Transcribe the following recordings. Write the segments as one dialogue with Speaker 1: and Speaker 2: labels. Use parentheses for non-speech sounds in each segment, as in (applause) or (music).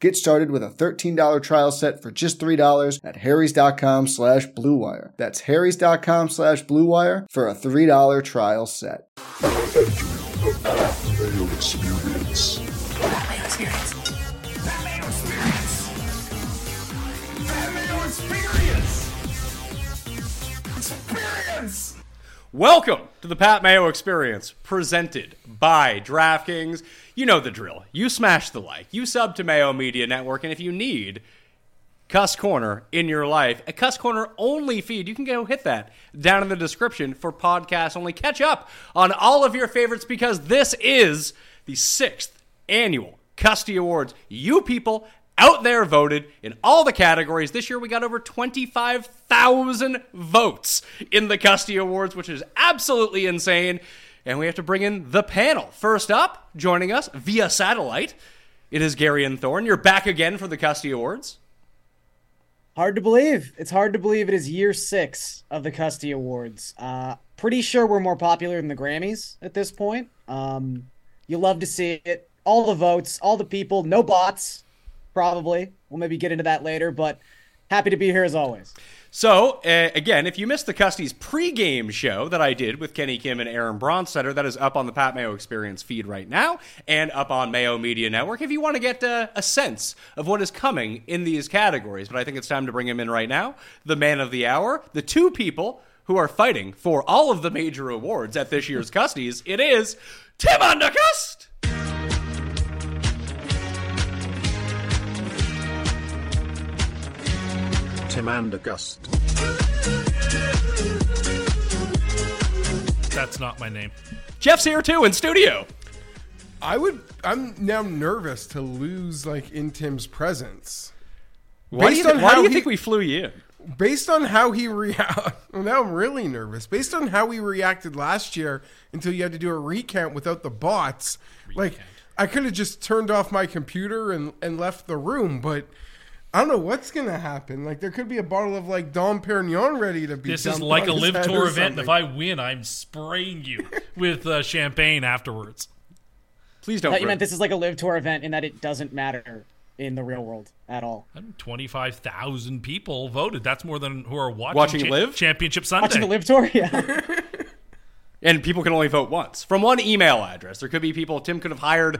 Speaker 1: Get started with a $13 trial set for just $3 at harrys.com slash bluewire. That's harrys.com slash bluewire for a $3 trial set.
Speaker 2: male experience.
Speaker 3: Welcome to the Pat Mayo Experience, presented by DraftKings. You know the drill. You smash the like, you sub to Mayo Media Network, and if you need Cuss Corner in your life, a Cuss Corner only feed, you can go hit that down in the description for podcast only. Catch up on all of your favorites because this is the sixth annual Custy Awards. You people out there voted in all the categories. This year we got over 25,000 votes in the Custy Awards, which is absolutely insane. And we have to bring in the panel. First up, joining us via satellite, it is Gary and Thorne. You're back again for the Custy Awards.
Speaker 4: Hard to believe. It's hard to believe it is year six of the Custy Awards. Uh, pretty sure we're more popular than the Grammys at this point. Um, you love to see it. All the votes, all the people, no bots, probably. We'll maybe get into that later, but happy to be here as always.
Speaker 3: So, uh, again, if you missed the Custy's pregame show that I did with Kenny Kim and Aaron Bronstetter, that is up on the Pat Mayo Experience feed right now and up on Mayo Media Network if you want to get uh, a sense of what is coming in these categories. But I think it's time to bring him in right now. The man of the hour, the two people who are fighting for all of the major awards at this year's Custy's, it is Tim Undercust!
Speaker 5: Tim and August.
Speaker 6: That's not my name.
Speaker 3: Jeff's here too in studio.
Speaker 7: I would. I'm now nervous to lose like in Tim's presence.
Speaker 3: Why do you,
Speaker 7: Based on
Speaker 3: why do
Speaker 7: how
Speaker 3: you
Speaker 7: he-
Speaker 3: think we flew you in?
Speaker 7: Based on how he reacted, (laughs) well, now I'm really nervous. Based on how he reacted last year, until you had to do a recount without the bots, like I could have just turned off my computer and and left the room, but. I don't know what's gonna happen. Like there could be a bottle of like Dom Perignon ready to be.
Speaker 6: This is
Speaker 7: dumped
Speaker 6: like
Speaker 7: on
Speaker 6: a
Speaker 7: his
Speaker 6: live
Speaker 7: head
Speaker 6: tour
Speaker 7: or
Speaker 6: event, and if
Speaker 7: something.
Speaker 6: I win, I'm spraying you (laughs) with uh, champagne afterwards.
Speaker 3: Please
Speaker 4: I
Speaker 3: don't.
Speaker 4: thought you
Speaker 3: ruin-
Speaker 4: meant this is like a live tour event in that it doesn't matter in the real world at all.
Speaker 6: Twenty-five thousand people voted. That's more than who are watching,
Speaker 3: Watching live?
Speaker 6: Championship Sunday.
Speaker 4: Watching the live tour? Yeah.
Speaker 3: (laughs) and people can only vote once from one email address. There could be people Tim could have hired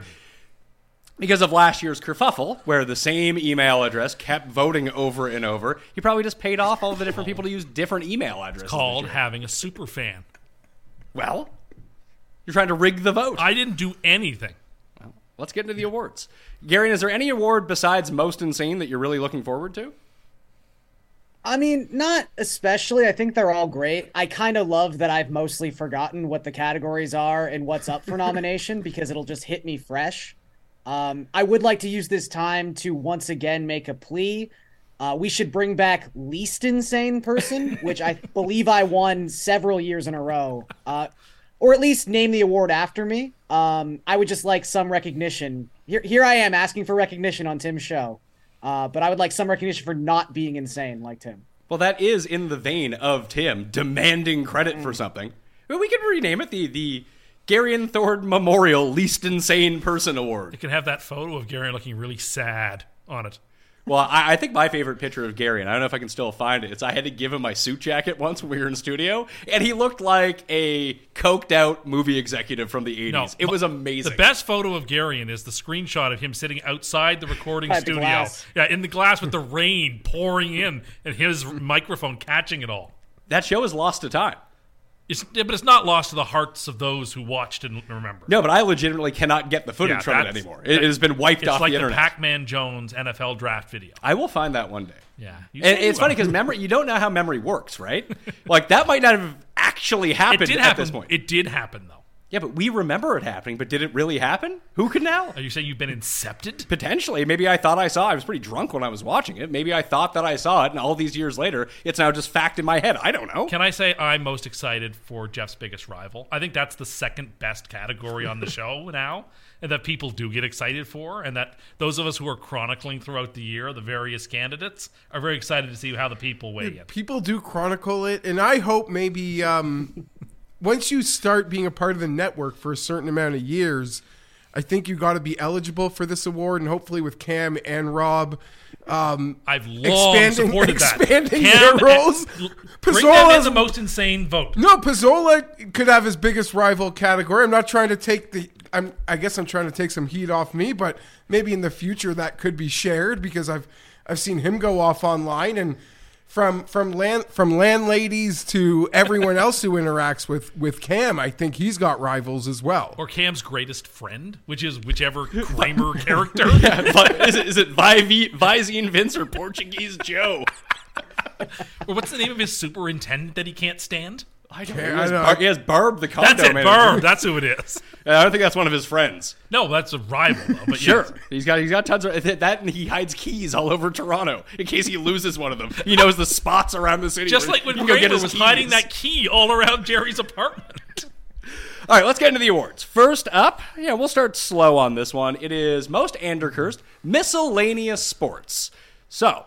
Speaker 3: because of last year's kerfuffle, where the same email address kept voting over and over, he probably just paid off all the different people to use different email addresses. this
Speaker 6: Called
Speaker 3: year.
Speaker 6: having a super fan.
Speaker 3: Well, you're trying to rig the vote.
Speaker 6: I didn't do anything.
Speaker 3: Let's get into the awards. Gary, is there any award besides Most Insane that you're really looking forward to?
Speaker 4: I mean, not especially. I think they're all great. I kind of love that I've mostly forgotten what the categories are and what's up for nomination because it'll just hit me fresh. Um, I would like to use this time to once again make a plea. Uh, we should bring back least insane person, which I believe I won several years in a row, uh, or at least name the award after me. Um, I would just like some recognition. Here, here I am asking for recognition on Tim's show, uh, but I would like some recognition for not being insane like Tim.
Speaker 3: Well, that is in the vein of Tim demanding credit
Speaker 6: Mm.
Speaker 3: for something. Well, we could rename it the the Gary and Thord Memorial Least Insane Person Award.
Speaker 6: You can have that photo of Gary looking really sad on it.
Speaker 3: Well, I, I think my favorite picture of Gary, and I don't know if I can still find it, is I had to give him my suit jacket once when we were in studio, and he looked like a coked out movie executive from the 80s.
Speaker 6: No,
Speaker 3: it was
Speaker 6: my-
Speaker 3: amazing.
Speaker 6: The best photo of Garian is the screenshot of him sitting outside the
Speaker 4: (laughs)
Speaker 6: recording
Speaker 4: By the
Speaker 6: studio.
Speaker 4: glass.
Speaker 6: yeah, in the glass with the rain pouring in and his microphone catching it all.
Speaker 3: That show is lost to time.
Speaker 6: It's, yeah, but it's not lost to the hearts of those who watched and remember.
Speaker 3: No, but I legitimately cannot get the footage
Speaker 6: Yeah,
Speaker 3: from it
Speaker 6: that's-
Speaker 3: anymore. It, it has been wiped
Speaker 6: it's
Speaker 3: off
Speaker 6: like
Speaker 3: the
Speaker 6: the,
Speaker 3: internet.
Speaker 6: Pac-Man Jones NFL draft video.
Speaker 3: I will find that one day.
Speaker 6: Yeah,
Speaker 3: And it's funny because memory, you don't know how memory works, right? (laughs) like that might not have actually
Speaker 6: it
Speaker 3: happened
Speaker 6: did
Speaker 3: at
Speaker 6: happen.
Speaker 3: this point.
Speaker 6: It did happen though.
Speaker 3: yeah, but we remember it happening, but did it really happen? Who could now?
Speaker 6: Are you saying you've been incepted?
Speaker 3: Potentially, maybe I thought I saw. I was pretty drunk when I was watching it. Maybe I thought that I saw it, and all these years later, it's now just fact in my head. I don't know.
Speaker 6: Can I say I'm most excited for Jeff's biggest rival? I think that's the second best category on the
Speaker 3: (laughs)
Speaker 6: show now, and that people do get excited for, and that those of us who are chronicling throughout the year the various candidates are very excited to see how the people weigh in.
Speaker 7: People do chronicle it, and I hope maybe
Speaker 6: (laughs)
Speaker 7: um, once you start being a part of the network for a certain amount of years, I think you got to be eligible for this award, and hopefully with Cam and Rob. Um,
Speaker 6: I've long
Speaker 7: expanding,
Speaker 6: supported that.
Speaker 7: expanding
Speaker 6: Cam
Speaker 7: their roles.
Speaker 6: and- bring them in
Speaker 7: Pizzola
Speaker 6: the most insane vote.
Speaker 7: No, Pizzola could have his biggest rival category. I'm not trying to take the. I'm. I guess I'm trying to take some heat off me, but maybe in the future that could be shared because I've I've seen him go off online and from from land from landladies to (laughs) everyone else who interacts with with Cam. I think he's got rivals as well.
Speaker 6: Or Cam's greatest friend, which is
Speaker 3: (laughs)
Speaker 6: whichever Kramer character. (laughs)
Speaker 3: Vi- is it, is it Vivi- Visine Vince or Portuguese Joe?
Speaker 6: (laughs) Or what's the name of his superintendent that he can't stand?
Speaker 3: I don't
Speaker 7: Yeah,
Speaker 3: know. He has,
Speaker 7: I know.
Speaker 3: Bar- he has Barb the condo
Speaker 6: That's it,
Speaker 3: manager. (laughs)
Speaker 6: Barb. That's who it is.
Speaker 3: I don't think that's one of his friends.
Speaker 6: No, that's a rival, though.
Speaker 3: (laughs)
Speaker 6: But
Speaker 3: Sure,
Speaker 6: yes.
Speaker 3: he's got he's got tons of that, and he hides keys all over Toronto in case he loses one of them. He knows the spots around the city.
Speaker 6: Just
Speaker 3: where
Speaker 6: like when
Speaker 3: he can go
Speaker 6: Kramer
Speaker 3: his
Speaker 6: was hiding
Speaker 3: keys.
Speaker 6: that key all around Jerry's apartment.
Speaker 3: All right, let's get into the awards. First up, yeah, we'll start slow on this one. It is most Anderkurst miscellaneous sports. So,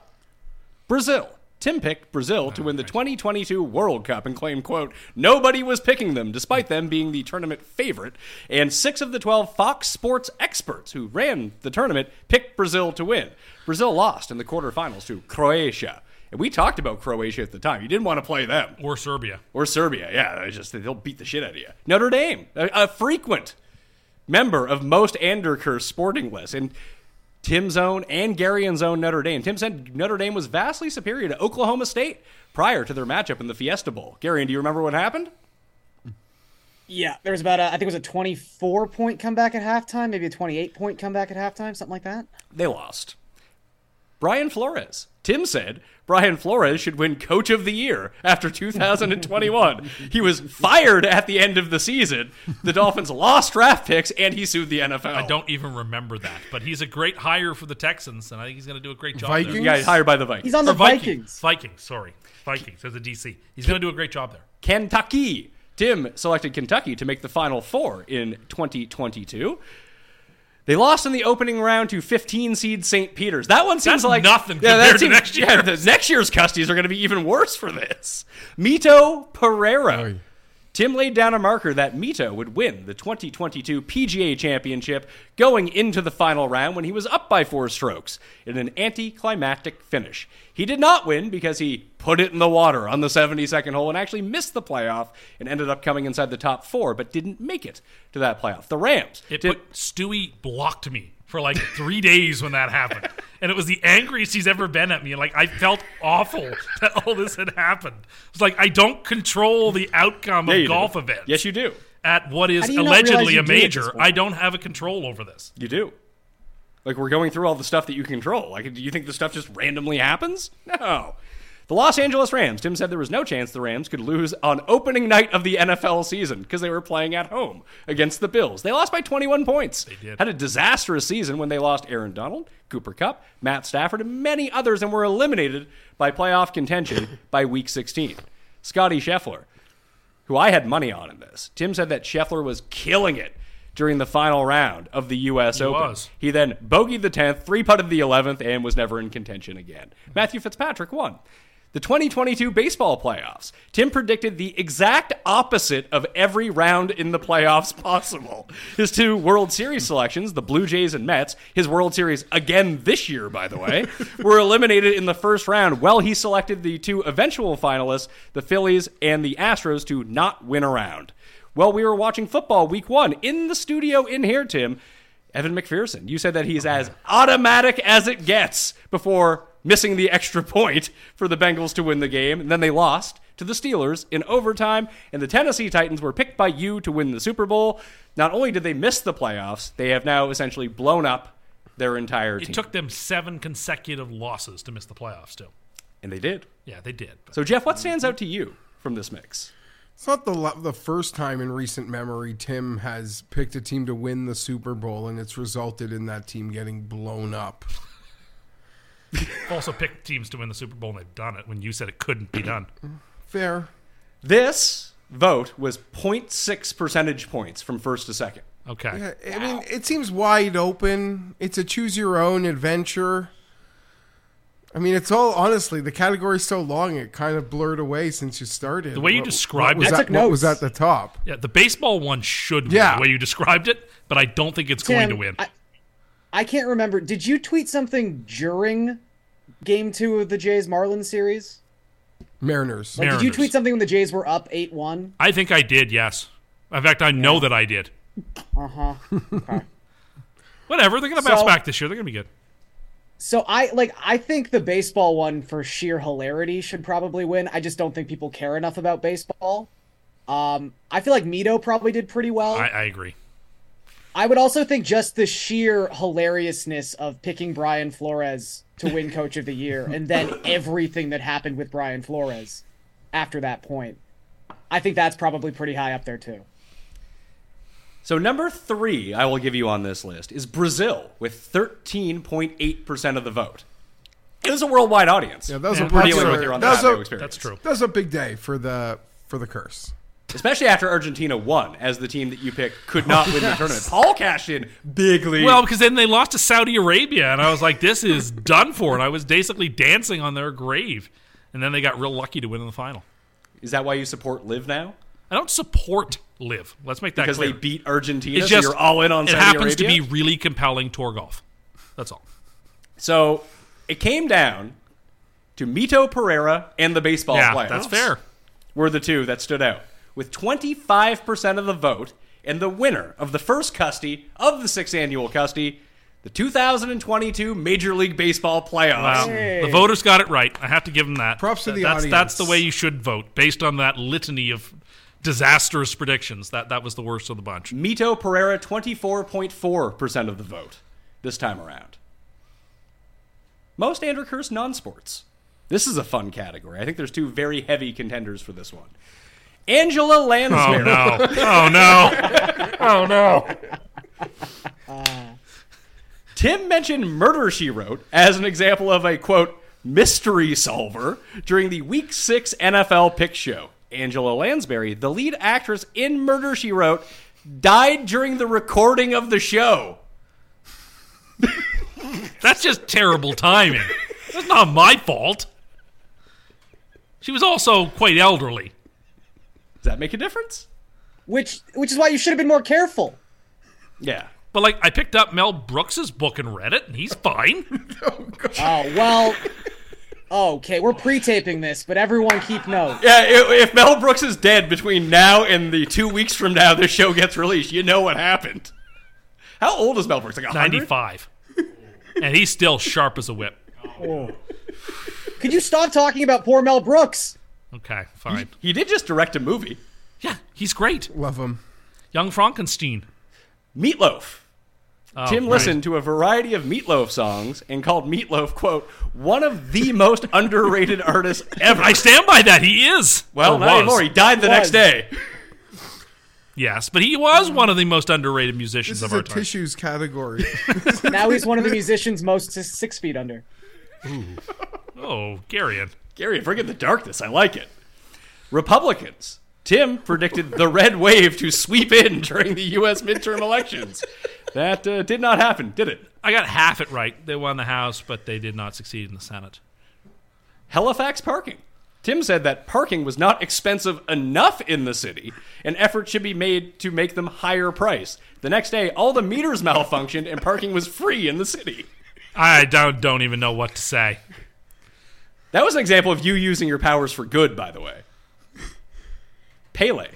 Speaker 3: Brazil. Tim picked Brazil to win the 2022 World Cup and claimed, quote, nobody was picking them, despite them being the tournament favorite. And six of the 12 Fox Sports experts who ran the tournament picked Brazil to win. Brazil lost in the quarterfinals to Croatia. And we talked about Croatia at the time. You didn't want to play them
Speaker 6: or Serbia.
Speaker 3: or Serbia. Yeah, it's just they'll beat the shit out of you. Notre Dame, a, a frequent member of most Anderker sporting lists, and Tim's own and Garion's own Notre Dame. Tim said Notre Dame was vastly superior to Oklahoma State prior to their matchup in the Fiesta Bowl. Garion, do you remember what happened?
Speaker 4: Yeah, there was about a, I think it was a 24 point comeback at halftime, maybe a 28 point comeback at halftime, something like that.
Speaker 3: They lost. Brian Flores. Tim said Brian Flores should win Coach of the Year after 2021. he was fired at the end of the season. The Dolphins lost draft picks, and he sued the NFL.
Speaker 6: I don't even remember that, but he's a great hire for the Texans, and I think he's going to do a great job.
Speaker 7: Vikings?
Speaker 6: there.
Speaker 3: Yeah, hired by the Vikings.
Speaker 4: He's on the
Speaker 6: Or Vikings,
Speaker 4: Vikings.
Speaker 6: Vikings, sorry, Vikings as a DC. He's going to do a great job there.
Speaker 3: Kentucky. Tim selected Kentucky to make the Final Four in 2022. They lost in the opening round to 15 seed St. Peter's. That one seems
Speaker 6: That's
Speaker 3: like
Speaker 6: nothing compared to next year.
Speaker 3: Yeah, the next year's Custies are going to be even worse for this. Mito Pereira. Tim laid down a marker that Mito would win the 2022 PGA Championship going into the final round when he was up by four strokes in an anticlimactic finish. He did not win because he put it in the water on the 72nd hole and actually missed the playoff and ended up coming inside the top four but didn't make it to that playoff. The Rams.
Speaker 6: It
Speaker 3: did-
Speaker 6: put Stewie blocked me for like three days when that happened. And it was the angriest he's ever been at me. And like, I felt awful (laughs) that all this had happened. It's like, I don't control the outcome
Speaker 3: Yeah, you
Speaker 6: of
Speaker 3: do.
Speaker 6: golf events.
Speaker 3: Yes, you do.
Speaker 6: At what is
Speaker 4: do you not realize
Speaker 6: allegedly
Speaker 4: you
Speaker 6: a
Speaker 4: do at this
Speaker 6: major.
Speaker 4: point?
Speaker 6: I don't have a control over this.
Speaker 3: You do. Like we're going through all the stuff that you control. Like, do you think the stuff just randomly happens? No. The Los Angeles Rams. Tim said there was no chance the Rams could lose on opening night of the NFL season because they were playing at home against the Bills. They lost by 21 points. They
Speaker 6: did.
Speaker 3: Had a disastrous season when they lost Aaron Donald, Cooper Cup, Matt Stafford, and many others, and were eliminated by playoff contention by Week 16. Scotty Scheffler who I had money on in this. Tim said that Scheffler was killing it during the final round of the U.S. Open.
Speaker 6: was.
Speaker 3: He then bogeyed the 10th, three putted the 11th, and was never in contention again. Matthew Fitzpatrick won. The 2022 baseball playoffs. Tim predicted the exact opposite of every round in the playoffs (laughs) possible. His two World Series selections, the Blue Jays and Mets, his World Series again this year, by the way, were eliminated in the first round. Well, he selected the two eventual finalists, the Phillies and the Astros, to not win a round. Well, we were watching football week one in the studio in here, Tim. Evan McPherson, you said that he's as automatic as it gets before missing the extra point for the Bengals to win the game. And then they lost to the Steelers in overtime, and the Tennessee Titans were picked by you to win the Super Bowl. Not only did they miss the playoffs, they have now essentially blown up their entire
Speaker 6: It
Speaker 3: team.
Speaker 6: took them seven consecutive losses to miss the playoffs, too.
Speaker 3: and they did.
Speaker 6: Yeah,
Speaker 7: (laughs)
Speaker 6: they did. But
Speaker 3: So, Jeff, what stands out to you from this mix?
Speaker 7: It's not the lo- the first time in recent memory Tim has picked a team to win the Super Bowl and it's resulted in that team getting blown up.
Speaker 6: they've also picked teams to win the Super Bowl, and they've done it when you said it couldn't be done.
Speaker 7: Fair.
Speaker 3: This vote was 0.6 percentage points from first to second.
Speaker 6: Okay.
Speaker 7: I I mean, it seems wide open. It's a choose your own adventure. I mean, it's all honestly the category's so long it kind of blurred away since you started. The
Speaker 6: way you described
Speaker 7: was
Speaker 6: it- I
Speaker 7: at-
Speaker 4: took
Speaker 7: what was
Speaker 4: notes.
Speaker 7: at the top.
Speaker 6: Yeah, the baseball one should win
Speaker 7: Yeah.
Speaker 6: the way you described it, but I don't think it's going to win.
Speaker 4: I, I can't remember. Did you tweet something during game two of the Jays Marlins series?
Speaker 7: Mariners.
Speaker 4: Like, did you
Speaker 6: Mariners.
Speaker 4: tweet something when the Jays were up
Speaker 6: (laughs)
Speaker 4: eight one?
Speaker 6: I think I did, yes. In fact, I know that I did.
Speaker 4: Uh
Speaker 8: Uh-huh.
Speaker 4: huh.
Speaker 6: Whatever, they're going to bounce
Speaker 4: So-
Speaker 6: back this year. They're going to be good.
Speaker 4: So I like I think the baseball one for sheer hilarity should probably win. I just don't think people care enough about baseball. Um, I feel like Mito probably did pretty well.
Speaker 6: I,
Speaker 4: I,
Speaker 6: I agree.
Speaker 4: would also think just the sheer hilariousness of picking Brian Flores to win Coach of the Year, and then everything that happened with Brian Flores after that point. I think that's probably pretty high up there too.
Speaker 3: So number three, I will give you on this list is Brazil with thirteen point eight percent of the vote. It was a worldwide audience.
Speaker 7: Yeah, that was a
Speaker 6: we're
Speaker 3: dealing
Speaker 7: popular-
Speaker 3: with your on the
Speaker 7: that was
Speaker 3: Batman
Speaker 7: a-
Speaker 3: experience.
Speaker 6: That's true.
Speaker 7: That was a big day for the for the curse.
Speaker 3: especially after Argentina won as the team that you picked could not win the tournament. Paul cashed in bigly.
Speaker 6: Well, because then they lost to Saudi Arabia, and I was like, this
Speaker 7: (laughs)
Speaker 6: is done for. And I was basically dancing on their grave. And then they got real lucky to win in the final.
Speaker 3: is that why you support Live now?
Speaker 6: I don't support Live. Let's make that
Speaker 3: Because
Speaker 6: clear.
Speaker 3: they beat Argentina,
Speaker 6: It's
Speaker 3: so you're all in on
Speaker 6: It
Speaker 3: Saudi
Speaker 6: happens
Speaker 3: Arabia?
Speaker 6: to be really compelling tour golf. That's all.
Speaker 3: So it came down to Mito Pereira and the baseball
Speaker 6: yeah,
Speaker 3: playoffs.
Speaker 6: that's fair.
Speaker 3: were the two that stood out, with 25% of the vote and the winner of the first Custy of the sixth annual Custy, the 2022 Major League Baseball
Speaker 6: Wow.
Speaker 3: playoffs.
Speaker 6: The voters got it right. I have to give them that.
Speaker 7: Props to
Speaker 6: Th-
Speaker 7: the
Speaker 6: that's,
Speaker 7: audience.
Speaker 6: That's the way you should vote, based on that litany of disastrous predictions. That that was the worst of the
Speaker 3: (laughs)
Speaker 6: bunch.
Speaker 3: Mito Pereira, 24.4% of the vote this time around. Most Andrew Curse non sports. This is a fun category. I think there's two very heavy contenders for this one. Angela
Speaker 6: Oh
Speaker 3: Lansbury.
Speaker 6: no! Oh no!
Speaker 3: (laughs)
Speaker 6: Oh no!
Speaker 3: Tim mentioned Murder She Wrote as an example of a quote mystery solver during the Week 6 NFL Pick Show. Angela Lansbury, the lead actress in Murder She Wrote, died during the recording of the show.
Speaker 6: That's just terrible timing. That's not my fault. She was also quite elderly.
Speaker 3: Does that make a difference?
Speaker 4: Which which is why you should have been more careful.
Speaker 3: Yeah.
Speaker 6: But like, I picked up Mel Brooks's book and read it, and he's
Speaker 3: (laughs)
Speaker 6: fine.
Speaker 4: Oh well. Okay, we're pre-taping this, but everyone keep note.
Speaker 3: Yeah, i- if Mel Brooks is dead between now and the two weeks from now this show gets released, you know what happened. How old is Mel Brooks? Like 100?
Speaker 6: 95. and he's still sharp as a whip.
Speaker 4: Could you stop talking about poor Mel Brooks?
Speaker 6: Okay, fine.
Speaker 3: He did just direct a movie.
Speaker 6: Yeah, he's great.
Speaker 7: Love him.
Speaker 6: Young Frankenstein.
Speaker 3: Meatloaf.
Speaker 6: Oh,
Speaker 3: Tim
Speaker 6: right.
Speaker 3: listened to a variety of Meatloaf songs and called Meatloaf, quote, one of the most underrated artists ever.
Speaker 6: I stand by that. He is.
Speaker 3: well,
Speaker 6: Or
Speaker 3: not
Speaker 6: was.
Speaker 3: anymore. He died the next
Speaker 4: Was.
Speaker 3: day.
Speaker 6: (laughs) Yes, but he was one of the most underrated musicians
Speaker 7: This is
Speaker 6: of our
Speaker 7: a
Speaker 6: time.
Speaker 7: tissues category.
Speaker 4: Now he's one of the musicians most s- six feet under.
Speaker 6: Oh, Garion.
Speaker 3: Gary, bring in the darkness. I like it. Republicans. Tim predicted the red wave to sweep in during the U.S. midterm elections. That uh, did not happen, did it?
Speaker 6: I got half it right. They won the House, but they did not succeed in the Senate.
Speaker 3: Halifax parking. Tim said that parking was not expensive enough in the city, and effort should be made to make them higher priced. The next day, all the meters (laughs) malfunctioned and parking was free in the city.
Speaker 6: I don't don't even know what to say.
Speaker 3: That was an example of you using your powers for good, by the way. Pele.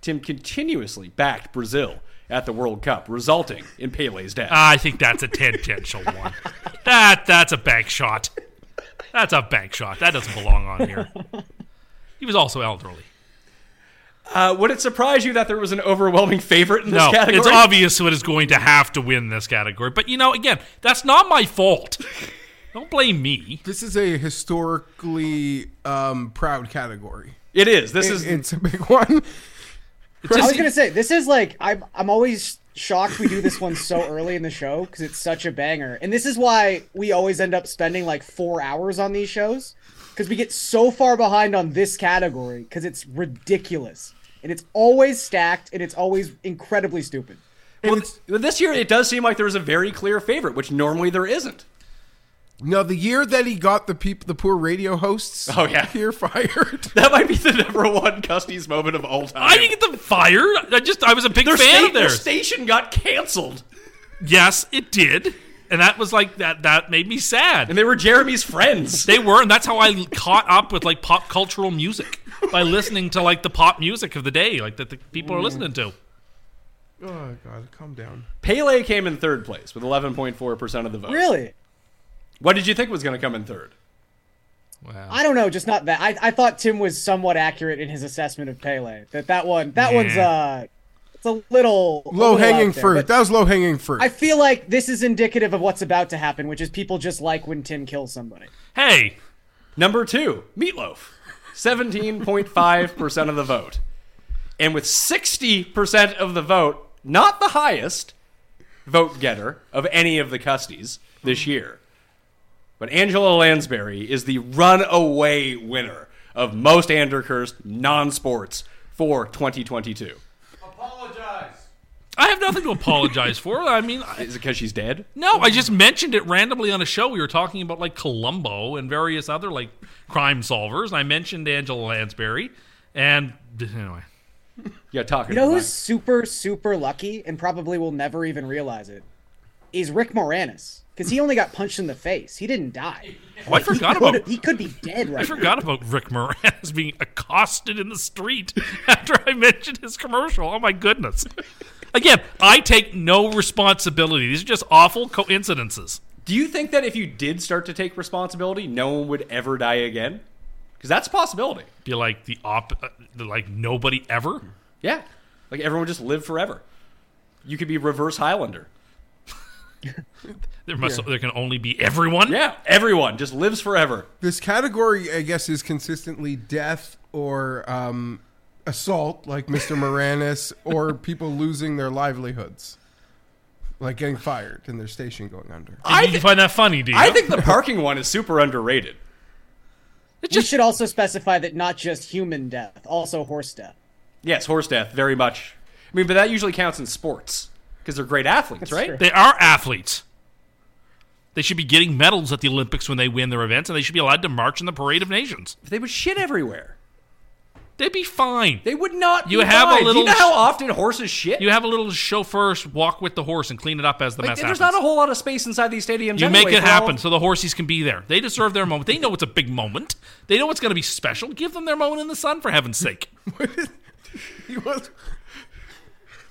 Speaker 3: Tim continuously backed Brazil at the World Cup, resulting in Pele's death.
Speaker 6: Ah, I think that's a
Speaker 3: (laughs)
Speaker 6: tangential one. That that's a bank shot. That's a bank shot. That doesn't belong on here. He was also elderly.
Speaker 3: Uh, would it surprise you that there was an overwhelming favorite in this
Speaker 6: No,
Speaker 3: category?
Speaker 6: it's obvious what is going to have to win this category. But you know, again, that's not my fault. Don't blame me.
Speaker 7: this is a historically um, proud category.
Speaker 3: It is. This is
Speaker 7: It's a big (laughs) one.
Speaker 4: I was gonna say this is like I'm. I'm always shocked we do this one so early in the show because it's such a banger, and this is why we always end up spending like four hours on these shows because we get so far behind on this category because it's ridiculous and it's always stacked and it's always incredibly stupid.
Speaker 3: well, this year. It does seem like there was a very clear favorite, which normally there isn't. (laughs)
Speaker 7: Now, the year that he got the peop the poor radio hosts
Speaker 3: Oh,
Speaker 7: (laughs)
Speaker 3: yeah.
Speaker 7: here fired.
Speaker 3: That might be the number one Custy's moment of all time.
Speaker 6: I didn't get them fired. I just I was a big
Speaker 3: their,
Speaker 6: fan
Speaker 3: sta-
Speaker 6: of
Speaker 3: their
Speaker 6: theirs.
Speaker 3: station got canceled,
Speaker 6: yes, it did, and that was like that. That made me sad.
Speaker 3: and they were Jeremy's friends.
Speaker 6: They were, and that's how I caught up with like pop cultural music by listening to like the pop music of the day, like that the people are listening to.
Speaker 7: Oh, God, calm down.
Speaker 3: Pele came in third place with 11.4 percent of the vote.
Speaker 4: Really,
Speaker 3: What did you think was going to come in third?
Speaker 6: Wow.
Speaker 4: I don't know. Just not that. I, I thought Tim was somewhat accurate in his assessment of Pele. That that one. That
Speaker 6: Yeah.
Speaker 4: one's uh, it's a little a
Speaker 7: Low
Speaker 4: little out
Speaker 7: hanging
Speaker 4: Oh, there,
Speaker 7: fruit.
Speaker 4: but-
Speaker 7: That was low hanging fruit.
Speaker 4: I feel like this is indicative of what's about to happen, which is people just like when Tim kills somebody.
Speaker 6: Hey,
Speaker 3: Number two, Meatloaf, 17.5 percent of the vote, and with 60 percent of the vote, not the highest vote getter of any of the Custies this year. But Angela Lansbury is the runaway winner of most Andercurst non-sports for 2022.
Speaker 6: I have nothing to apologize for. I mean, I,
Speaker 3: Is it because she's dead?
Speaker 6: no, I just mentioned it randomly on a show. We were talking about like Columbo and various other like crime solvers, and I mentioned Angela Lansbury. And anyway,
Speaker 3: Yeah, talking.
Speaker 4: You know who's super, super lucky and probably will never even realize it? Is Rick Moranis. Because he only got punched in the face. He didn't die.
Speaker 6: oh, I forgot about
Speaker 4: He could be dead
Speaker 6: I
Speaker 4: right now.
Speaker 6: forgot about Rick Moranis (laughs) being accosted in the street (laughs) after I mentioned his commercial. Oh my goodness! Again, I take no responsibility. These are just awful coincidences.
Speaker 3: Do you think that if you did start to take responsibility, no one would ever die again? Because that's a possibility.
Speaker 6: Be like the op, uh, the, like nobody ever.
Speaker 3: Yeah. Like everyone just lived forever. You could be reverse Highlander.
Speaker 6: There must there can only be everyone.
Speaker 3: Yeah. Everyone just lives forever.
Speaker 7: this category, I guess, is consistently death or um, assault, like Mr.
Speaker 4: (laughs)
Speaker 7: Moranis, or people losing their livelihoods, like getting fired and their station going under.
Speaker 6: I you find that funny, do you?
Speaker 3: I think the parking one is super underrated.
Speaker 4: We should also specify that not just human death, also horse death.
Speaker 3: Yes, horse death, very much. I mean, but that usually counts in sports because they're great athletes, right?
Speaker 4: true.
Speaker 6: they are athletes. They should be getting medals at the Olympics when they win their events, and they should be allowed to march in the Parade of Nations.
Speaker 3: They would shit everywhere.
Speaker 6: They'd be fine.
Speaker 3: They would not.
Speaker 6: You
Speaker 3: be
Speaker 6: have a
Speaker 3: fine. Do
Speaker 6: little
Speaker 3: you know how
Speaker 6: sh-
Speaker 3: often horses shit?
Speaker 6: You have a little chauffeur walk with the horse and clean it up as the
Speaker 3: like,
Speaker 6: mess
Speaker 3: there's
Speaker 6: happens.
Speaker 3: not a whole lot of space inside these stadiums.
Speaker 6: You
Speaker 3: anyway
Speaker 6: make it
Speaker 3: for all-
Speaker 6: happen so the horsies can be there. They deserve their moment. They know it's a big moment. They know it's going to be special. Give them their moment in the sun, for heaven's sake.
Speaker 7: He was-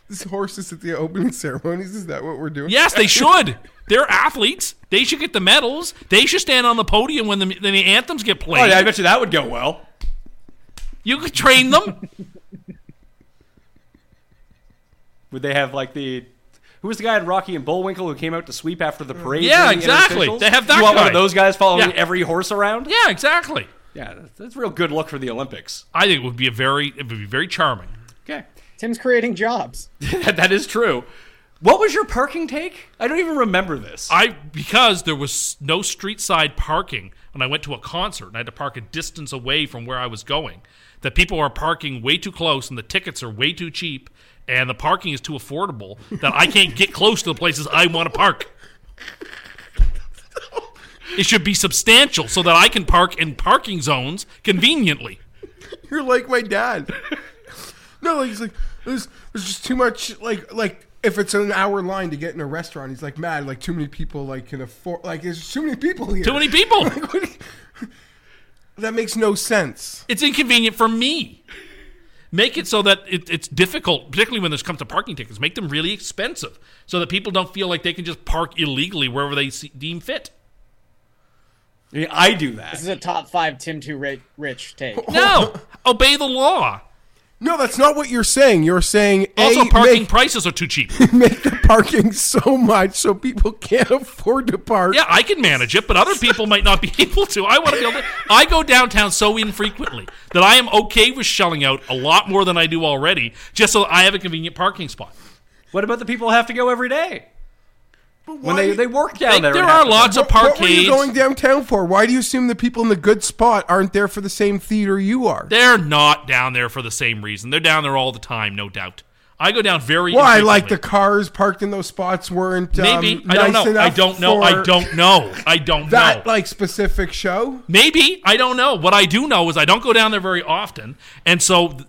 Speaker 7: This horses at the opening ceremonies. Is that what we're doing?
Speaker 6: Yes, they should. They're athletes. They should get the medals. They should stand on the podium when the, when the anthems get
Speaker 3: Oh,
Speaker 6: played.
Speaker 3: yeah, I bet you that would go well.
Speaker 6: You could train them.
Speaker 3: Would they have like the who was the guy in Rocky and Bullwinkle who came out to sweep after the parade?
Speaker 6: Mm. Yeah,
Speaker 3: during the
Speaker 6: exactly.
Speaker 3: interstitials?
Speaker 6: They have that
Speaker 3: you want one
Speaker 6: guy.
Speaker 3: of those guys following
Speaker 6: Yeah.
Speaker 3: every horse around?
Speaker 6: yeah, exactly.
Speaker 3: Yeah, that's, that's real good luck for the Olympics.
Speaker 6: I think it would be a very it would be very charming.
Speaker 3: Okay,
Speaker 4: Tim's creating jobs.
Speaker 3: that, (laughs) that is true. What was your parking take? I don't even remember this.
Speaker 6: I because there was no street side parking when I went to a concert and I had to park a distance away from where I was going. That people are parking way too close and the tickets are way too cheap and the parking is too affordable that I can't get close to the places I want to park. It should be substantial so that I can park in parking zones conveniently.
Speaker 7: (laughs) You're like my dad. no, like he's like there's there's just too much like like if it's an hour line to get in a restaurant, he's like mad like too many people like can afford like there's just too many people here.
Speaker 6: Too
Speaker 7: (laughs)
Speaker 6: many people.
Speaker 7: that makes no sense.
Speaker 6: It's inconvenient for me. Make it so that it, it's difficult, particularly when this comes to parking tickets. Make them really expensive so that people don't feel like they can just park illegally wherever they see, deem fit.
Speaker 3: I, mean, I do that.
Speaker 4: This is a top five Tim Too Ri- Rich take.
Speaker 3: (laughs)
Speaker 6: No, obey the law.
Speaker 7: No, that's not what you're saying. You're saying
Speaker 6: Also,
Speaker 7: a
Speaker 6: parking
Speaker 7: make,
Speaker 6: prices are too cheap.
Speaker 7: (laughs) make the parking so much so people can't afford to park.
Speaker 6: yeah, I can manage it, but other people might not be (laughs) able to. I want to be able to. I go downtown so infrequently that I am okay with shelling out a lot more than I do already just so I have a convenient parking spot.
Speaker 3: What about the people who have to go every day? When they, they work down
Speaker 6: Like,
Speaker 3: there.
Speaker 6: there
Speaker 3: and have
Speaker 6: are
Speaker 3: to-
Speaker 6: lots of
Speaker 7: What were you
Speaker 6: parkades.
Speaker 7: going downtown for? Why do you assume the people in the good spot aren't there for the same theater you are?
Speaker 6: They're not down there for the same reason. They're down there all the time, no doubt. I go down very.
Speaker 7: Why,
Speaker 6: infrequently.
Speaker 7: like the cars parked in those spots weren't um,
Speaker 6: maybe I
Speaker 7: nice
Speaker 6: don't know. I
Speaker 7: enough
Speaker 6: don't know. I
Speaker 7: for
Speaker 6: don't know. I don't
Speaker 7: that
Speaker 6: know.
Speaker 7: like specific show.
Speaker 6: maybe I don't know. What I do know is I don't go down there very often, and so. th-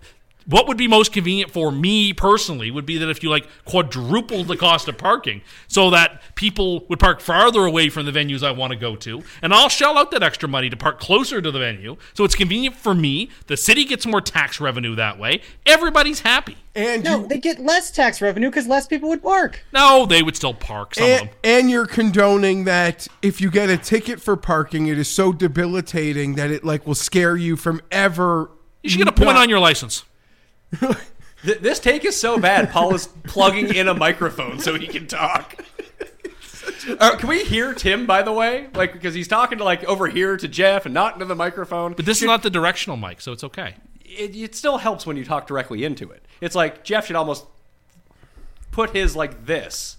Speaker 6: What would be most convenient for me personally would be that if you like quadrupled the cost of parking so that people would park farther away from the venues I want to go to, and I'll shell out that extra money to park closer to the venue. So it's convenient for me. The city gets more tax revenue that way. Everybody's happy.
Speaker 7: And
Speaker 4: No,
Speaker 7: you
Speaker 4: they get less tax revenue because less people would work.
Speaker 6: No, they would still park some of
Speaker 7: and,
Speaker 6: them.
Speaker 7: and you're condoning that if you get a ticket for parking, it is so debilitating that it like will scare you from ever.
Speaker 6: You should get a point on your license.
Speaker 3: (laughs) Th- this take is so bad. Paul is plugging in a microphone so he can talk. (laughs) Uh, can we hear Tim, by the way? Like, because he's talking to like over here to Jeff and not into the microphone.
Speaker 6: But this is not the directional mic, so it's okay.
Speaker 3: it, it still helps when you talk directly into it. It's like Jeff should almost put his like this,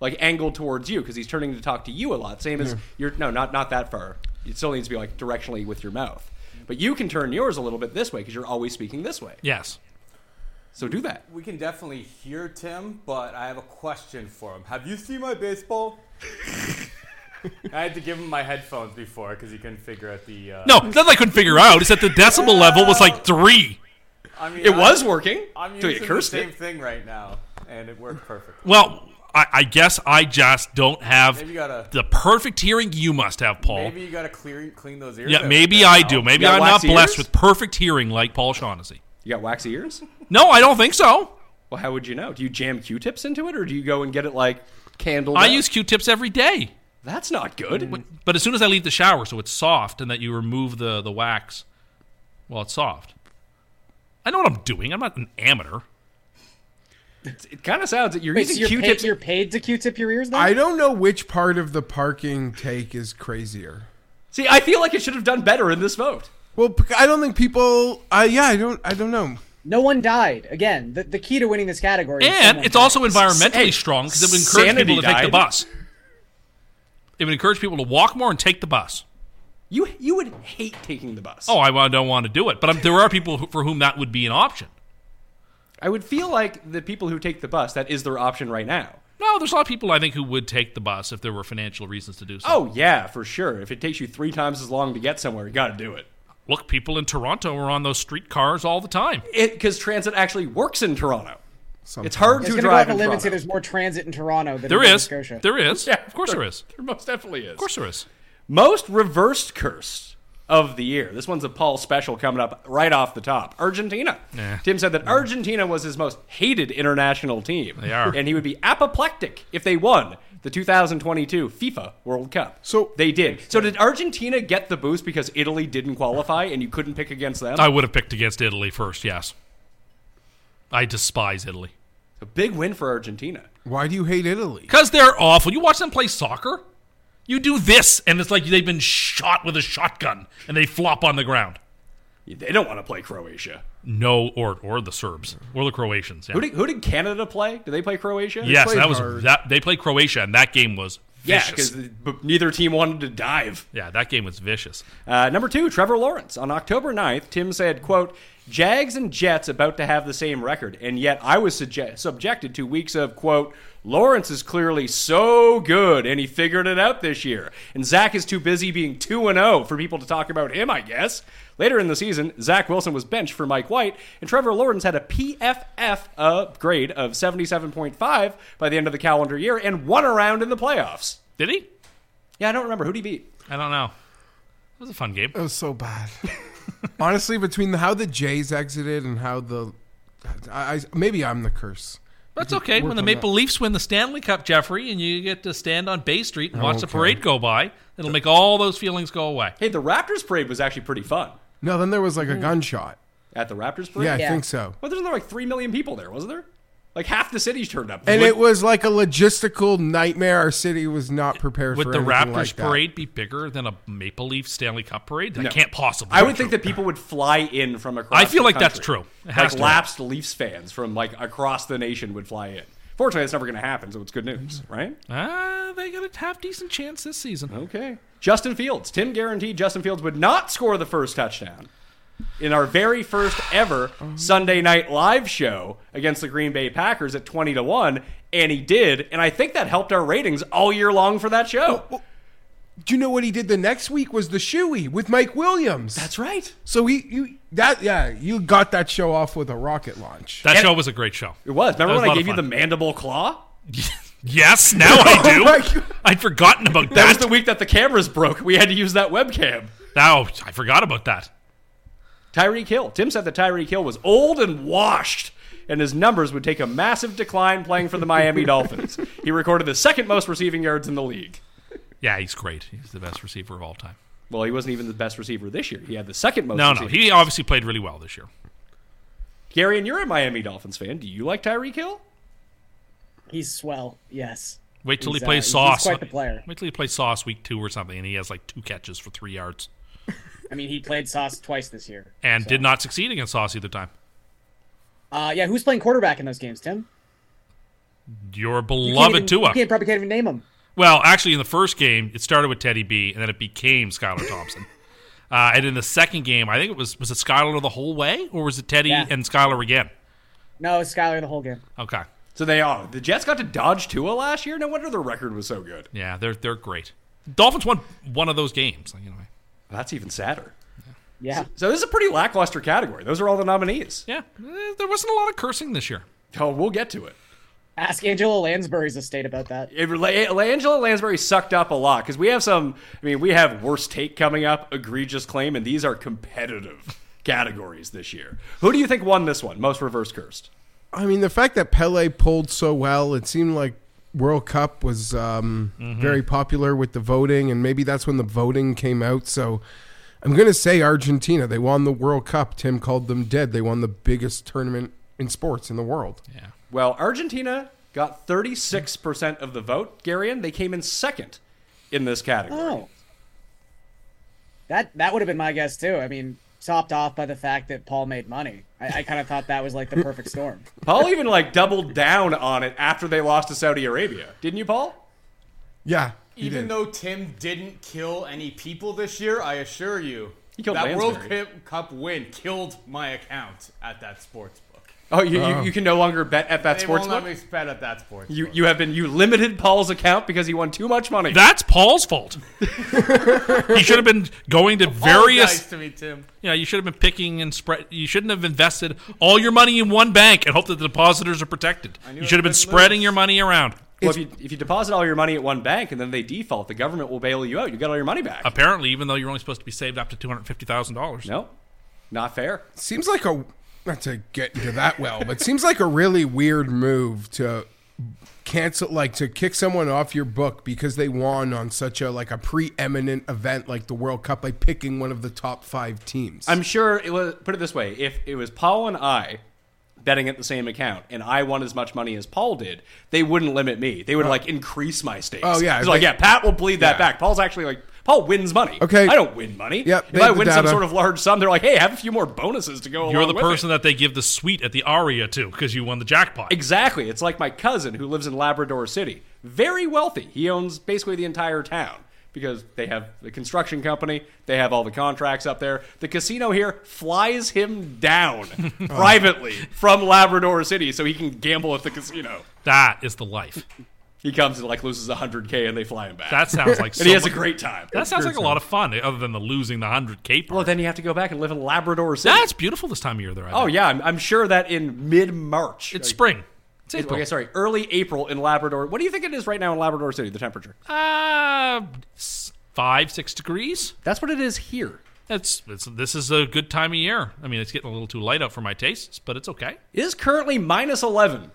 Speaker 3: like angled towards you because he's turning to talk to you a lot. Same as you're no, not not that far. It still needs to be like directionally with your mouth. But you can turn yours a little bit this way because you're always speaking this way.
Speaker 6: Yes.
Speaker 3: So do that.
Speaker 8: We can definitely hear Tim, but I have a question for him. Have you seen my baseball? (laughs) I had to give him my headphones before because he couldn't figure out the. Uh,
Speaker 6: No, that's what I couldn't figure out. It's that the decimal level was like three.
Speaker 8: I mean,
Speaker 3: It
Speaker 8: I-
Speaker 3: was working.
Speaker 8: I'm using
Speaker 3: till you
Speaker 8: the
Speaker 3: cursed
Speaker 8: same
Speaker 3: it.
Speaker 8: thing right now, and it worked perfect.
Speaker 6: Well, I, I guess I just don't have
Speaker 8: Maybe you gotta-
Speaker 6: the perfect hearing you must have, Paul.
Speaker 8: Maybe you gotta clear clean those ears.
Speaker 6: yeah,
Speaker 8: out
Speaker 6: maybe
Speaker 8: there
Speaker 6: I
Speaker 8: now.
Speaker 6: do. Maybe
Speaker 3: You got
Speaker 6: I'm not
Speaker 3: waxy
Speaker 6: blessed
Speaker 3: ears?
Speaker 6: with perfect hearing like Paul Shaughnessy.
Speaker 3: You got waxy ears.
Speaker 6: No, I don't think so.
Speaker 3: Well, how would you know? Do you jam Q-tips into it, or do you go and get it like candled?
Speaker 6: I
Speaker 3: up?
Speaker 6: use Q-tips every day, Mm.
Speaker 3: That's not good.
Speaker 6: but as soon as I leave the shower, so it's soft, and that you remove the the wax, well, it's soft. I know what I'm doing. I'm not an amateur.
Speaker 3: It kind of sounds that you're
Speaker 4: Wait, so
Speaker 3: using
Speaker 4: you're, paid,
Speaker 3: Q-tips.
Speaker 4: you're paid to Q-tip your ears now?
Speaker 7: I don't know which part of the parking take is crazier.
Speaker 3: See, I feel like it should have done better in this vote.
Speaker 7: Well, p- I don't think people. Uh, yeah, I don't. I don't know.
Speaker 4: no one died. Again, the, the key to winning this category. is
Speaker 6: And
Speaker 4: someone
Speaker 6: it's
Speaker 4: died.
Speaker 6: also environmentally strong because it would encourage
Speaker 3: sanity
Speaker 6: people to take the
Speaker 3: died.
Speaker 6: bus. It would encourage people to walk more and take the bus.
Speaker 3: You you would hate taking the bus.
Speaker 6: Oh, I wa- don't want to do it, but um, there are people who, for whom that would be an option.
Speaker 3: I would feel like the people who take the bus that is their option right now.
Speaker 6: No, there's a lot of people I think who would take the bus if there were financial reasons to do so.
Speaker 3: Oh yeah, for sure. If it takes you three times as long to get somewhere, you got to do it.
Speaker 6: look, people in Toronto are on those streetcars all the time.
Speaker 3: Because transit actually works in Toronto. It's
Speaker 7: Sometimes.
Speaker 3: hard to
Speaker 4: I was gonna go off
Speaker 3: drive
Speaker 4: a
Speaker 3: in
Speaker 4: limb and say
Speaker 3: Toronto.
Speaker 4: there's more transit in Toronto than
Speaker 6: There
Speaker 4: in Nova
Speaker 6: is,
Speaker 4: Scotia.
Speaker 6: there is, of course there is, of
Speaker 3: There most definitely is. Of
Speaker 6: course there is.
Speaker 3: Most reversed curse of the year. This one's a Paul special coming up right off the top. Argentina. Tim said that Argentina was his most hated international team. They
Speaker 6: are.
Speaker 3: And he would be apoplectic if they won the 2022 FIFA World Cup.
Speaker 7: So-
Speaker 3: they did. So did Argentina get the boost because Italy didn't qualify and you couldn't pick against them?
Speaker 6: I would have picked against Italy first, yes. I despise Italy.
Speaker 3: A big win for Argentina.
Speaker 7: Why do you hate Italy?
Speaker 6: Because they're awful. You watch them play soccer, you do this, and it's like they've been shot with a shotgun and they flop on the ground.
Speaker 3: They don't want to play Croatia.
Speaker 6: No, or or the Serbs or the Croatians. Yeah.
Speaker 3: Who did, who did Canada play? Did they play Croatia?
Speaker 6: yes,
Speaker 7: played
Speaker 6: that was
Speaker 7: hard.
Speaker 6: that they played Croatia, and that game was
Speaker 3: Yeah,
Speaker 6: vicious.
Speaker 3: because neither team wanted to dive.
Speaker 6: yeah, that game was vicious.
Speaker 3: Uh, number two, Trevor Lawrence. On October 9th, Tim said, quote, Jags and Jets about to have the same record, and yet I was suge- subjected to weeks of, quote, Lawrence is clearly so good, and he figured it out this year. And Zach is too busy being 2 and 0 for people to talk about him, I guess. Later in the season, Zach Wilson was benched for Mike White, and Trevor Lawrence had a PFF uh, grade of 77.5 by the end of the calendar year and won a round in the playoffs.
Speaker 6: Did he?
Speaker 3: Yeah, I don't remember. Who'd he beat?
Speaker 6: I don't know. It was a fun game.
Speaker 7: That was so bad. Honestly, between the, how the Jays exited and how the, I, I maybe I'm the curse.
Speaker 6: That's okay.
Speaker 7: work
Speaker 6: When the
Speaker 7: on
Speaker 6: Maple Leafs win the Stanley Cup, Jeffrey, and you get to stand on Bay Street and watch the parade go by, it'll make all those feelings go away.
Speaker 3: Hey, the Raptors parade was actually pretty fun.
Speaker 7: No, then there was
Speaker 6: Hmm.
Speaker 7: like a gunshot.
Speaker 3: At the Raptors parade?
Speaker 7: Yeah, I
Speaker 4: Yeah.
Speaker 7: think so.
Speaker 3: Well, there's only like 3 million people there, wasn't there? Like half the city's turned up.
Speaker 7: And
Speaker 3: Would-
Speaker 7: it was like a logistical nightmare. Our city was not prepared for
Speaker 6: Would the
Speaker 7: anything
Speaker 6: Raptors
Speaker 7: like that.
Speaker 6: parade be bigger than a Maple Leaf Stanley Cup parade? That can't possibly.
Speaker 3: I
Speaker 6: be
Speaker 3: would think
Speaker 6: true.
Speaker 3: that people would fly in from across
Speaker 6: I feel
Speaker 3: the
Speaker 6: like that's
Speaker 3: country.
Speaker 6: true. It has
Speaker 3: like
Speaker 6: to be.
Speaker 3: lapsed Leafs fans from like across the nation would fly in. Fortunately, that's never going to happen, so it's good news, right?
Speaker 6: Ah, Mm-hmm. they got a half decent chance this season.
Speaker 3: Okay. Justin Fields. Tim guaranteed Justin Fields would not score the first touchdown in our very first ever
Speaker 6: Uh-huh.
Speaker 3: Sunday night live show against the Green Bay Packers at 20 to 1, and he did, and I think that helped our ratings all year long for that show.
Speaker 6: Oh,
Speaker 7: Do you know what he did the next week? Was the shoey with Mike Williams?
Speaker 3: That's right.
Speaker 7: so he you that yeah you got that show off with a rocket launch.
Speaker 6: That show was a great show.
Speaker 3: It was. Remember
Speaker 6: was
Speaker 3: when
Speaker 6: a
Speaker 3: I
Speaker 6: lot
Speaker 3: gave
Speaker 6: of
Speaker 3: you the
Speaker 6: fun.
Speaker 3: mandible claw?
Speaker 6: (laughs)
Speaker 3: Oh
Speaker 6: Yes, now
Speaker 3: (laughs)
Speaker 6: I
Speaker 7: my
Speaker 6: do.
Speaker 7: God.
Speaker 6: I'd forgotten about
Speaker 3: That was the
Speaker 6: that.
Speaker 3: week that the cameras broke. We had to use that webcam.
Speaker 6: Now I forgot about that.
Speaker 3: Tyreek Hill. Tim said that Tyreek Hill was old and washed, and his numbers would take a massive decline playing for
Speaker 6: (laughs)
Speaker 3: the Miami Dolphins. He recorded the second most receiving yards in the league.
Speaker 6: Yeah, he's great. He's the best receiver of all time.
Speaker 3: Well, he wasn't even the best receiver this year. He had the second most.
Speaker 6: No, no,
Speaker 3: receiving.
Speaker 6: he obviously played really well this year.
Speaker 3: Gary, and you're a Miami Dolphins fan. Do you like Tyreek Hill?
Speaker 4: He's swell. Yes.
Speaker 6: Wait till
Speaker 4: He's,
Speaker 6: he
Speaker 4: uh,
Speaker 6: plays
Speaker 4: he's
Speaker 6: Sauce.
Speaker 4: quite the player.
Speaker 6: Wait till he plays Sauce week two or something, and he has like two catches for three yards,
Speaker 4: I mean, he played Sauce twice this year.
Speaker 6: and did not succeed against Sauce either time.
Speaker 4: Uh, yeah, who's playing quarterback in those games, Tim?
Speaker 6: Your
Speaker 4: You
Speaker 6: beloved
Speaker 4: can't even,
Speaker 6: Tua.
Speaker 4: You can't, probably can't even name him.
Speaker 6: Well, actually, in the first game, it started with Teddy B, and then it became Skylar
Speaker 4: (laughs)
Speaker 6: Thompson. uh, and in the second game, I think it was was it Skylar the whole way, or was it Teddy
Speaker 4: Yeah.
Speaker 6: and Skylar again?
Speaker 4: No, it's Skyler the whole game.
Speaker 6: Okay,
Speaker 3: So they are. The Jets got to dodge Tua last year. No wonder their record was so good.
Speaker 6: yeah, they're they're great. Dolphins won one of those games. Like, anyway,
Speaker 3: That's even sadder.
Speaker 4: Yeah.
Speaker 3: So this is a pretty lackluster category. Those are all the nominees.
Speaker 6: yeah, eh, there wasn't a lot of cursing this year.
Speaker 3: Oh, we'll get to it.
Speaker 4: Ask Angela Lansbury's estate about that.
Speaker 3: it La- Angela Lansbury sucked up a lot because we have some. I mean, we have worst take coming up, egregious claim, and these are competitive (laughs) categories this year. Who do you think won this one? Most reverse cursed.
Speaker 7: I mean, the fact that Pele pulled so well, it seemed like World Cup was um, very popular with the voting, and maybe that's when the voting came out. So I'm going to say Argentina. They won the World Cup. Tim called them dead. They won the biggest tournament in sports in the world.
Speaker 3: Well, Argentina got 36% of the vote. Garion, they came in second in this category.
Speaker 4: Oh. That that would have been my guess too. I mean, topped off by the fact that Paul made money. I, I kind of thought that was like the perfect storm.
Speaker 3: Paul even like doubled down on it after they lost to Saudi Arabia. Didn't you, Paul?
Speaker 7: Yeah. he
Speaker 8: Even
Speaker 7: did.
Speaker 8: though Tim didn't kill any people this year, I assure you,
Speaker 3: He
Speaker 8: that
Speaker 3: killed
Speaker 8: World
Speaker 3: Lansbury.
Speaker 8: Cup- Cup win killed my account at that sports book.
Speaker 3: Oh, you,
Speaker 9: Uh-huh.
Speaker 3: you, you can no longer bet at that
Speaker 8: They
Speaker 3: sports
Speaker 8: won't let me
Speaker 3: book?
Speaker 8: spend at that sports
Speaker 3: You,
Speaker 8: book.
Speaker 3: you have been you limited Paul's account because he won too much money.
Speaker 6: That's Paul's
Speaker 3: (laughs)
Speaker 6: fault. he should have been going to
Speaker 8: Nice
Speaker 6: various.
Speaker 8: to me, Tim.
Speaker 6: You know, you should have been picking and spread. You shouldn't have invested all your money in one bank and hope that the depositors are protected. You
Speaker 8: it
Speaker 6: should have been
Speaker 8: was
Speaker 6: spreading
Speaker 8: loose.
Speaker 6: your money around.
Speaker 3: Well, if you, if you deposit all your money at one bank and then they default, the government will bail you out. You got all your money back.
Speaker 6: Apparently, even though you're only supposed to be saved up to two hundred fifty thousand dollars.
Speaker 3: No, not fair.
Speaker 7: Seems like a not to get into that well, Oh, but seems like a really weird move to cancel like to kick someone off your book because they won on such a like a preeminent event like the World Cup by picking one of the top 5 teams.
Speaker 3: I'm sure it was. Put it this way: if it was Paul and I betting at the same account, and I won as much money as Paul did, they wouldn't limit me. They would like increase my stakes.
Speaker 7: Oh, yeah,
Speaker 3: it's like
Speaker 7: they-
Speaker 3: yeah, Pat will bleed that back. Paul's actually like. Paul wins money.
Speaker 7: Okay.
Speaker 3: I don't win money.
Speaker 7: Yep,
Speaker 3: if
Speaker 7: they
Speaker 3: I
Speaker 7: have the
Speaker 3: win some
Speaker 7: data.
Speaker 3: sort of large sum, they're like, "Hey, have a few more bonuses to go."
Speaker 6: (laughs) You're
Speaker 3: along
Speaker 6: the
Speaker 3: with it."
Speaker 6: person that they give the suite at the Aria to because you won the jackpot.
Speaker 3: Exactly. It's like my cousin who lives in Labrador City. Very wealthy. He owns basically the entire town because they have the construction company, they have all the contracts up there. The casino here flies him
Speaker 6: (laughs)
Speaker 3: down privately from Labrador City so he can gamble at the casino.
Speaker 6: That is the life.
Speaker 3: He comes and like loses 100k and they fly him back.
Speaker 6: That sounds like. so
Speaker 3: (laughs) and he has a
Speaker 6: much-
Speaker 3: great time.
Speaker 6: That sounds like a lot of fun, other than the losing the hundred k part.
Speaker 3: Well, then you have to go back and live in Labrador City.
Speaker 6: That's beautiful this time of year, though. I
Speaker 3: Oh
Speaker 6: think.
Speaker 3: yeah, I'm, I'm sure that in mid-March.
Speaker 6: it's spring. It's April.
Speaker 3: okay, sorry, early April in Labrador. What do you think it is right now in Labrador City, the temperature?
Speaker 6: Uh, s- five six degrees.
Speaker 3: That's what it is here.
Speaker 6: That's it's, this is a good time of year. I mean, it's getting a little too light out for my tastes, but it's okay.
Speaker 3: It is currently minus 11.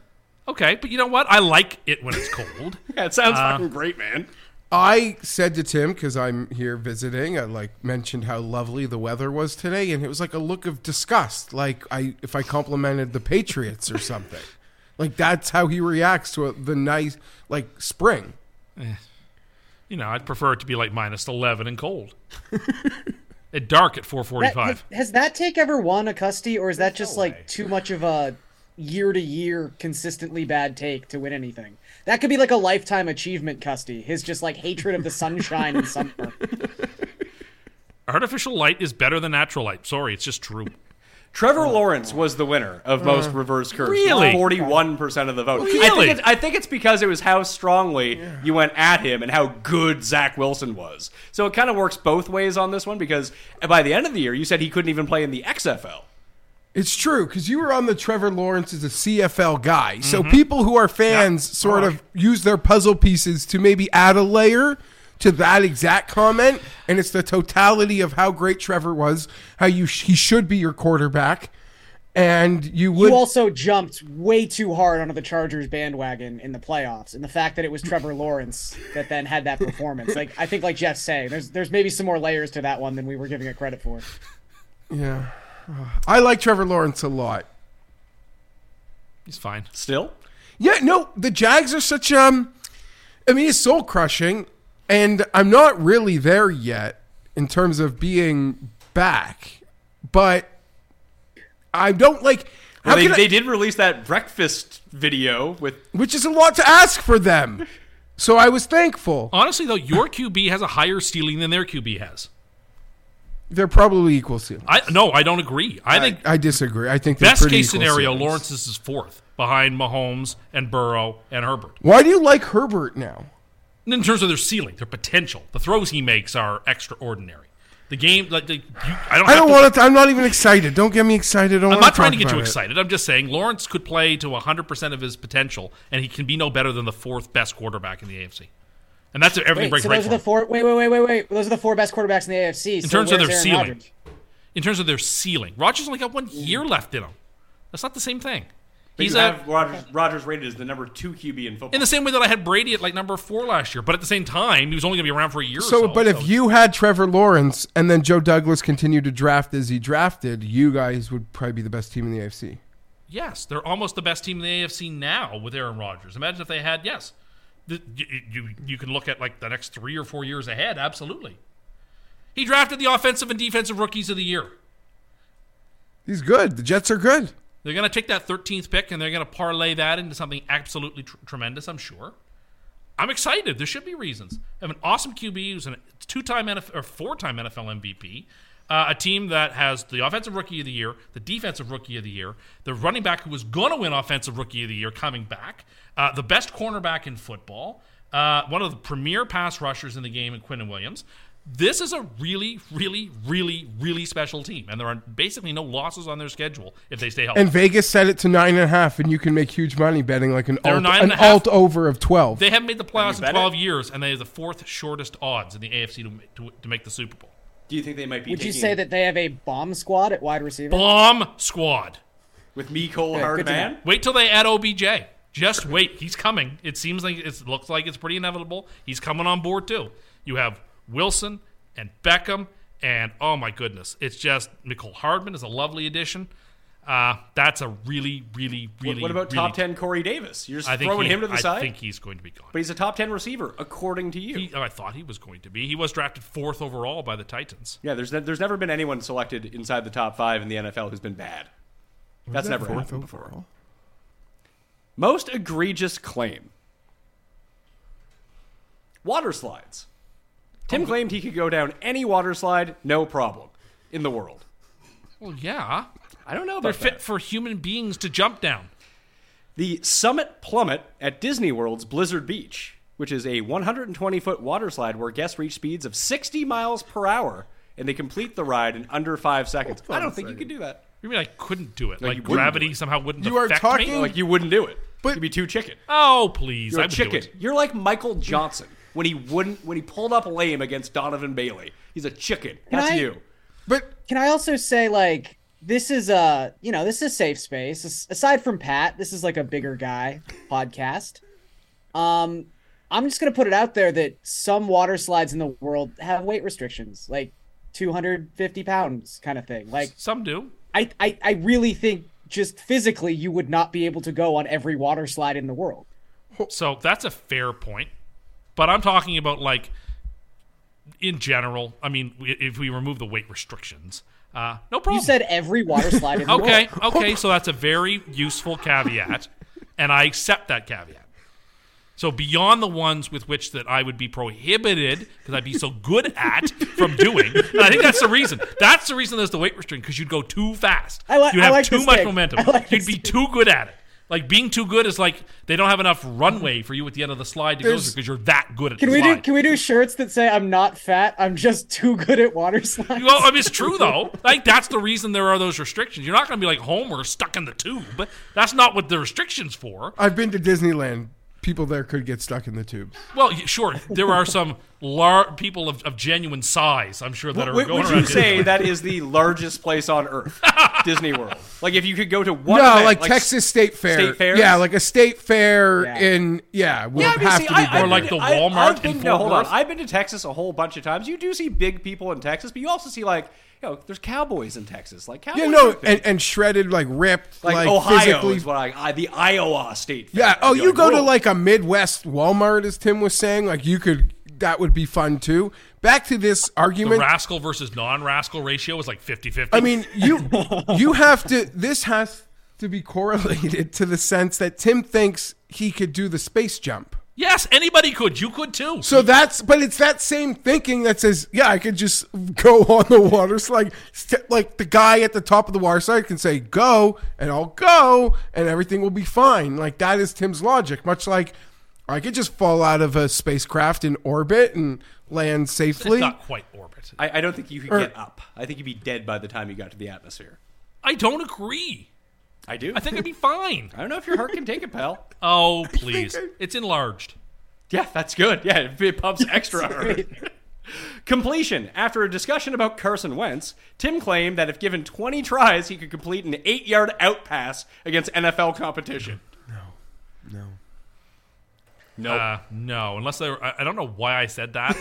Speaker 6: Okay, but you know what? I like it when it's cold.
Speaker 3: (laughs)
Speaker 6: Uh,
Speaker 3: Yeah, it sounds fucking great, man.
Speaker 7: I said to Tim because I'm here visiting. I like mentioned how lovely the weather was today, and it was like a look of disgust, like I if I complimented the Patriots or something. like that's how he reacts to the nice like spring.
Speaker 6: you know, I'd prefer it to be like minus eleven and
Speaker 3: (laughs)
Speaker 6: cold. at dark at four forty
Speaker 4: That- has,
Speaker 6: five.
Speaker 4: has that take ever won a custy, or is that just like too much of a year to year consistently bad take to win anything? That could be like a lifetime achievement custy. His just like hatred of the sunshine
Speaker 6: (laughs)
Speaker 4: in summer.
Speaker 6: Artificial light is better than natural light. Sorry, it's just true.
Speaker 3: (laughs) Trevor Lawrence was the winner of most reverse curves.
Speaker 6: really?
Speaker 3: Forty-one percent of the vote. I think,
Speaker 6: Really?
Speaker 3: it's, I think it's because it was how strongly you went at him and how good Zach Wilson was. So it kind of works both ways on this one because by the end of the year, you said he couldn't even play in the XFL.
Speaker 7: It's true because you were on the Trevor Lawrence as a CFL guy, so people who are fans sort of use their puzzle pieces to maybe add a layer to that exact comment, and it's the totality of how great Trevor was, how you sh- he should be your quarterback, and you would
Speaker 4: You also jumped way too hard onto the Chargers bandwagon in the playoffs, and the fact that it was Trevor Lawrence that then had that performance. Like I think, like Jeff's saying, there's there's maybe some more layers to that one than we were giving it credit for.
Speaker 7: yeah. (sighs) I like Trevor Lawrence a lot.
Speaker 6: He's fine.
Speaker 3: Still,
Speaker 7: Yeah, no, the Jags are such um I mean it's soul crushing and I'm not really there yet in terms of being back. But I don't like how
Speaker 3: well, they,
Speaker 7: can I-
Speaker 3: they did release that breakfast video with
Speaker 7: which is a lot to ask for them. So I was thankful.
Speaker 6: Honestly, though, your QB has a higher ceiling than their QB has.
Speaker 7: They're probably equal to.
Speaker 6: I no, I don't agree. I think
Speaker 7: I disagree. I think they're
Speaker 6: best
Speaker 7: pretty
Speaker 6: case
Speaker 7: equal
Speaker 6: scenario,
Speaker 7: series.
Speaker 6: Lawrence is fourth behind Mahomes and Burrow and Herbert.
Speaker 7: Why do you like Herbert now?
Speaker 6: And in terms of their ceiling, their potential, the throws he makes are extraordinary. The game, like, like, you, I don't.
Speaker 7: I
Speaker 6: have
Speaker 7: don't
Speaker 6: to,
Speaker 7: want to. I'm not even excited. Don't get me excited. I don't
Speaker 6: I'm
Speaker 7: wanna
Speaker 6: not trying to
Speaker 7: talk
Speaker 6: get you
Speaker 7: about it.
Speaker 6: excited. I'm just saying Lawrence could play to 100% of his potential, and he can be no better than the fourth best quarterback in the AFC. And that's everything
Speaker 4: Wait,
Speaker 6: breaks
Speaker 4: so
Speaker 6: right
Speaker 4: those are
Speaker 6: for
Speaker 4: the
Speaker 6: him.
Speaker 4: four. Wait, wait, wait, wait, wait. Those are the four best quarterbacks in the AFC.
Speaker 6: In
Speaker 4: so
Speaker 6: terms of
Speaker 4: where's
Speaker 6: their
Speaker 4: Aaron
Speaker 6: ceiling.
Speaker 4: Rodgers? Hmm.
Speaker 6: In terms of their ceiling, Rogers only got one year left in him. That's not the same thing. He's
Speaker 3: he's
Speaker 6: a,
Speaker 3: have Rogers, Rogers rated as the number two QB in football.
Speaker 6: in the same way that I had Brady at like number four last year, but at the same time, he was only going to be around for a year.
Speaker 7: So,
Speaker 6: or so
Speaker 7: but if you had Trevor Lawrence and then Joe Douglas continued to draft as he drafted, you guys would probably be the best team in the AFC.
Speaker 6: Yes, they're almost the best team in the AFC now with Aaron Rodgers. Imagine if they had yes, The- you, you you can look at like the next three or four years ahead. Absolutely, he drafted the offensive and defensive rookies of the year.
Speaker 7: He's good. The Jets are good.
Speaker 6: They're going to take that 13th pick and they're going to parlay that into something absolutely tr- tremendous. I'm sure. I'm excited. There should be reasons. I have an awesome QB who's a two-time NFL, or four-time NFL MVP. Uh, a team that has the offensive rookie of the year, the defensive rookie of the year, the running back who was going to win offensive rookie of the year coming back, uh, the best cornerback in football, uh, one of the premier pass rushers in the game in Quinton Williams, this is a really, really, really, really special team, and there are basically no losses on their schedule if they stay healthy.
Speaker 7: And Vegas set it to nine and a half, and you can make huge money betting like an
Speaker 6: They're
Speaker 7: alt,
Speaker 6: nine
Speaker 7: an
Speaker 6: and a half.
Speaker 7: alt over of twelve.
Speaker 6: they haven't made the playoffs in
Speaker 8: bet
Speaker 6: 12
Speaker 8: it?
Speaker 6: years, and they have the fourth shortest odds in the AFC to, to, to make the Super Bowl.
Speaker 8: Do you think they might be?
Speaker 4: Would you
Speaker 8: taking-
Speaker 4: say that they have a bomb squad at wide receiver?
Speaker 6: Bomb squad.
Speaker 8: with me, Cole
Speaker 4: good to
Speaker 8: Hardman?
Speaker 6: Wait till they add OBJ. Just wait. He's coming. It seems like it looks like it's pretty inevitable. He's coming on board too. You have Wilson and Beckham, and oh my goodness, it's just Nicole Hardman is a lovely addition. Uh, that's a really, really, really.
Speaker 3: what about
Speaker 6: really-
Speaker 3: top 10 Corey Davis? You're just
Speaker 6: I think
Speaker 3: throwing
Speaker 6: he-
Speaker 3: him to the
Speaker 6: I
Speaker 3: side?
Speaker 6: think he's going to be gone.
Speaker 3: but he's a top 10 receiver, according to you.
Speaker 6: He- oh, I thought he was going to be. He was drafted fourth overall by the Titans.
Speaker 3: yeah, there's, ne- there's never been anyone selected inside the top five in the NFL who's been bad. That's never happened.
Speaker 7: fourth overall.
Speaker 3: Most egregious claim. Water slides. Tim claimed he could go down any water slide, no problem, in the world.
Speaker 6: Well, yeah,
Speaker 3: I don't know
Speaker 6: they're
Speaker 3: about that.
Speaker 6: fit for human beings to jump down.
Speaker 3: The Summit Plummet at Disney World's Blizzard Beach, which is a 120 foot water slide where guests reach speeds of 60 miles per hour and they complete the ride in under five seconds. I don't think you could do that.
Speaker 6: You mean I couldn't do it?
Speaker 3: you
Speaker 6: like
Speaker 3: wouldn't do
Speaker 6: gravity somehow wouldn't
Speaker 7: You are
Speaker 6: affect
Speaker 7: talking-
Speaker 6: me?
Speaker 3: Like, you wouldn't do it.
Speaker 7: But-
Speaker 3: You'd be too chicken.
Speaker 6: Oh, please!
Speaker 3: You're
Speaker 6: I
Speaker 3: a
Speaker 6: would do
Speaker 3: chicken.
Speaker 6: it.
Speaker 3: You're like Michael Johnson when he wouldn't when he pulled up lame against Donovan Bailey. He's a chicken. That's
Speaker 4: I-
Speaker 3: you.
Speaker 7: But
Speaker 4: Can I also say like this is a you know this is a safe space As- aside from Pat. This is like a bigger guy podcast. Um, I'm just gonna put it out there that some water slides in the world have weight restrictions, like 250 pounds kind of thing. Like
Speaker 6: Some do.
Speaker 4: I, I, I really think just physically you would not be able to go on every water slide in the world.
Speaker 6: So that's a fair point. But I'm talking about like in general. I mean, i- if we remove the weight restrictions, uh, no problem.
Speaker 4: You said every water slide in the world.
Speaker 6: (laughs) okay,
Speaker 4: (laughs)
Speaker 6: okay. So that's a very useful caveat, and I accept that caveat. So beyond the ones with which that I would be prohibited because I'd be so good at from doing, and I think that's the reason. That's the reason there's the weight restriction because you'd go too fast.
Speaker 4: I li-
Speaker 6: you'd
Speaker 4: I
Speaker 6: have
Speaker 4: like
Speaker 6: too
Speaker 4: this
Speaker 6: much
Speaker 4: take.
Speaker 6: momentum.
Speaker 4: I like
Speaker 6: you'd
Speaker 4: this
Speaker 6: be
Speaker 4: take.
Speaker 6: too good at it. Like being too good is like they don't have enough runway for you at the end of the slide to go
Speaker 7: There's-
Speaker 6: through because you're that good at.
Speaker 4: Can
Speaker 6: the
Speaker 4: we do
Speaker 6: slide.
Speaker 4: can we do shirts that say I'm not fat, I'm just too good at water slides?
Speaker 6: Well, I mean, it's true though. Like that's the reason there are those restrictions. You're not going to be like Homer stuck in the tube. That's not what the restrictions for.
Speaker 7: I've been to Disneyland. People there could get stuck in the tube.
Speaker 6: Well, y- sure, there are some lar- people of, of genuine size. I'm sure that are
Speaker 3: Would,
Speaker 6: going
Speaker 3: would
Speaker 6: around.
Speaker 3: you say
Speaker 6: Disneyland.
Speaker 3: that is the largest place on
Speaker 6: (laughs)
Speaker 3: earth, Disney World? Like if you could go to one
Speaker 7: No,
Speaker 3: event,
Speaker 7: like, Texas State Fair.
Speaker 3: State fairs?
Speaker 7: Yeah, like a state fair
Speaker 4: Yeah.
Speaker 7: in yeah would
Speaker 3: Yeah, I mean,
Speaker 7: have
Speaker 3: see,
Speaker 7: to be
Speaker 3: I,
Speaker 7: better.
Speaker 6: Or, like, the
Speaker 3: I-
Speaker 6: Walmart
Speaker 3: I've been,
Speaker 6: in
Speaker 3: no,
Speaker 6: Fort
Speaker 3: hold on.
Speaker 6: Worth.
Speaker 3: I've been to Texas a whole bunch of times. You do see big people in Texas, but you also see like you know, there's cowboys in Texas, like cowboys.
Speaker 7: yeah no
Speaker 3: are big.
Speaker 7: and, and shredded like ripped
Speaker 3: like,
Speaker 7: like,
Speaker 3: Ohio
Speaker 7: physically
Speaker 3: is what I, I- the Iowa State. Fair.
Speaker 7: Yeah. Oh,
Speaker 3: You're
Speaker 7: you go to
Speaker 3: whoa.
Speaker 7: like a Midwest Walmart, as Tim was saying. Like you could, that would be fun too. Back to this
Speaker 6: the
Speaker 7: argument.
Speaker 6: rascal versus non-rascal ratio is like 50-50?
Speaker 7: I mean,
Speaker 3: (laughs)
Speaker 7: you you have to. This has to be correlated to the sense that Tim thinks he could do the space jump.
Speaker 6: yes, anybody could. You could too.
Speaker 7: So that's, but it's that same thinking that says, yeah, I could just (laughs) go on the water slide. St- like the guy at the top of the water slide can say, go, and I'll go, and everything will be fine. Like that is Tim's logic, much like I could just fall out of a spacecraft in orbit and land
Speaker 6: it's
Speaker 7: safely.
Speaker 6: not quite orbit. I,
Speaker 3: I, I don't think you could
Speaker 7: Or-
Speaker 3: get up. I think you'd be dead by the time you got to the atmosphere.
Speaker 6: don't agree.
Speaker 3: I do.
Speaker 6: I think I'd be fine.
Speaker 3: (laughs) I don't know if your heart can take it, pal.
Speaker 6: Oh, please. It's enlarged.
Speaker 3: Yeah, that's good. Yeah, it, it pumps extra hard. Completion. After a discussion about Carson Wentz, Tim claimed that if given 20 tries, he could complete an eight yard out pass against NFL competition. No. No. No.
Speaker 6: Uh, no, unless they were, I, I don't know why I said that.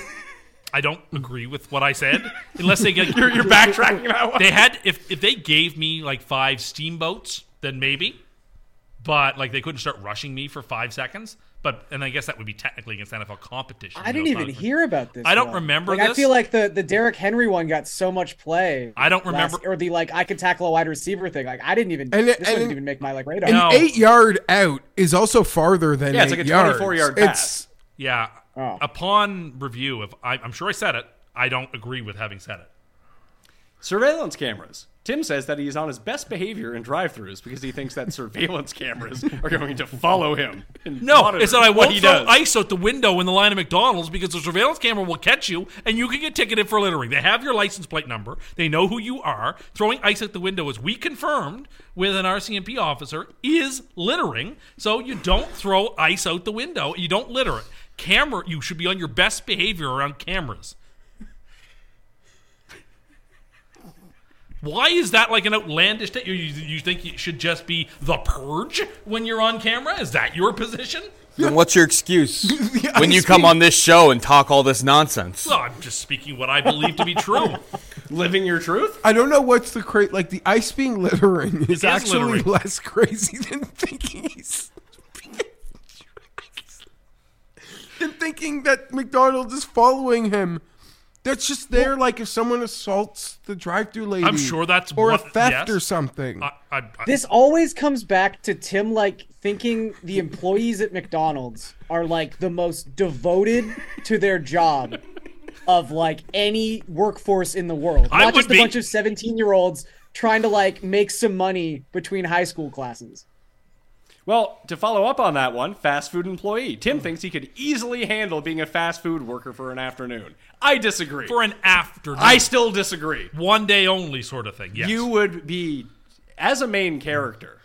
Speaker 6: I don't agree with what I said. Unless they get
Speaker 3: you're, you're backtracking that one.
Speaker 6: they had if if they gave me like five steamboats, then maybe. But like they couldn't start rushing me for five seconds. But and I guess that would be technically against NFL competition.
Speaker 4: (laughs) I
Speaker 6: you know,
Speaker 4: didn't
Speaker 6: it's not
Speaker 4: even
Speaker 6: as-
Speaker 4: hear about this.
Speaker 6: I don't
Speaker 4: one.
Speaker 6: remember
Speaker 4: Like, I
Speaker 6: this.
Speaker 4: feel like the the Derrick Henry one got so much play.
Speaker 6: I don't
Speaker 4: last-
Speaker 6: remember-
Speaker 4: or the like I could tackle a wide receiver thing. Like I didn't even
Speaker 7: And it-
Speaker 4: this
Speaker 7: and
Speaker 4: didn't
Speaker 7: it-
Speaker 4: even make my like radar.
Speaker 6: No.
Speaker 7: Eight yard out is also farther than
Speaker 3: Yeah, it's
Speaker 7: eight
Speaker 3: like a
Speaker 7: yards.
Speaker 3: 24-yard
Speaker 7: It's-
Speaker 6: Yeah.
Speaker 4: Oh.
Speaker 6: Upon review, if I, I'm sure I said it, I don't agree with having said it.
Speaker 3: Surveillance cameras. Tim says that he is on his best behavior in drive-throughs because he
Speaker 6: (laughs)
Speaker 3: thinks that surveillance cameras are going to follow him. and
Speaker 6: No,
Speaker 3: monitor
Speaker 6: it's not. I
Speaker 3: what
Speaker 6: won't
Speaker 3: he
Speaker 6: throw
Speaker 3: does.
Speaker 6: ice out the window in the line of McDonald's because the surveillance camera will catch you and you can get ticketed for littering. They have your license plate number. They know who you are. Throwing ice out the window, as we confirmed with an RCMP officer, is littering. So you don't throw ice out the window. You don't litter it. Camera, you should be on your best behavior around cameras. Why is that like an outlandish thing? You, you you think it should just be the purge when you're on camera? Is that your position?
Speaker 9: (laughs) Then what's your excuse when you come on this show and talk all this nonsense?
Speaker 6: Well, I'm just speaking what I believe to be true.
Speaker 3: living your truth.
Speaker 7: I don't know what's the cra- like the ice being littering is,
Speaker 6: is
Speaker 7: actually
Speaker 6: littering.
Speaker 7: less crazy than thinking he's than thinking that McDonald's is following him. That's just there, like if someone assaults the drive-through lady.
Speaker 6: sure that's
Speaker 7: or a
Speaker 6: what-
Speaker 7: theft
Speaker 6: yes.
Speaker 7: or something.
Speaker 6: I, I, I,
Speaker 4: This always comes back to Tim like thinking the employees at McDonald's are like the most devoted to their job of like any workforce in the world.
Speaker 6: I
Speaker 4: Not just
Speaker 6: would
Speaker 4: a
Speaker 6: be.
Speaker 4: bunch of 17 year olds trying to like make some money between high school classes.
Speaker 3: Well, to follow up on that one, fast food employee. Tim thinks he could easily handle being a fast food worker for an afternoon. I disagree.
Speaker 6: for an afternoon,
Speaker 3: I still disagree.
Speaker 6: one day only sort of thing. Yes.
Speaker 3: You would be, as a main character,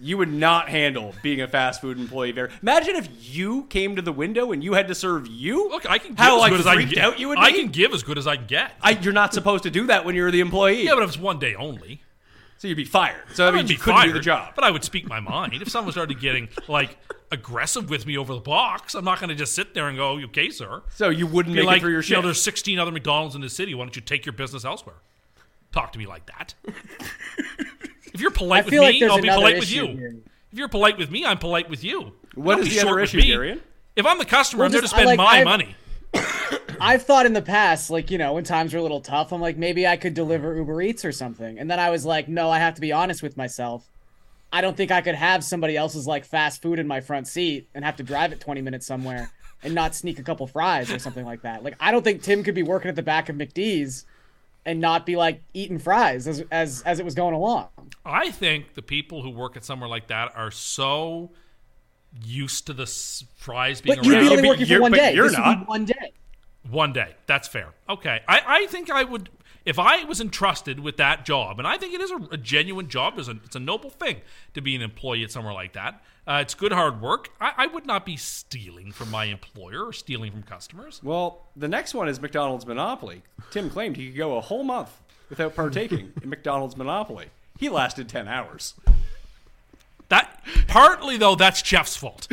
Speaker 3: you would not handle being a fast food employee very. Imagine if you came to the window and you had to serve you.
Speaker 6: look. I can give
Speaker 3: How,
Speaker 6: as
Speaker 3: like,
Speaker 6: good as I
Speaker 3: freaked
Speaker 6: get.
Speaker 3: out you would
Speaker 6: I
Speaker 3: be?
Speaker 6: can give as good as I can get.
Speaker 3: I, you're not supposed to do that when you're the employee.
Speaker 6: yeah, but if it's one day only,
Speaker 3: so you'd be fired. So that
Speaker 6: I would
Speaker 3: means
Speaker 6: be
Speaker 3: you couldn't
Speaker 6: fired.
Speaker 3: do the job.
Speaker 6: But I would speak my mind. If someone started
Speaker 3: (laughs)
Speaker 6: getting like aggressive with me over the box, I'm not going to just sit there and go, "Okay, sir."
Speaker 3: so you wouldn't
Speaker 6: Be
Speaker 3: make
Speaker 6: like,
Speaker 3: it through your
Speaker 6: you know,
Speaker 3: shift.
Speaker 6: there's 16 other McDonald's in the city. Why don't you take your business elsewhere? Talk to me like
Speaker 3: (laughs)
Speaker 6: that. if you're
Speaker 4: I
Speaker 6: polite with
Speaker 4: feel like
Speaker 6: me,
Speaker 4: there's
Speaker 6: I'll be
Speaker 4: another
Speaker 6: polite with
Speaker 4: issue
Speaker 6: you.
Speaker 4: here.
Speaker 6: If you're polite with me, I'm polite with you.
Speaker 3: What
Speaker 6: Don't
Speaker 3: is
Speaker 6: be
Speaker 3: the
Speaker 6: short
Speaker 3: other
Speaker 6: with
Speaker 3: issue,
Speaker 6: me.
Speaker 3: Darian?
Speaker 6: If I'm the customer,
Speaker 4: Well,
Speaker 6: I'm there to
Speaker 4: just- I
Speaker 6: spend
Speaker 4: like-
Speaker 6: my
Speaker 4: I've-
Speaker 6: money.
Speaker 4: I've thought in the past, like, you know, when times were a little tough, I'm like, maybe I could deliver Uber Eats or something. And then I was like, no, I have to be honest with myself. I don't think I could have somebody else's like fast food in my front seat and have to drive it 20 minutes somewhere and not sneak a couple fries or something like that. Like, I don't think Tim could be working at the back of McDee's and not be like eating fries as as as it was going along.
Speaker 6: I think the people who work at somewhere like that are so used to the s- fries being
Speaker 4: But you'd be
Speaker 6: around.
Speaker 3: Yeah,
Speaker 4: only
Speaker 3: but
Speaker 4: working for
Speaker 3: you're-
Speaker 4: one
Speaker 3: but
Speaker 4: day.
Speaker 3: you're
Speaker 4: This would be
Speaker 3: not.
Speaker 4: one day.
Speaker 6: One day. That's fair. Okay. I, I think I would, if I was entrusted with that job, and I think it is a, a genuine job, it's a, it's a noble thing to be an employee at somewhere like that. Uh, it's good hard work. I, I would not be stealing from my employer or stealing from customers.
Speaker 3: Well, the next one is McDonald's Monopoly. Tim claimed he could go a whole month
Speaker 6: (laughs)
Speaker 3: without partaking in McDonald's Monopoly. He lasted 10 hours.
Speaker 6: That partly though, that's Jeff's fault.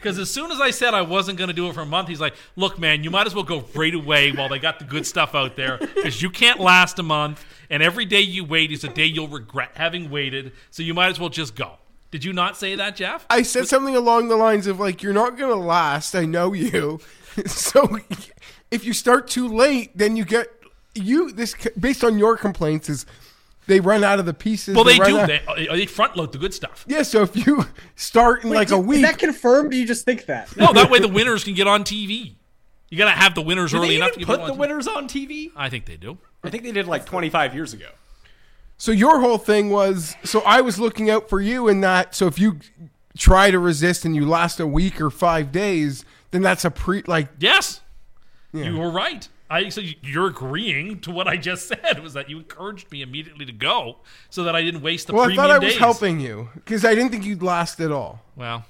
Speaker 6: Because as soon as I said I wasn't going to do it for a month, he's like, "Look, man, you might as well go right away while they got the good stuff out there, because you can't last a month, and every day you wait is a day you'll regret having waited. So you might as well just go." Did you not say that, Jeff?
Speaker 7: I said something along the lines of like, "You're not gonna last. I know you." (laughs) so, if you start too late, then you get you. This based on your complaints is they run out of the pieces.
Speaker 6: well, they
Speaker 7: run
Speaker 6: do.
Speaker 7: out-
Speaker 6: They, they front load the good stuff.
Speaker 7: yeah. So if you start in like a
Speaker 4: Did- Is
Speaker 7: week,
Speaker 4: that confirmed? Or you just think that?
Speaker 7: (laughs)
Speaker 6: No, that way the winners can get on TV. You got to have the winners
Speaker 3: Did
Speaker 6: early
Speaker 3: they
Speaker 6: enough to
Speaker 3: even
Speaker 6: get people
Speaker 3: put the
Speaker 6: on TV.
Speaker 3: winners on TV?
Speaker 6: I think they do.
Speaker 3: I think they did like 25 years ago.
Speaker 7: so your whole thing was so I was looking out for you in that. So if you try to resist and you last a week or five days, then that's a pre like
Speaker 6: Yes, you were right. I so you- you're agreeing to what I just said was that you encouraged me immediately to go so that I didn't waste the
Speaker 7: Well, I
Speaker 6: premium
Speaker 7: thought I was
Speaker 6: days.
Speaker 7: helping you because I didn't think you'd last at all.
Speaker 6: Well,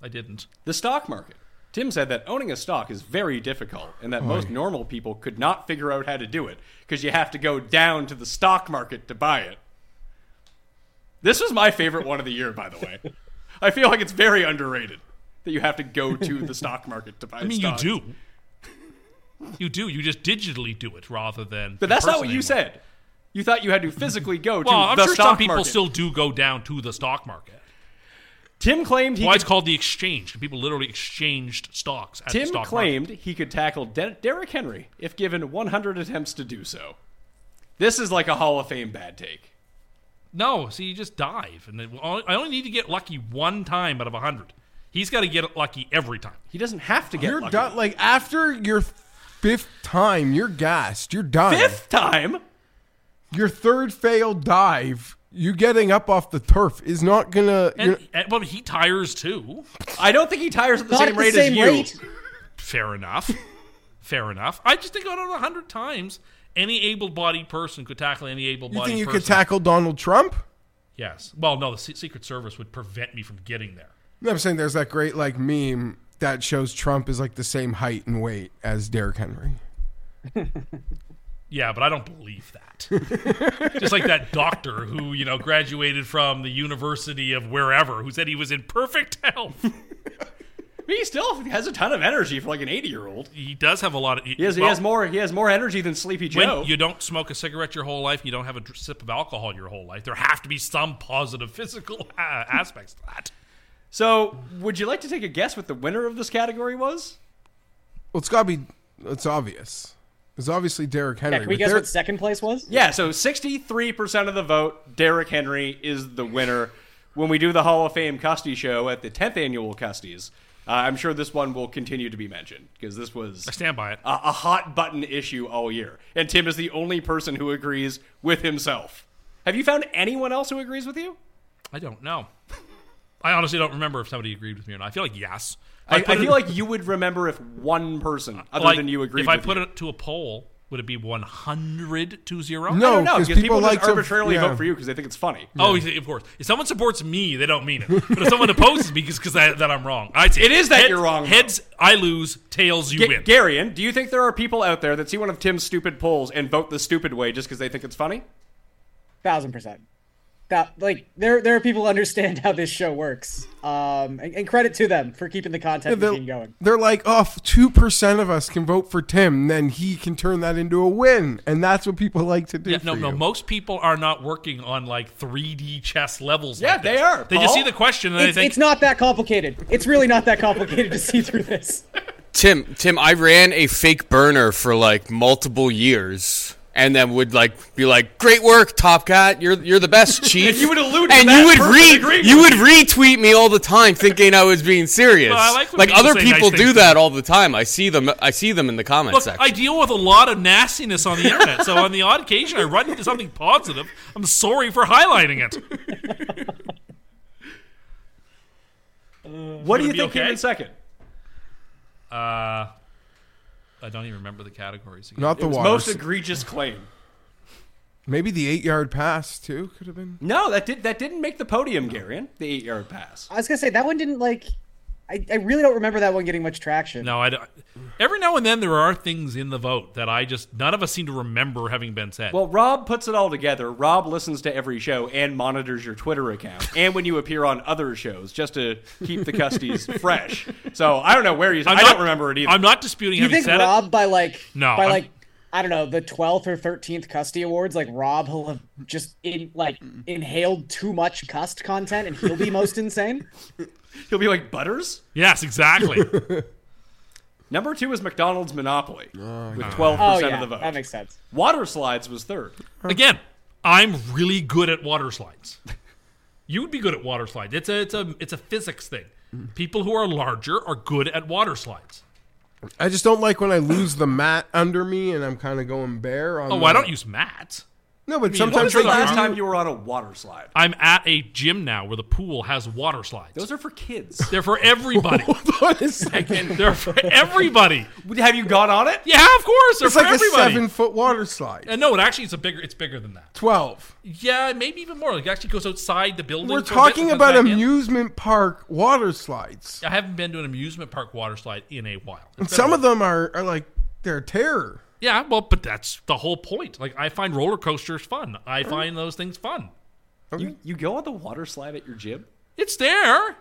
Speaker 6: I didn't.
Speaker 3: The stock market. Tim said that owning a stock is very difficult and
Speaker 6: Oh,
Speaker 3: that most normal people could not figure out how to do it because you have to go down to the stock market to buy it. This was my favorite one of the year, by the
Speaker 6: (laughs)
Speaker 3: way. I feel like it's very underrated that you have to go to the stock market to buy
Speaker 6: (laughs) I mean,
Speaker 3: stocks.
Speaker 6: you do. You do. You just digitally do it rather than.
Speaker 3: But that's not what you said. You thought you had to physically go to
Speaker 6: Well, I'm
Speaker 3: the
Speaker 6: sure
Speaker 3: stock
Speaker 6: some people
Speaker 3: market.
Speaker 6: still do go down to the stock market.
Speaker 3: Tim claimed he
Speaker 6: Why
Speaker 3: could,
Speaker 6: it's called the exchange? 'cause People literally exchanged stocks at the
Speaker 3: Tim
Speaker 6: stock market.
Speaker 3: claimed he could tackle De- Derrick Henry if given 100 attempts to do so. This is like a Hall of Fame bad take.
Speaker 6: No, see, you just dive, and then, well, I only need to get lucky one time out of a hundred. He's got to get lucky every time.
Speaker 3: He doesn't have to get
Speaker 7: You're
Speaker 3: lucky.
Speaker 7: done. Like after your fifth time, you're gassed. You're dying.
Speaker 3: Fifth time?
Speaker 7: Your third failed dive, you getting up off the turf is not gonna.
Speaker 6: And, and- well, he tires too.
Speaker 3: I don't think he tires at the
Speaker 6: Not
Speaker 3: same
Speaker 6: at the
Speaker 3: rate
Speaker 6: same
Speaker 3: as you.
Speaker 6: rate. Fair enough. Fair enough. I just think out of a hundred times, any able-bodied person could tackle any
Speaker 7: you
Speaker 6: able-bodied.
Speaker 7: think you
Speaker 6: person.
Speaker 7: could tackle Donald Trump?
Speaker 6: Yes. Well, no. The Se- Secret Service would prevent me from getting there.
Speaker 7: No, I'm saying there's that great like meme that shows Trump is like the same height and weight as Derrick Henry.
Speaker 6: Yeah, but I don't believe that. Just like that doctor who, you know, graduated from the University of wherever, who said he was in perfect health.
Speaker 3: He still has a ton of energy for like an eighty-year-old.
Speaker 6: He does have a lot of.
Speaker 3: He has, he
Speaker 6: well-
Speaker 3: has more. He has more energy than Sleepy Joe.
Speaker 6: When you don't smoke a cigarette your whole life, you don't have a dr- sip of alcohol your whole life. There have to be some positive (laughs) physical uh, aspects to that.
Speaker 3: so, would you like to take a guess what the winner of this category was?
Speaker 7: Well, it's gotta be. It's obvious. It's obviously Derrick Henry.
Speaker 4: Yeah, can we
Speaker 7: but
Speaker 4: guess
Speaker 7: Derrick-
Speaker 4: what second place was?
Speaker 3: Yeah. So, sixty-three percent of the vote, Derrick Henry is the winner. When we do the Hall of Fame Custy show at the tenth annual Custies, uh, I'm sure this one will continue to be mentioned because this was
Speaker 6: I stand by it.
Speaker 3: a, a hot button issue all year. And Tim is the only person who agrees with himself. Have you found anyone else who agrees with you?
Speaker 6: I don't know. I honestly don't remember if somebody agreed with me or not. I feel like yes. If
Speaker 3: I, I
Speaker 6: put
Speaker 3: feel
Speaker 6: it-
Speaker 3: like you would remember if one person other
Speaker 6: like,
Speaker 3: than you agreed
Speaker 6: If
Speaker 3: with
Speaker 6: I put
Speaker 3: you.
Speaker 6: it to a poll, would it be 100 to 0?
Speaker 7: No,
Speaker 3: I don't know,
Speaker 7: 'cause
Speaker 3: because people,
Speaker 7: people
Speaker 3: just
Speaker 7: like to-
Speaker 3: arbitrarily
Speaker 7: yeah.
Speaker 3: vote for you because they think it's funny.
Speaker 6: Oh, of course. If someone supports me, they don't mean it. But if someone opposes me, it's because that I'm wrong. I say,
Speaker 3: It is that you're wrong, though.
Speaker 6: Heads, I lose. Tails, you
Speaker 3: G-
Speaker 6: win.
Speaker 3: Garion, do you think there are people out there that see one of Tim's stupid polls and vote the stupid way just because they think it's funny?
Speaker 4: Thousand percent. That like there there are people who understand how this show works. Um, and, and credit to them for keeping the
Speaker 7: Yeah,
Speaker 4: content machine
Speaker 7: they're,
Speaker 4: going.
Speaker 7: they're like, oh, if 2% of us can vote for Tim, then he can turn that into a win. And that's what people like to do.
Speaker 6: Yeah, no,
Speaker 7: for
Speaker 6: no.
Speaker 7: you.
Speaker 6: Most people are not working on like 3D chess levels.
Speaker 3: Yeah,
Speaker 6: like this.
Speaker 3: they are,
Speaker 6: They just
Speaker 3: Paul.
Speaker 6: see the question and
Speaker 4: It's,
Speaker 6: they think,
Speaker 4: it's not that complicated. It's really not that complicated to see through this.
Speaker 9: Tim, Tim, I ran a fake burner for like multiple years, and then would like be like, "Great work, Top Cat. You're you're the best, Chief."
Speaker 3: you would allude to
Speaker 9: and
Speaker 3: that,
Speaker 9: you would
Speaker 3: person
Speaker 9: re
Speaker 3: agreeing
Speaker 9: you
Speaker 3: with
Speaker 9: would retweet me all the time, thinking I was being serious.
Speaker 6: Well, I like when people
Speaker 9: other
Speaker 6: say nice
Speaker 9: people
Speaker 6: things
Speaker 9: do
Speaker 6: to
Speaker 9: that all the time. I see them. I see them in the comments
Speaker 6: Look,
Speaker 9: section.
Speaker 6: I deal with a lot of nastiness on the internet, so on the odd occasion I run into something positive, I'm sorry for highlighting it.
Speaker 3: What do
Speaker 6: Would
Speaker 3: you
Speaker 6: it be
Speaker 3: think
Speaker 6: okay?
Speaker 3: came in second?
Speaker 6: Uh, I don't even remember the categories. Again.
Speaker 7: Not the water.
Speaker 3: Most egregious claim.
Speaker 7: Maybe the eight yard pass, too, could have been.
Speaker 3: No, that did that didn't make the podium, Garion. The eight yard pass.
Speaker 4: I was gonna say that one didn't like. I, I really don't remember that one getting much traction.
Speaker 6: No, I don't. Every now and then there are things in the vote that I just none of us seem to remember having been said.
Speaker 3: Well, Rob puts it all together. Rob listens to every show and monitors your Twitter account (laughs) and when you appear on other shows just to keep the custies
Speaker 6: (laughs)
Speaker 3: fresh. So I don't know where you. I'm I do
Speaker 6: not-
Speaker 3: not remember it either.
Speaker 6: I'm not disputing
Speaker 4: you
Speaker 6: having
Speaker 4: think
Speaker 6: said
Speaker 4: Rob by like
Speaker 6: No,
Speaker 4: by
Speaker 6: I'm-
Speaker 4: like I don't know the twelfth or thirteenth Custy Awards like Rob will have just in like inhaled too much cust content and he'll be most insane.
Speaker 3: (laughs) He'll be like Butters.
Speaker 6: it. Yes,
Speaker 3: (laughs)
Speaker 6: exactly.
Speaker 3: Number two is McDonald's Monopoly with twelve
Speaker 4: Oh
Speaker 3: percent
Speaker 4: yeah,
Speaker 3: of the vote.
Speaker 4: that makes sense.
Speaker 3: Water slides was third.
Speaker 6: Again, I'm really good at water slides. (laughs) You would be good at water slides. It's a it's a it's a physics thing. People who are larger are good at water slides.
Speaker 7: I just don't like when I lose the mat under me and I'm kind of going bare on
Speaker 6: Oh,
Speaker 7: the-
Speaker 6: why don't use mats?
Speaker 7: No, but
Speaker 3: When was
Speaker 7: sometimes
Speaker 3: the
Speaker 7: they give
Speaker 3: last
Speaker 7: you-
Speaker 3: time you were on a water slide?
Speaker 6: I'm at a gym now where the pool has water slides.
Speaker 3: Those are for kids.
Speaker 6: They're for everybody.
Speaker 7: (laughs) Hold on a second.
Speaker 6: They're for everybody.
Speaker 3: Have you gone on it?
Speaker 6: Yeah, of course. They're
Speaker 7: It's
Speaker 6: for
Speaker 7: like
Speaker 6: everybody.
Speaker 7: a seven foot water slide.
Speaker 6: And no, it actually it's a bigger it's bigger than that.
Speaker 7: 12.
Speaker 6: Yeah, maybe even more. Like it actually goes outside the building.
Speaker 7: We're
Speaker 6: for a bit and
Speaker 7: talking
Speaker 6: comes
Speaker 7: about
Speaker 6: back in.
Speaker 7: amusement park water slides.
Speaker 6: I haven't been to an amusement park water slide in a while. It's
Speaker 7: And
Speaker 6: been
Speaker 7: some
Speaker 6: a-
Speaker 7: of them are, are like, they're terror.
Speaker 6: Yeah, well, but that's the whole point. Like I find roller coasters fun. I
Speaker 7: Mm-hmm.
Speaker 6: find those things fun.
Speaker 3: Oh, You, you go on the water slide at your gym?
Speaker 6: It's there.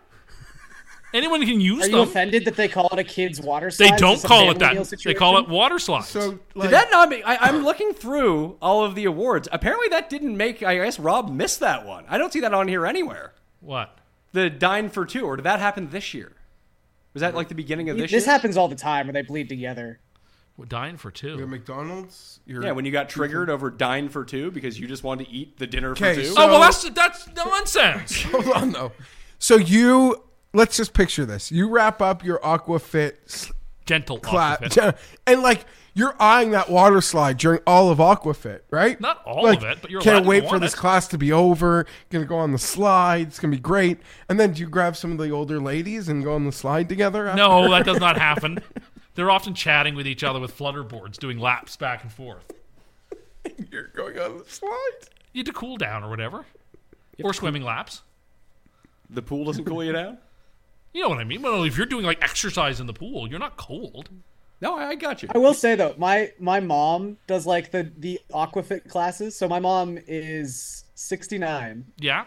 Speaker 6: Anyone can use
Speaker 4: Are you
Speaker 6: them.
Speaker 4: offended that they call it a kids water slide?
Speaker 6: They don't
Speaker 4: It's a
Speaker 6: call
Speaker 4: family
Speaker 6: it that.
Speaker 4: meal
Speaker 6: They
Speaker 4: situation?
Speaker 6: call it water slides.
Speaker 7: So, like,
Speaker 3: Did that not make? I, I'm looking through all of the awards. Apparently, that didn't make. I guess Rob missed that one. I don't see that on here anywhere.
Speaker 6: what?
Speaker 3: The dine for two, or did that happen this year? Was that like the beginning of this,
Speaker 4: This
Speaker 3: year?
Speaker 4: happens all the time where they bleed together.
Speaker 6: We're dying for two.
Speaker 7: At McDonald's? You're,
Speaker 3: Yeah, when you got triggered over dine for two because you just wanted to eat the dinner for
Speaker 7: Okay,
Speaker 3: two.
Speaker 7: so-
Speaker 6: oh well, that's that's
Speaker 3: (laughs)
Speaker 6: nonsense.
Speaker 7: Hold on though. So you let's just picture this. You wrap up your Aquafit s-
Speaker 6: Gentle
Speaker 7: clap. (laughs)
Speaker 6: Aquafit.
Speaker 7: And like you're eyeing that water slide during all of Aquafit, right?
Speaker 6: Not all
Speaker 7: Like,
Speaker 6: of it, but you're allowed
Speaker 7: can't
Speaker 6: to
Speaker 7: wait
Speaker 6: go
Speaker 7: for
Speaker 6: on
Speaker 7: this
Speaker 6: it.
Speaker 7: class to be over. Gonna go on the slide. It's gonna be great. And then do you grab some of the older ladies and go on the slide together?
Speaker 6: No,
Speaker 7: after?
Speaker 6: that does (laughs) not happen. They're often chatting with each other with flutter boards, doing laps back and forth.
Speaker 7: You're going on the slide.
Speaker 6: You had to cool down or whatever, or swimming laps.
Speaker 3: The pool doesn't cool you down.
Speaker 6: (laughs) You know what I mean? Well, if you're doing like exercise in the pool, you're not cold.
Speaker 3: No, I, I got you.
Speaker 4: I will say though, my my mom does like the the Aquafit classes. So my mom is 69.
Speaker 6: Yeah,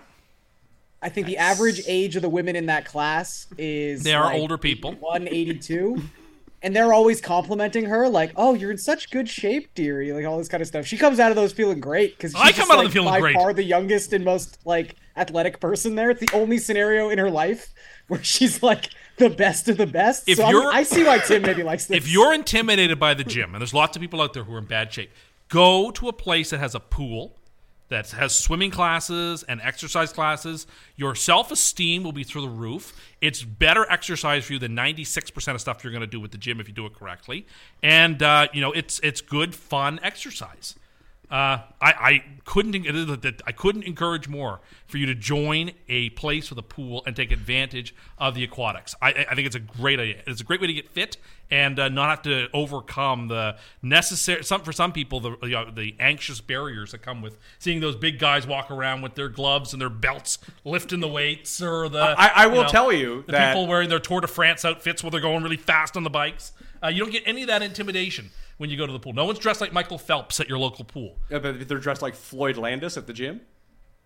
Speaker 4: I think the average age of the women in that class is
Speaker 6: they are
Speaker 4: like,
Speaker 6: older people.
Speaker 4: 182 and they're always complimenting her like oh you're in such good shape dearie like all this kind of stuff she comes out of those feeling great because
Speaker 6: I come out of
Speaker 4: like,
Speaker 6: them feeling
Speaker 4: by
Speaker 6: great.
Speaker 4: far the youngest and most like athletic person there it's the only scenario in her life where she's like the best of the best
Speaker 6: If
Speaker 4: so I'm-
Speaker 6: you're-
Speaker 4: i see why tim maybe likes this
Speaker 6: If you're intimidated by the gym, and there's lots of people out there who are in bad shape, go to a place that has a pool, that has swimming classes and exercise classes. Your self esteem will be through the roof. It's better exercise for you than 96% of stuff you're going to do with the gym if you do it correctly. And, uh, you know, it's, it's good, fun exercise. Uh, I, I couldn't I couldn't encourage more for you to join a place with a pool and take advantage of the aquatics. I, I- I think it's a great idea. It's a great way to get fit and uh, not have to overcome the necessary. Some for some people the you know, the anxious barriers that come with seeing those big guys walk around with their gloves and their belts lifting the weights or the.
Speaker 3: I- I will
Speaker 6: know,
Speaker 3: tell you
Speaker 6: the
Speaker 3: that-
Speaker 6: people wearing their Tour de France outfits while they're going really fast on the bikes. Uh, you don't get any of that intimidation when you go to the pool. No one's dressed like Michael Phelps at your local pool.
Speaker 3: Uh, But they're dressed like Floyd Landis at the gym.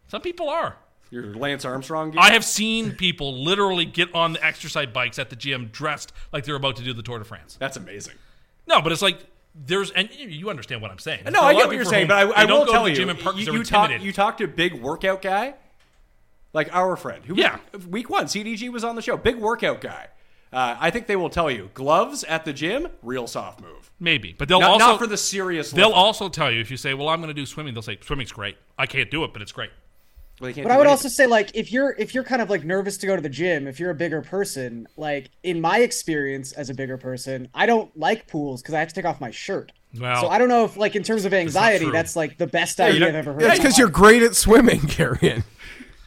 Speaker 6: Some people are.
Speaker 3: Your Lance Armstrong. Gear.
Speaker 6: I have seen people literally get on the exercise bikes at the gym dressed like they're about to do the Tour de France.
Speaker 3: That's amazing.
Speaker 6: No, but it's like there's and you understand what I'm saying.
Speaker 3: No, I get what you're saying, but I, I
Speaker 6: don't
Speaker 3: will
Speaker 6: go
Speaker 3: tell
Speaker 6: to the
Speaker 3: you,
Speaker 6: gym in part 'cause
Speaker 3: you,
Speaker 6: they're
Speaker 3: you talk,
Speaker 6: intimidated.
Speaker 3: you talk to a big workout guy, like our friend, who
Speaker 6: Yeah.
Speaker 3: week one CDG was on the show, big workout guy. Uh, I think they will tell you gloves at the gym, real soft move.
Speaker 6: Maybe, but they'll
Speaker 3: Not,
Speaker 6: also
Speaker 3: not for the serious.
Speaker 6: they'll
Speaker 3: lifter.
Speaker 6: also tell you if you say, "Well, I'm going to do swimming," they'll say, "Swimming's great. I can't do it, but it's great."
Speaker 3: Well, they can't
Speaker 4: But I
Speaker 3: do
Speaker 4: would
Speaker 3: anything.
Speaker 4: also say like if you're if you're kind of like nervous to go to the gym, if you're a bigger person, like in my experience as a bigger person, I don't like pools because I have to take off my shirt.
Speaker 6: Well,
Speaker 4: so I don't know if like in terms of anxiety,
Speaker 6: true.
Speaker 4: that's like the best
Speaker 3: you
Speaker 4: idea
Speaker 3: don't-
Speaker 4: I've ever heard.
Speaker 7: That's
Speaker 4: in
Speaker 7: because
Speaker 4: my
Speaker 7: you're
Speaker 4: life.
Speaker 7: great at swimming, (laughs) Carrion.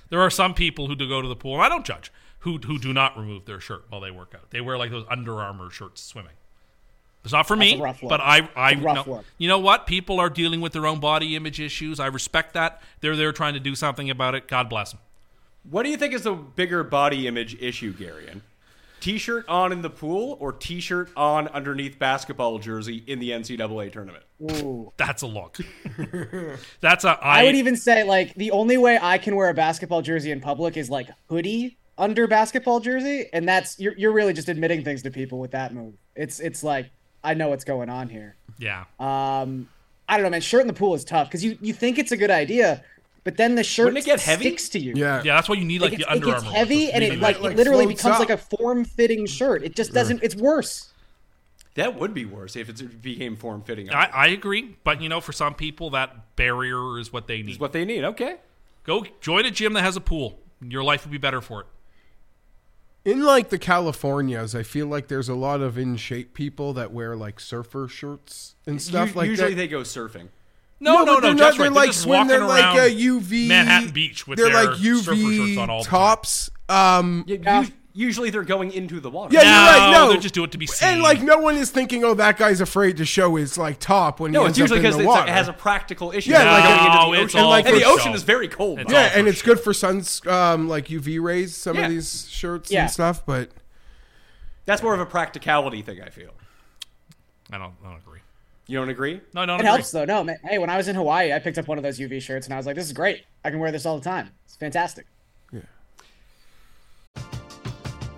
Speaker 6: There are some people who do go to the pool. And I don't judge who who do not remove their shirt while they work out. They wear like those Under Armour shirts swimming. It's not for
Speaker 4: That's
Speaker 6: me,
Speaker 4: a rough look.
Speaker 6: but I I
Speaker 4: It's a rough
Speaker 6: no-
Speaker 4: look.
Speaker 6: you know what? People are dealing with their own body image issues. I respect that. They're there trying to do something about it. God bless them.
Speaker 3: what do you think is the bigger body image issue, Garion? T-shirt on in the pool or T-shirt on underneath basketball jersey in the NCAA tournament?
Speaker 4: Ooh.
Speaker 6: That's a look. That's a I,
Speaker 4: I would even say like the only way I can wear a basketball jersey in public is like hoodie under basketball jersey, and that's you're you're really just admitting things to people with that move. It's it's like I know what's going on here.
Speaker 6: yeah.
Speaker 4: Um, I don't know, man. Shirt in the pool is tough because you, you think it's a good idea, but then the shirt
Speaker 3: Wouldn't it get heavy?
Speaker 4: sticks to you.
Speaker 7: Yeah.
Speaker 6: yeah, that's why you need like
Speaker 4: it gets,
Speaker 6: the
Speaker 4: it
Speaker 6: Under
Speaker 4: gets
Speaker 6: Armour.
Speaker 4: heavy
Speaker 6: Those
Speaker 4: and it
Speaker 6: really
Speaker 4: like
Speaker 7: like,
Speaker 4: it literally
Speaker 7: floats
Speaker 4: becomes
Speaker 7: up.
Speaker 4: like a form-fitting shirt. It just doesn't. It's worse.
Speaker 3: That would be worse if it's- it became form-fitting.
Speaker 6: I, I agree, but you know, for some people, that barrier is what they need.
Speaker 3: is what they need. Okay.
Speaker 6: Go join a gym that has a pool. Your life will be better for it.
Speaker 7: In like the Californias, I feel like there's a lot of in shape people that wear like surfer shirts and stuff
Speaker 3: U-
Speaker 7: like
Speaker 3: usually
Speaker 7: that.
Speaker 3: they go surfing.
Speaker 6: No,
Speaker 7: but
Speaker 6: no, no.
Speaker 7: they're not.
Speaker 6: Jeff's
Speaker 7: They're
Speaker 6: right.
Speaker 7: like
Speaker 6: just
Speaker 7: swim.
Speaker 6: walking
Speaker 7: They're like
Speaker 6: around
Speaker 7: a UV
Speaker 6: Manhattan Beach with
Speaker 7: they're
Speaker 6: their
Speaker 7: like
Speaker 6: surfer shirts
Speaker 7: UV
Speaker 6: on all the time.
Speaker 7: tops. Um, yeah,
Speaker 3: Yeah, us- usually they're going into the water.
Speaker 7: you're right.
Speaker 6: No,
Speaker 7: No,
Speaker 6: they just do it to be seen.
Speaker 7: And like no one is thinking, oh, that guy's afraid to show his like top when
Speaker 3: No,
Speaker 7: he
Speaker 3: it's
Speaker 7: ends
Speaker 3: usually
Speaker 7: up in
Speaker 3: because
Speaker 7: the
Speaker 3: it
Speaker 7: water.
Speaker 3: has a practical issue.
Speaker 7: Yeah,
Speaker 3: They're
Speaker 7: like-
Speaker 3: going into
Speaker 6: No,
Speaker 3: the
Speaker 6: it's
Speaker 3: ocean.
Speaker 6: all
Speaker 3: and the
Speaker 6: for
Speaker 3: ocean
Speaker 6: show.
Speaker 3: is very cold.
Speaker 6: It's
Speaker 3: by the
Speaker 6: all
Speaker 3: way.
Speaker 7: yeah, and
Speaker 6: for
Speaker 7: it's good for suns, um, like UV rays. Some
Speaker 3: Yeah.
Speaker 7: of these shirts
Speaker 4: Yeah.
Speaker 7: and stuff, but
Speaker 3: That's more of a practicality thing, I feel.
Speaker 6: I don't, I don't agree.
Speaker 3: You don't agree?
Speaker 6: No, I don't
Speaker 4: It
Speaker 6: agree.
Speaker 4: helps though. No, man. Hey, when I was in Hawaii, I picked up one of those UV shirts and I was like, "This is great. I can wear this all the time. It's fantastic."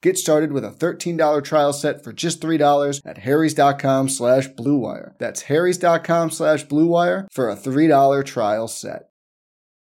Speaker 1: Get started with a $13 trial set for just $3 at harrys.com slash bluewire. That's harrys.com slash bluewire for a $3 trial set.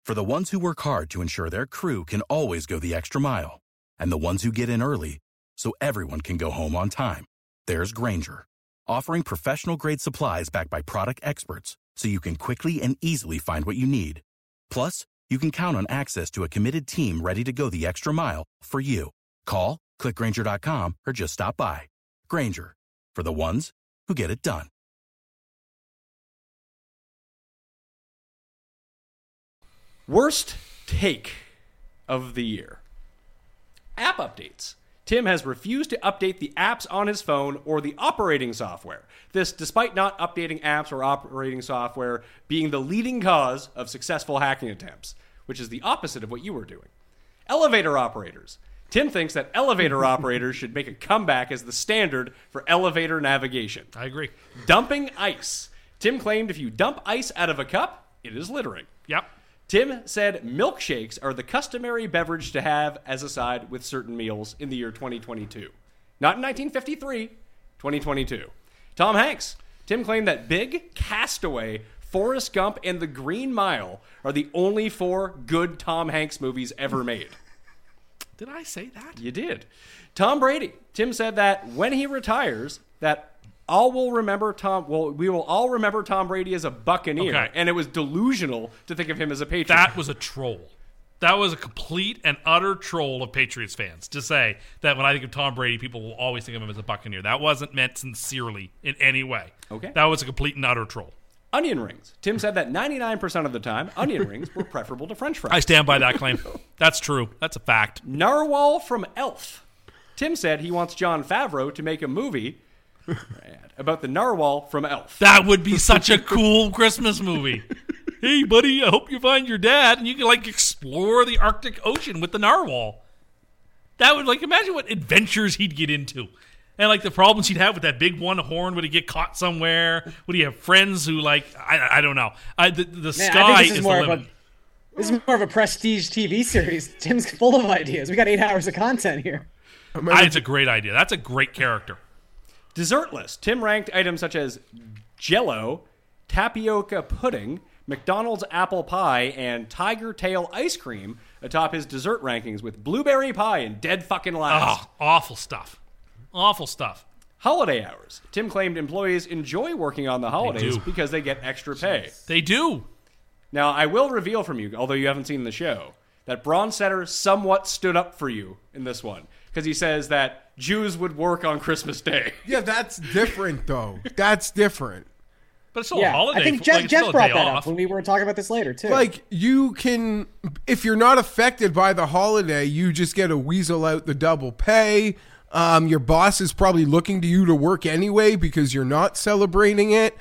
Speaker 10: For the ones who work hard to ensure their crew can always go the extra mile, and the ones who get in early so everyone can go home on time, there's Granger, offering professional grade supplies backed by product experts so you can quickly and easily find what you need. Plus, you can count on access to a committed team ready to go the extra mile for you. Call, clickgranger.com, or just stop by. Granger, for the ones who get it done.
Speaker 3: Worst take of the year app updates. Tim has refused to update the apps on his phone or the operating software. This, despite not updating apps or operating software being the leading cause of successful hacking attempts, which is the opposite of what you were doing. Elevator operators. Tim thinks that
Speaker 6: (laughs)
Speaker 3: elevator operators should make a comeback as the standard for elevator navigation.
Speaker 6: I agree.
Speaker 3: Dumping ice. Tim claimed if you dump ice out of a cup, it is littering.
Speaker 6: Yep.
Speaker 3: Tim said milkshakes are the customary beverage to have as a side with certain meals in the year 2022. Not in 1953, 2022. Tom Hanks. Tim claimed that Big, Castaway, Forrest Gump, and The Green Mile are the only four good Tom Hanks movies ever made.
Speaker 6: Did I say that?
Speaker 3: You did. Tom Brady. Tim said that when he retires, that all will remember Tom. Well, we will all remember Tom Brady as a Buccaneer,
Speaker 6: Okay.
Speaker 3: and it was delusional to think of him as a Patriot.
Speaker 6: That was a troll. That was a complete and utter troll of Patriots fans to say that when I think of Tom Brady, people will always think of him as a Buccaneer. That wasn't meant sincerely in any way.
Speaker 3: Okay.
Speaker 6: That was a complete and utter troll.
Speaker 3: onion rings. Tim said that 99% of the time,
Speaker 6: (laughs)
Speaker 3: onion rings were preferable to French fries.
Speaker 6: I stand by that
Speaker 3: (laughs)
Speaker 6: claim. That's true. That's a fact.
Speaker 3: Narwhal from Elf. Tim said he wants John Favreau to make a movie (laughs) about the narwhal from Elf.
Speaker 6: That would be such a cool Christmas movie. Hey, buddy, I hope you find your dad and you can like explore the Arctic Ocean with the narwhal. That would like imagine what adventures he'd get into. And like the problems he'd have with that big one horn, would he get caught somewhere? Would he have friends who like I, I don't know. I the, the
Speaker 4: Man,
Speaker 6: sky
Speaker 4: I think this
Speaker 6: is,
Speaker 4: is,
Speaker 6: the
Speaker 4: more
Speaker 6: limit.
Speaker 4: of a this is more of a prestige TV series. (laughs) Tim's full of ideas. We got eight hours of content here.
Speaker 6: I- it's a great idea. That's a great character.
Speaker 3: Dessert list. Tim ranked items such as jello, tapioca pudding, McDonald's apple pie, and tiger tail ice cream atop his dessert rankings with blueberry pie and dead fucking last.
Speaker 6: Oh, awful stuff. Awful stuff.
Speaker 3: Holiday hours. Tim claimed employees enjoy working on the holidays
Speaker 6: do.
Speaker 3: because they get extra pay.
Speaker 6: They do.
Speaker 3: Now, I will reveal from you, although you haven't seen the show, that Braun Setter somewhat stood up for you in this one because he says that Jews would work on Christmas Day.
Speaker 7: Yeah, that's different though. That's different.
Speaker 6: But it's still
Speaker 4: yeah.
Speaker 6: a holiday.
Speaker 4: I think
Speaker 6: for-
Speaker 4: Jeff,
Speaker 6: like, it's
Speaker 4: Jeff
Speaker 6: still a
Speaker 4: brought
Speaker 6: day
Speaker 4: that
Speaker 6: off.
Speaker 4: up when we were talking about this later too.
Speaker 7: Like you can, if you're not affected by the holiday, you just get a weasel out the double pay. Um, your boss is probably looking to you to work anyway because you're not celebrating it.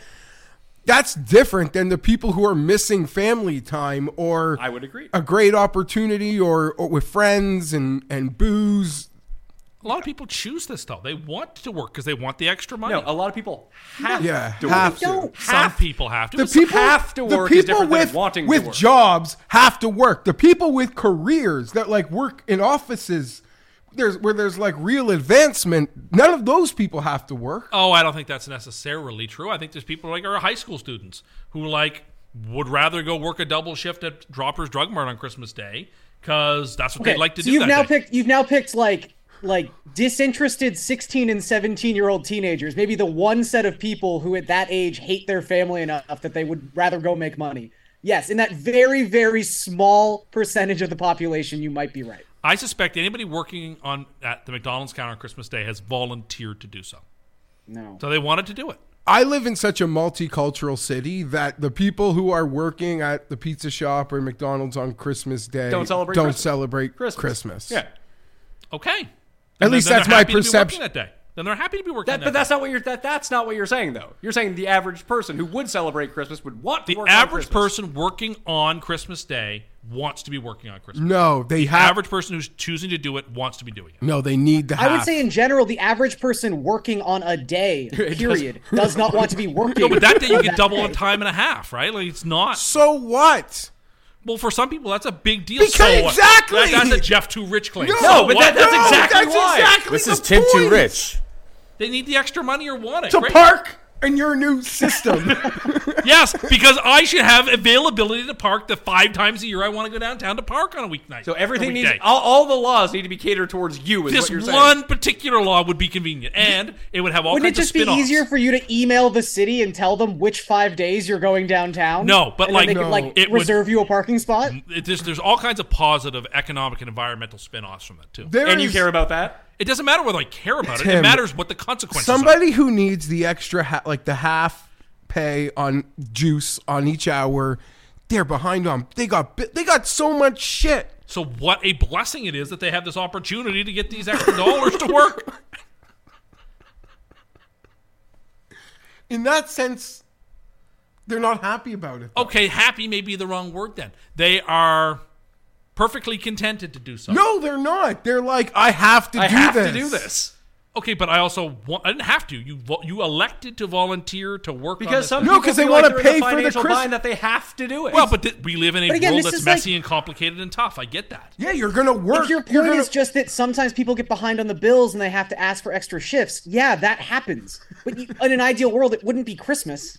Speaker 7: That's different than the people who are missing family time or
Speaker 3: I would agree.
Speaker 7: a great opportunity or, or with friends and and booze.
Speaker 6: A lot of people choose this though. They want to work because they want the extra money.
Speaker 3: No, a lot of people have
Speaker 7: Yeah,
Speaker 3: to
Speaker 7: have
Speaker 3: work.
Speaker 7: to. Don't.
Speaker 6: Some people have to.
Speaker 7: The
Speaker 6: but some-
Speaker 7: people
Speaker 3: have to work
Speaker 7: The
Speaker 3: is
Speaker 7: people
Speaker 3: different than
Speaker 7: with
Speaker 3: wanting to
Speaker 7: with
Speaker 3: work.
Speaker 7: jobs have to work. The people with careers that like work in offices, there's where there's like real advancement. None of those people have to work.
Speaker 6: Oh, I don't think that's necessarily true. I think there's people like our high school students who like would rather go work a double shift at Droppers Drug Mart on Christmas Day because that's what
Speaker 4: Okay,
Speaker 6: they like to
Speaker 4: so
Speaker 6: do.
Speaker 4: You've
Speaker 6: that
Speaker 4: now
Speaker 6: day.
Speaker 4: picked. You've now picked like like disinterested 16 and 17 year old teenagers. Maybe the one set of people who at that age hate their family enough that they would rather go make money. Yes, in that very very small percentage of the population, you might be right.
Speaker 6: I suspect anybody working on at the McDonald's counter on Christmas Day has volunteered to do so.
Speaker 4: No.
Speaker 6: So they wanted to do it.
Speaker 7: I live in such a multicultural city that the people who are working at the pizza shop or McDonald's on Christmas Day
Speaker 3: Don't celebrate
Speaker 7: Don't
Speaker 3: Christmas.
Speaker 7: celebrate
Speaker 3: Christmas.
Speaker 7: Christmas.
Speaker 3: Yeah.
Speaker 6: Okay. At
Speaker 7: least that's my perception.
Speaker 6: That day. Then they're happy to be working
Speaker 3: That,
Speaker 6: that
Speaker 3: but
Speaker 6: day.
Speaker 3: that's not what you're that, that's not what you're saying though. You're saying the average person who would celebrate Christmas would want to
Speaker 6: the
Speaker 3: work on
Speaker 6: average
Speaker 3: Christmas.
Speaker 6: person working on Christmas Day wants to be working on Christmas.
Speaker 7: No, they have.
Speaker 6: average person who's choosing to do it wants to be doing it.
Speaker 7: no, they need to
Speaker 4: I
Speaker 7: have.
Speaker 4: would say in general, the average person working on a day period does not want to be working.
Speaker 6: No, but that day you
Speaker 4: on (laughs)
Speaker 6: get double
Speaker 4: day.
Speaker 6: on time and a half, right? Like it's not
Speaker 7: so what?
Speaker 6: Well, for some people, that's a big deal.
Speaker 7: Because-
Speaker 6: so what?
Speaker 7: exactly!
Speaker 6: That- that's a Jeff Too Rich claim.
Speaker 7: No,
Speaker 6: So
Speaker 3: but
Speaker 6: what?
Speaker 3: that- that's
Speaker 7: No,
Speaker 3: exactly
Speaker 7: that's
Speaker 3: why.
Speaker 7: exactly
Speaker 9: This
Speaker 7: the
Speaker 9: is Tim Too
Speaker 7: point.
Speaker 9: Rich.
Speaker 6: They need the extra money or want it.
Speaker 7: To
Speaker 6: Great.
Speaker 7: park in your new system.
Speaker 6: Yes, because I should have availability to park the five times a year I want to go downtown to park on a weeknight.
Speaker 3: So everything
Speaker 6: Every
Speaker 3: needs
Speaker 6: day.
Speaker 3: all, all the laws need to be catered towards you. Is
Speaker 6: This
Speaker 3: what you're
Speaker 6: one
Speaker 3: saying.
Speaker 6: particular law would be convenient, and it would have all
Speaker 4: Wouldn't it
Speaker 6: kinds
Speaker 4: just
Speaker 6: of
Speaker 4: be
Speaker 6: spin-offs.
Speaker 4: easier for you to email the city and tell them which five days you're going downtown?
Speaker 6: No, but
Speaker 4: and then
Speaker 6: like-
Speaker 4: they could,
Speaker 7: No.
Speaker 4: like
Speaker 6: It would-
Speaker 4: reserve you a parking spot.
Speaker 6: It just, there's all kinds of positive economic and environmental spin-offs from it too.
Speaker 7: There
Speaker 3: and you
Speaker 7: is-
Speaker 3: care about that?
Speaker 6: It doesn't matter whether I care about it; it
Speaker 7: Tim,
Speaker 6: matters what the consequences. are.
Speaker 7: Somebody who needs the extra, ha- like the half pay on juice on each hour, they're behind on. They got bi- they got so much shit.
Speaker 6: So what a blessing it is that they have this opportunity to get these extra dollars to work.
Speaker 7: In that sense, they're not happy about it. though.
Speaker 6: Okay, happy may be the wrong word then. They are perfectly contented to do so.
Speaker 7: No, they're not. They're like, I have to
Speaker 3: I
Speaker 7: do
Speaker 3: have
Speaker 7: this.
Speaker 3: to do this
Speaker 6: Okay, but I also want, I didn't have to. You vo- you elected to volunteer to work on
Speaker 3: because
Speaker 6: this
Speaker 3: some
Speaker 7: No,
Speaker 3: people
Speaker 7: 'cause they
Speaker 3: feel
Speaker 7: wanna
Speaker 3: like they're
Speaker 7: pay
Speaker 3: in a
Speaker 7: for the
Speaker 3: financial
Speaker 7: Christ-
Speaker 3: bind that they have to do it.
Speaker 6: well, but th- we live in a
Speaker 4: But again,
Speaker 6: world
Speaker 4: this
Speaker 6: that's
Speaker 4: is like-
Speaker 6: messy and complicated and tough. I get that.
Speaker 7: Yeah, you're gonna work.
Speaker 4: If your
Speaker 7: You're
Speaker 4: point
Speaker 7: gonna-
Speaker 4: is just that sometimes people get behind on the bills and they have to ask for extra shifts, yeah, that happens. But you, in an ideal world, it wouldn't be Christmas.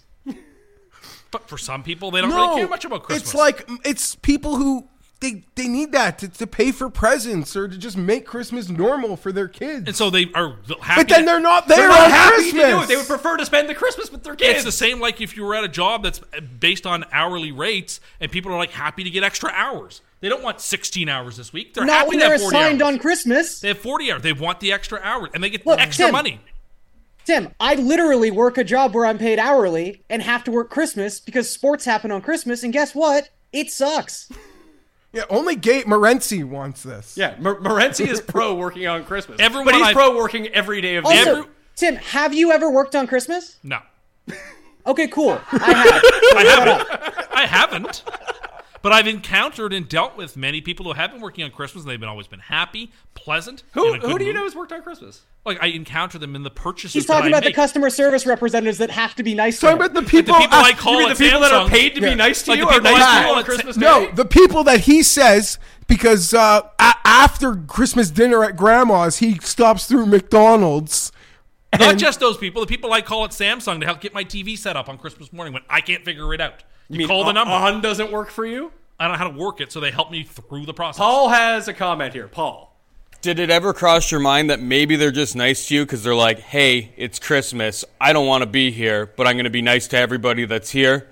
Speaker 6: But for some people, they don't
Speaker 7: no,
Speaker 6: really care much about Christmas.
Speaker 7: It's like it's people who they they need that to, to pay for presents or to just make Christmas normal for their kids.
Speaker 6: and so they are happy.
Speaker 7: but then
Speaker 6: to-
Speaker 7: they're not there
Speaker 3: they're
Speaker 7: on
Speaker 3: not happy
Speaker 7: Christmas.
Speaker 3: to do it. They would prefer to spend the Christmas with their kids.
Speaker 6: It's the same like if you were at a job that's uh, based on hourly rates, and people are like happy to get extra hours. They don't want 16 hours this week. They're
Speaker 4: Not
Speaker 6: happy
Speaker 4: when
Speaker 6: to
Speaker 4: they're
Speaker 6: have 40
Speaker 4: assigned
Speaker 6: hours.
Speaker 4: on Christmas.
Speaker 6: They have 40 hours. They want the extra hours, and they get
Speaker 4: Look,
Speaker 6: extra
Speaker 4: Tim,
Speaker 6: money.
Speaker 4: Tim, I literally work a job where I'm paid hourly and have to work Christmas because sports happen on Christmas, and guess what? It sucks.
Speaker 7: Yeah, only Gate Morency wants this.
Speaker 3: yeah, Mer- Morency is pro working on Christmas.
Speaker 6: Everyone
Speaker 3: but he's
Speaker 6: I've-
Speaker 3: pro working every day of the
Speaker 4: Also,
Speaker 3: year.
Speaker 4: Tim, have you ever worked on Christmas? (laughs)
Speaker 6: No,
Speaker 4: Okay, cool.
Speaker 6: (laughs)
Speaker 4: I have.
Speaker 6: I haven't. I haven't. But I've encountered and dealt with many people who have been working on Christmas, and they've been always been happy, pleasant.
Speaker 3: Who,
Speaker 6: in a
Speaker 3: who
Speaker 6: good
Speaker 3: do you
Speaker 6: mood.
Speaker 3: know has worked on Christmas?
Speaker 6: Like I encounter them in the purchases.
Speaker 4: He's talking
Speaker 6: that I
Speaker 4: about the
Speaker 6: make.
Speaker 4: customer service representatives that have to be nice
Speaker 7: Talking
Speaker 4: to
Speaker 7: about
Speaker 4: him.
Speaker 7: the people,
Speaker 6: the people
Speaker 7: at-
Speaker 6: I call
Speaker 3: You mean the
Speaker 6: at
Speaker 3: people that are
Speaker 6: Samsung-
Speaker 3: paid to be nice to
Speaker 6: Like
Speaker 3: you
Speaker 6: the
Speaker 3: are
Speaker 6: people
Speaker 3: (laughs)
Speaker 6: I
Speaker 3: nice to you
Speaker 6: call
Speaker 3: on
Speaker 6: at
Speaker 3: Christmas
Speaker 6: Sa-
Speaker 3: Day?
Speaker 7: No, the people that he says because uh, a- after Christmas dinner at grandma's, he stops through McDonald's.
Speaker 6: Not
Speaker 7: And-
Speaker 6: just those people. The people I call at Samsung to help get my TV set up on Christmas morning when I can't figure it out. You,
Speaker 3: I mean,
Speaker 6: call the
Speaker 3: on-
Speaker 6: number.
Speaker 3: On doesn't work for you.
Speaker 6: I don't know how to work it, so they help me through the process.
Speaker 3: Paul has a comment here. Paul.
Speaker 9: Did it ever cross your mind that maybe they're just nice to you because they're like, hey, it's Christmas. I don't want to be here, but I'm going to be nice to everybody that's here?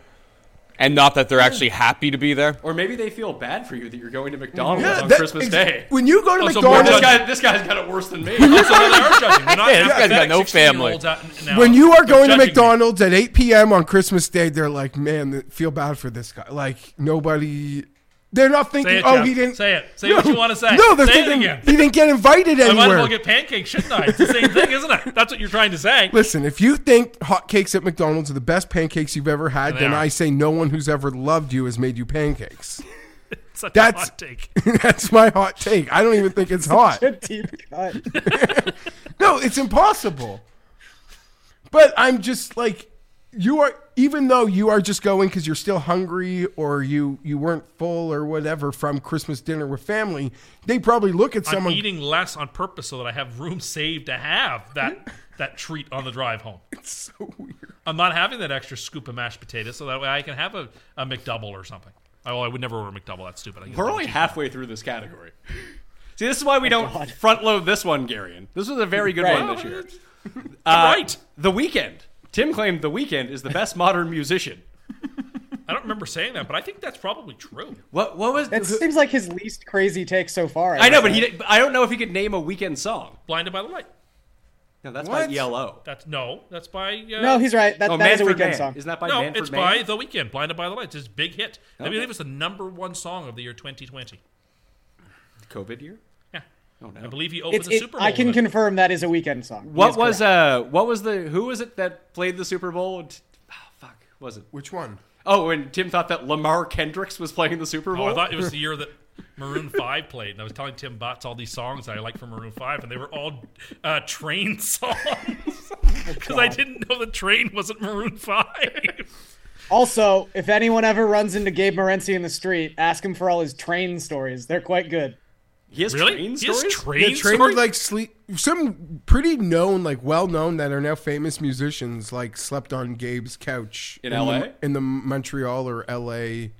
Speaker 9: and not that they're actually happy to be there.
Speaker 3: Or maybe they feel bad for you that you're going to McDonald's
Speaker 9: Yeah,
Speaker 3: on
Speaker 9: that-
Speaker 3: Christmas
Speaker 9: ex-
Speaker 3: Day.
Speaker 9: when you go to
Speaker 3: Oh, so
Speaker 9: McDonald's-
Speaker 3: this, guy, this guy's got it worse than me.
Speaker 6: Yeah,
Speaker 9: this guy's got no family.
Speaker 7: when you are going to
Speaker 9: judging me.
Speaker 7: McDonald's at 8 p.m. on Christmas Day, they're like, man, th- feel bad for this guy. Like, nobody. They're not thinking,
Speaker 6: Say it,
Speaker 7: oh,
Speaker 6: Jeff.
Speaker 7: he didn't.
Speaker 6: Say it. Say what you wanna say.
Speaker 7: No, they're
Speaker 6: Say it
Speaker 7: thinking
Speaker 6: again.
Speaker 7: he didn't get invited
Speaker 6: I might as
Speaker 7: anywhere.
Speaker 6: well get pancakes, shouldn't I? It's the same thing,
Speaker 7: (laughs)
Speaker 6: isn't it? That's what you're trying to say.
Speaker 7: Listen, if you think hotcakes at McDonald's are the best pancakes you've ever had,
Speaker 6: They
Speaker 7: then
Speaker 6: are.
Speaker 7: I say no one who's ever loved you has made you
Speaker 6: (laughs)
Speaker 7: pancakes.
Speaker 6: Such a
Speaker 7: that's
Speaker 6: hot take.
Speaker 7: (laughs) that's my hot take. I don't even think it's hot. no, it's impossible. But I'm just like you are even though you are just going cuz you're still hungry or you you weren't full or whatever from Christmas dinner with family, they probably look at someone
Speaker 6: I'm eating less on purpose so that I have room saved to have that that treat on the drive
Speaker 7: (laughs)
Speaker 6: home. It's
Speaker 7: so weird.
Speaker 6: I'm not having that extra scoop of mashed potatoes, so that way I can have a, a McDouble or something. Oh, I would never order a McDouble. That's stupid. I get
Speaker 3: We're
Speaker 6: that
Speaker 3: only
Speaker 6: cheap.
Speaker 3: halfway through this category. See, this is
Speaker 9: Oh,
Speaker 3: why we don't front load this one, Garion. This was a very good
Speaker 6: Right.
Speaker 3: one this year. Uh,
Speaker 6: Right.
Speaker 3: The weekend. Tim claimed the weekend is the best modern musician.
Speaker 6: I don't remember saying that, but I think that's probably true.
Speaker 3: What? What was?
Speaker 4: That seems like his least crazy take so far.
Speaker 3: I know, but he. did- I don't know if he could name a weekend song.
Speaker 6: Blinded by the light.
Speaker 3: No, that's
Speaker 6: What?
Speaker 3: by E ELO.
Speaker 6: That's no. That's by. Uh,
Speaker 4: No, he's right. That-
Speaker 3: Oh,
Speaker 4: that is a
Speaker 3: Manfred
Speaker 4: weekend
Speaker 3: Mann.
Speaker 4: song.
Speaker 3: Isn't that by
Speaker 6: no,
Speaker 3: Manfred
Speaker 6: it's
Speaker 3: Mann?
Speaker 6: by The Weeknd, Blinded by the Light. It's his big hit. I
Speaker 3: Okay.
Speaker 6: believe it's the number one song of the year 2020.
Speaker 3: COVID year?
Speaker 6: Yeah.
Speaker 3: Oh, no.
Speaker 6: I believe he opened
Speaker 4: It's,
Speaker 6: the
Speaker 4: it,
Speaker 6: Super Bowl.
Speaker 4: I can
Speaker 6: with it.
Speaker 4: confirm that is a weekend song. He
Speaker 3: What
Speaker 4: is
Speaker 3: was
Speaker 4: correct.
Speaker 3: uh? What was the? Who was it that played the Super Bowl? T- Oh, fuck, was it?
Speaker 7: Which one?
Speaker 3: Oh, and Tim thought that Lamar Kendricks was playing the Super Bowl.
Speaker 6: Oh, I thought it was the year that Maroon Five played, and I was telling Tim Botts all these songs that I like from Maroon Five, and they were all uh, train (laughs) songs
Speaker 7: Oh,
Speaker 6: because I didn't know the train wasn't Maroon Five. (laughs)
Speaker 4: Also, if anyone ever runs into Gabe Morency in the street, ask him for all his train stories. They're quite good.
Speaker 3: (laughs) He has
Speaker 6: Really? train He has stories? train
Speaker 7: yeah, trained like sleep. Some pretty known, like well known, that are now famous musicians, like slept on Gabe's couch
Speaker 3: In
Speaker 7: the-
Speaker 3: LA?
Speaker 7: in the Montreal or L.A.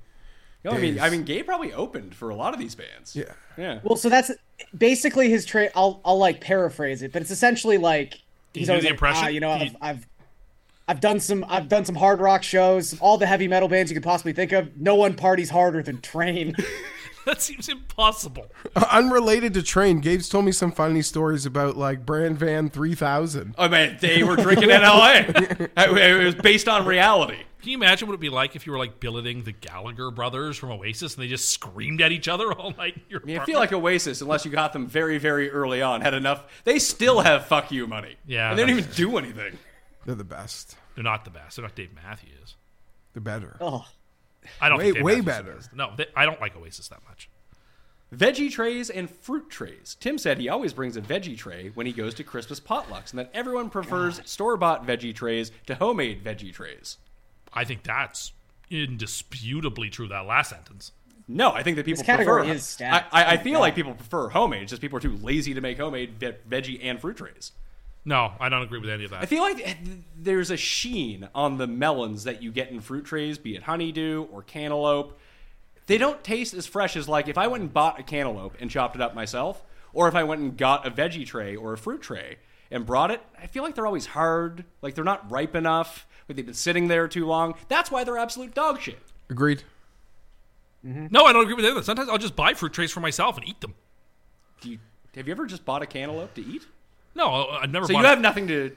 Speaker 3: No, I mean,
Speaker 7: days.
Speaker 3: I mean, Gabe probably opened for a lot of these bands. Yeah, yeah.
Speaker 4: Well, so that's basically his train. I'll I'll like paraphrase it, but it's essentially like
Speaker 6: you
Speaker 4: he's
Speaker 6: do
Speaker 4: always
Speaker 6: the
Speaker 4: like,
Speaker 6: impression?
Speaker 4: ah, you know,
Speaker 6: Do
Speaker 4: I've,
Speaker 6: you-
Speaker 4: I've I've done some I've done some hard rock shows, all the heavy metal bands you could possibly think of. No one parties harder
Speaker 6: (laughs)
Speaker 4: than Train. (laughs)
Speaker 6: that seems impossible.
Speaker 7: (laughs) Unrelated to train, Gabe's told me some funny stories about like Brand Van Three Thousand.
Speaker 3: I mean, Oh, they were drinking in L.A. it was based on reality.
Speaker 6: Can you imagine what it'd be like if you were like billeting the Gallagher brothers from Oasis and they just screamed at each other (laughs) all night? in your
Speaker 3: I mean, I
Speaker 6: apartment?
Speaker 3: feel like Oasis, unless you got them very, very early on, had enough. They still have fuck you money.
Speaker 6: Yeah,
Speaker 3: and they don't
Speaker 6: that's
Speaker 3: even do anything.
Speaker 7: They're the best.
Speaker 6: they're not the best. They're not Dave Matthews.
Speaker 7: They're better.
Speaker 4: Oh,
Speaker 6: I don't
Speaker 7: Way-
Speaker 6: think Dave
Speaker 7: way
Speaker 6: Matthews is the
Speaker 7: better.
Speaker 6: best. No, they, I don't like Oasis that much.
Speaker 3: Veggie trays and fruit trays. Tim said he always brings a veggie tray when he goes to Christmas potlucks, and that everyone prefers store-bought veggie trays to homemade veggie trays.
Speaker 6: I think that's indisputably true. That last sentence.
Speaker 3: No, I think that people
Speaker 4: category
Speaker 3: prefer.
Speaker 4: is stacked.
Speaker 3: I, I, I
Speaker 4: Oh,
Speaker 3: feel
Speaker 4: God.
Speaker 3: like people prefer homemade. It's just people are too lazy to make homemade ve- veggie and fruit trays.
Speaker 6: No, I don't agree with any of that.
Speaker 3: I feel like th- there's a sheen on the melons that you get in fruit trays, be it honeydew or cantaloupe. They don't taste as fresh as like if I went and bought a cantaloupe and chopped it up myself, or if I went and got a veggie tray or a fruit tray and brought it. I feel like they're always hard, like they're not ripe enough, like they've been sitting there too long. That's why they're absolute dog shit.
Speaker 7: Agreed.
Speaker 6: Mm-hmm. No, I don't agree with any of that. Sometimes I'll just buy fruit trays for myself and eat them.
Speaker 3: Do you, have you ever just bought a cantaloupe to eat?
Speaker 6: No, I- Uh, I've never.
Speaker 3: So
Speaker 6: bought
Speaker 3: you
Speaker 6: a-
Speaker 3: have nothing to.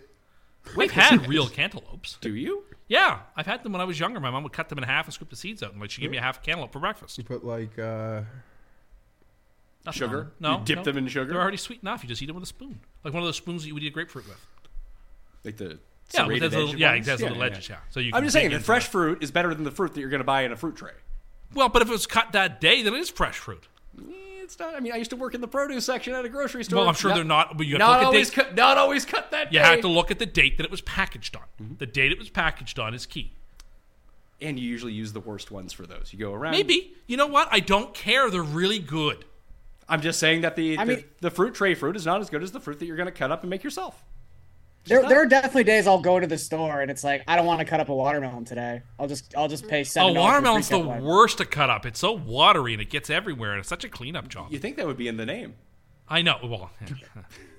Speaker 6: We've had real cantaloupes.
Speaker 3: Do you?
Speaker 6: Yeah, I've had them when I was younger. My mom would cut them in half and scoop the seeds out, and like she gave me a half cantaloupe for breakfast.
Speaker 7: You put like uh,
Speaker 6: Nothing
Speaker 3: Sugar?
Speaker 6: on them. No,
Speaker 3: You dip
Speaker 6: no.
Speaker 3: them in sugar?
Speaker 6: They're already sweet enough. You just eat them with a spoon, like one of those spoons that you would eat a grapefruit with.
Speaker 3: Like the
Speaker 6: Yeah, with
Speaker 3: serrated
Speaker 6: those little-
Speaker 3: edge
Speaker 6: yeah,
Speaker 3: ones?
Speaker 6: exactly, the ledges, yeah. So you
Speaker 3: I'm
Speaker 6: can
Speaker 3: just
Speaker 6: dig
Speaker 3: saying that
Speaker 6: into
Speaker 3: fresh
Speaker 6: it.
Speaker 3: fruit is better than the fruit that you're going to buy in a fruit tray.
Speaker 6: Well, but if it was cut that day, then it is fresh fruit.
Speaker 3: It's not. I mean, I used to work in the produce section at a grocery store.
Speaker 6: Well, I'm sure they're not. But you have
Speaker 3: not
Speaker 6: to look
Speaker 3: always
Speaker 6: at date.
Speaker 3: cut. Not always cut that.
Speaker 6: You
Speaker 3: day.
Speaker 6: have to look at the date that it was packaged on.
Speaker 3: Mm-hmm.
Speaker 6: The date it was packaged on is key.
Speaker 3: And you usually use the worst ones for those. You go around.
Speaker 6: Maybe you know what? I don't care. They're really good.
Speaker 3: I'm just saying that the
Speaker 4: I
Speaker 3: the,
Speaker 4: mean-
Speaker 3: the fruit tray fruit is not as good as the fruit that you're going to cut up and make yourself.
Speaker 4: there there are definitely days I'll go to the store and it's like I don't want to cut up a watermelon today. I'll just I'll just pay
Speaker 6: Oh,
Speaker 4: seven. dollars for a
Speaker 6: watermelon's the
Speaker 4: pre-cut one.
Speaker 6: worst to cut up. It's so watery and it gets everywhere, and it's such a cleanup job.
Speaker 3: You think that would be in the name?
Speaker 6: (laughs) I know. Well,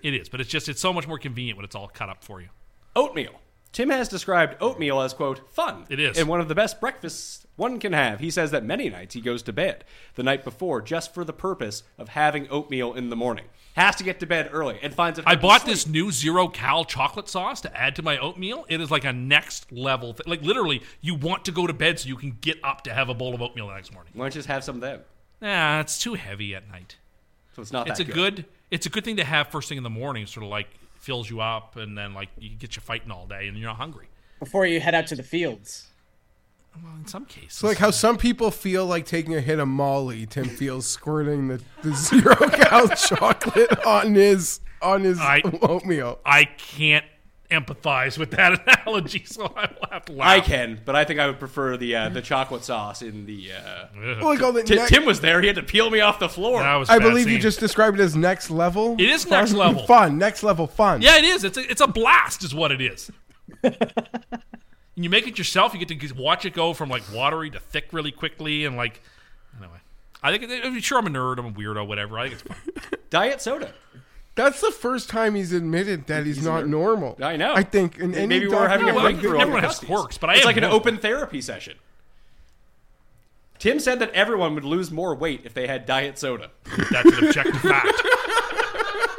Speaker 6: it is, but it's just it's so much more convenient when it's all cut up for you.
Speaker 3: Oatmeal. Tim has described oatmeal as, quote, fun. It is. And one of the best breakfasts one can have. He says that many nights he goes to bed the night before just for the purpose of having oatmeal in the morning. Has to get to bed early and finds it.
Speaker 6: I
Speaker 3: hard to
Speaker 6: bought
Speaker 3: sleep.
Speaker 6: this new zero cal chocolate sauce to add to my oatmeal. It is like a next level thing. Like literally, you want to go to bed so you can get up to have a bowl of oatmeal the next morning.
Speaker 3: Why don't you just have some then?
Speaker 6: Nah, it's too heavy at night.
Speaker 3: So it's not
Speaker 6: It's a
Speaker 3: that
Speaker 6: good. It's a good thing to have first thing in the morning. Sort of like fills you up, and then like you get you fighting all day, and you're not hungry.
Speaker 4: before you head out to the fields.
Speaker 6: Well, in some cases,
Speaker 7: It's like how some people feel like taking a hit of Molly. Tim feels squirting the, the (laughs) zero cal chocolate on his on his oatmeal.
Speaker 6: I can't empathize with that (laughs) analogy, so I will have to laugh.
Speaker 3: I can, but I think I would prefer the uh, the chocolate sauce in the. Uh,
Speaker 7: Well, like all the
Speaker 3: Ti-
Speaker 7: neck-
Speaker 3: Tim was there. He had to peel me off the floor.
Speaker 7: I believe you just described it as next level.
Speaker 6: It is next
Speaker 7: Fun- (laughs)
Speaker 6: level.
Speaker 7: Fun, next level fun.
Speaker 6: Yeah, it is. It's a, it's a blast, is what it
Speaker 3: (laughs)
Speaker 6: is. and you make it yourself. You get to g- watch it go from like watery to thick really quickly, and like anyway. I think it- I'm sure I'm a nerd. I'm a weirdo. Whatever. I think it's fun.
Speaker 3: (laughs) Diet soda.
Speaker 7: That's the first time he's admitted that he's, not normal.
Speaker 3: I know.
Speaker 7: I think. In any
Speaker 3: maybe we're having a
Speaker 7: documentary-
Speaker 3: breakthrough. on
Speaker 6: everyone
Speaker 3: the
Speaker 6: has
Speaker 3: Huskies.
Speaker 6: quirks, but I
Speaker 3: it's
Speaker 6: am
Speaker 3: like an
Speaker 6: normal.
Speaker 3: open therapy session. Tim said that everyone would lose more weight if they had diet soda.
Speaker 6: That's an objective fact.
Speaker 3: (laughs)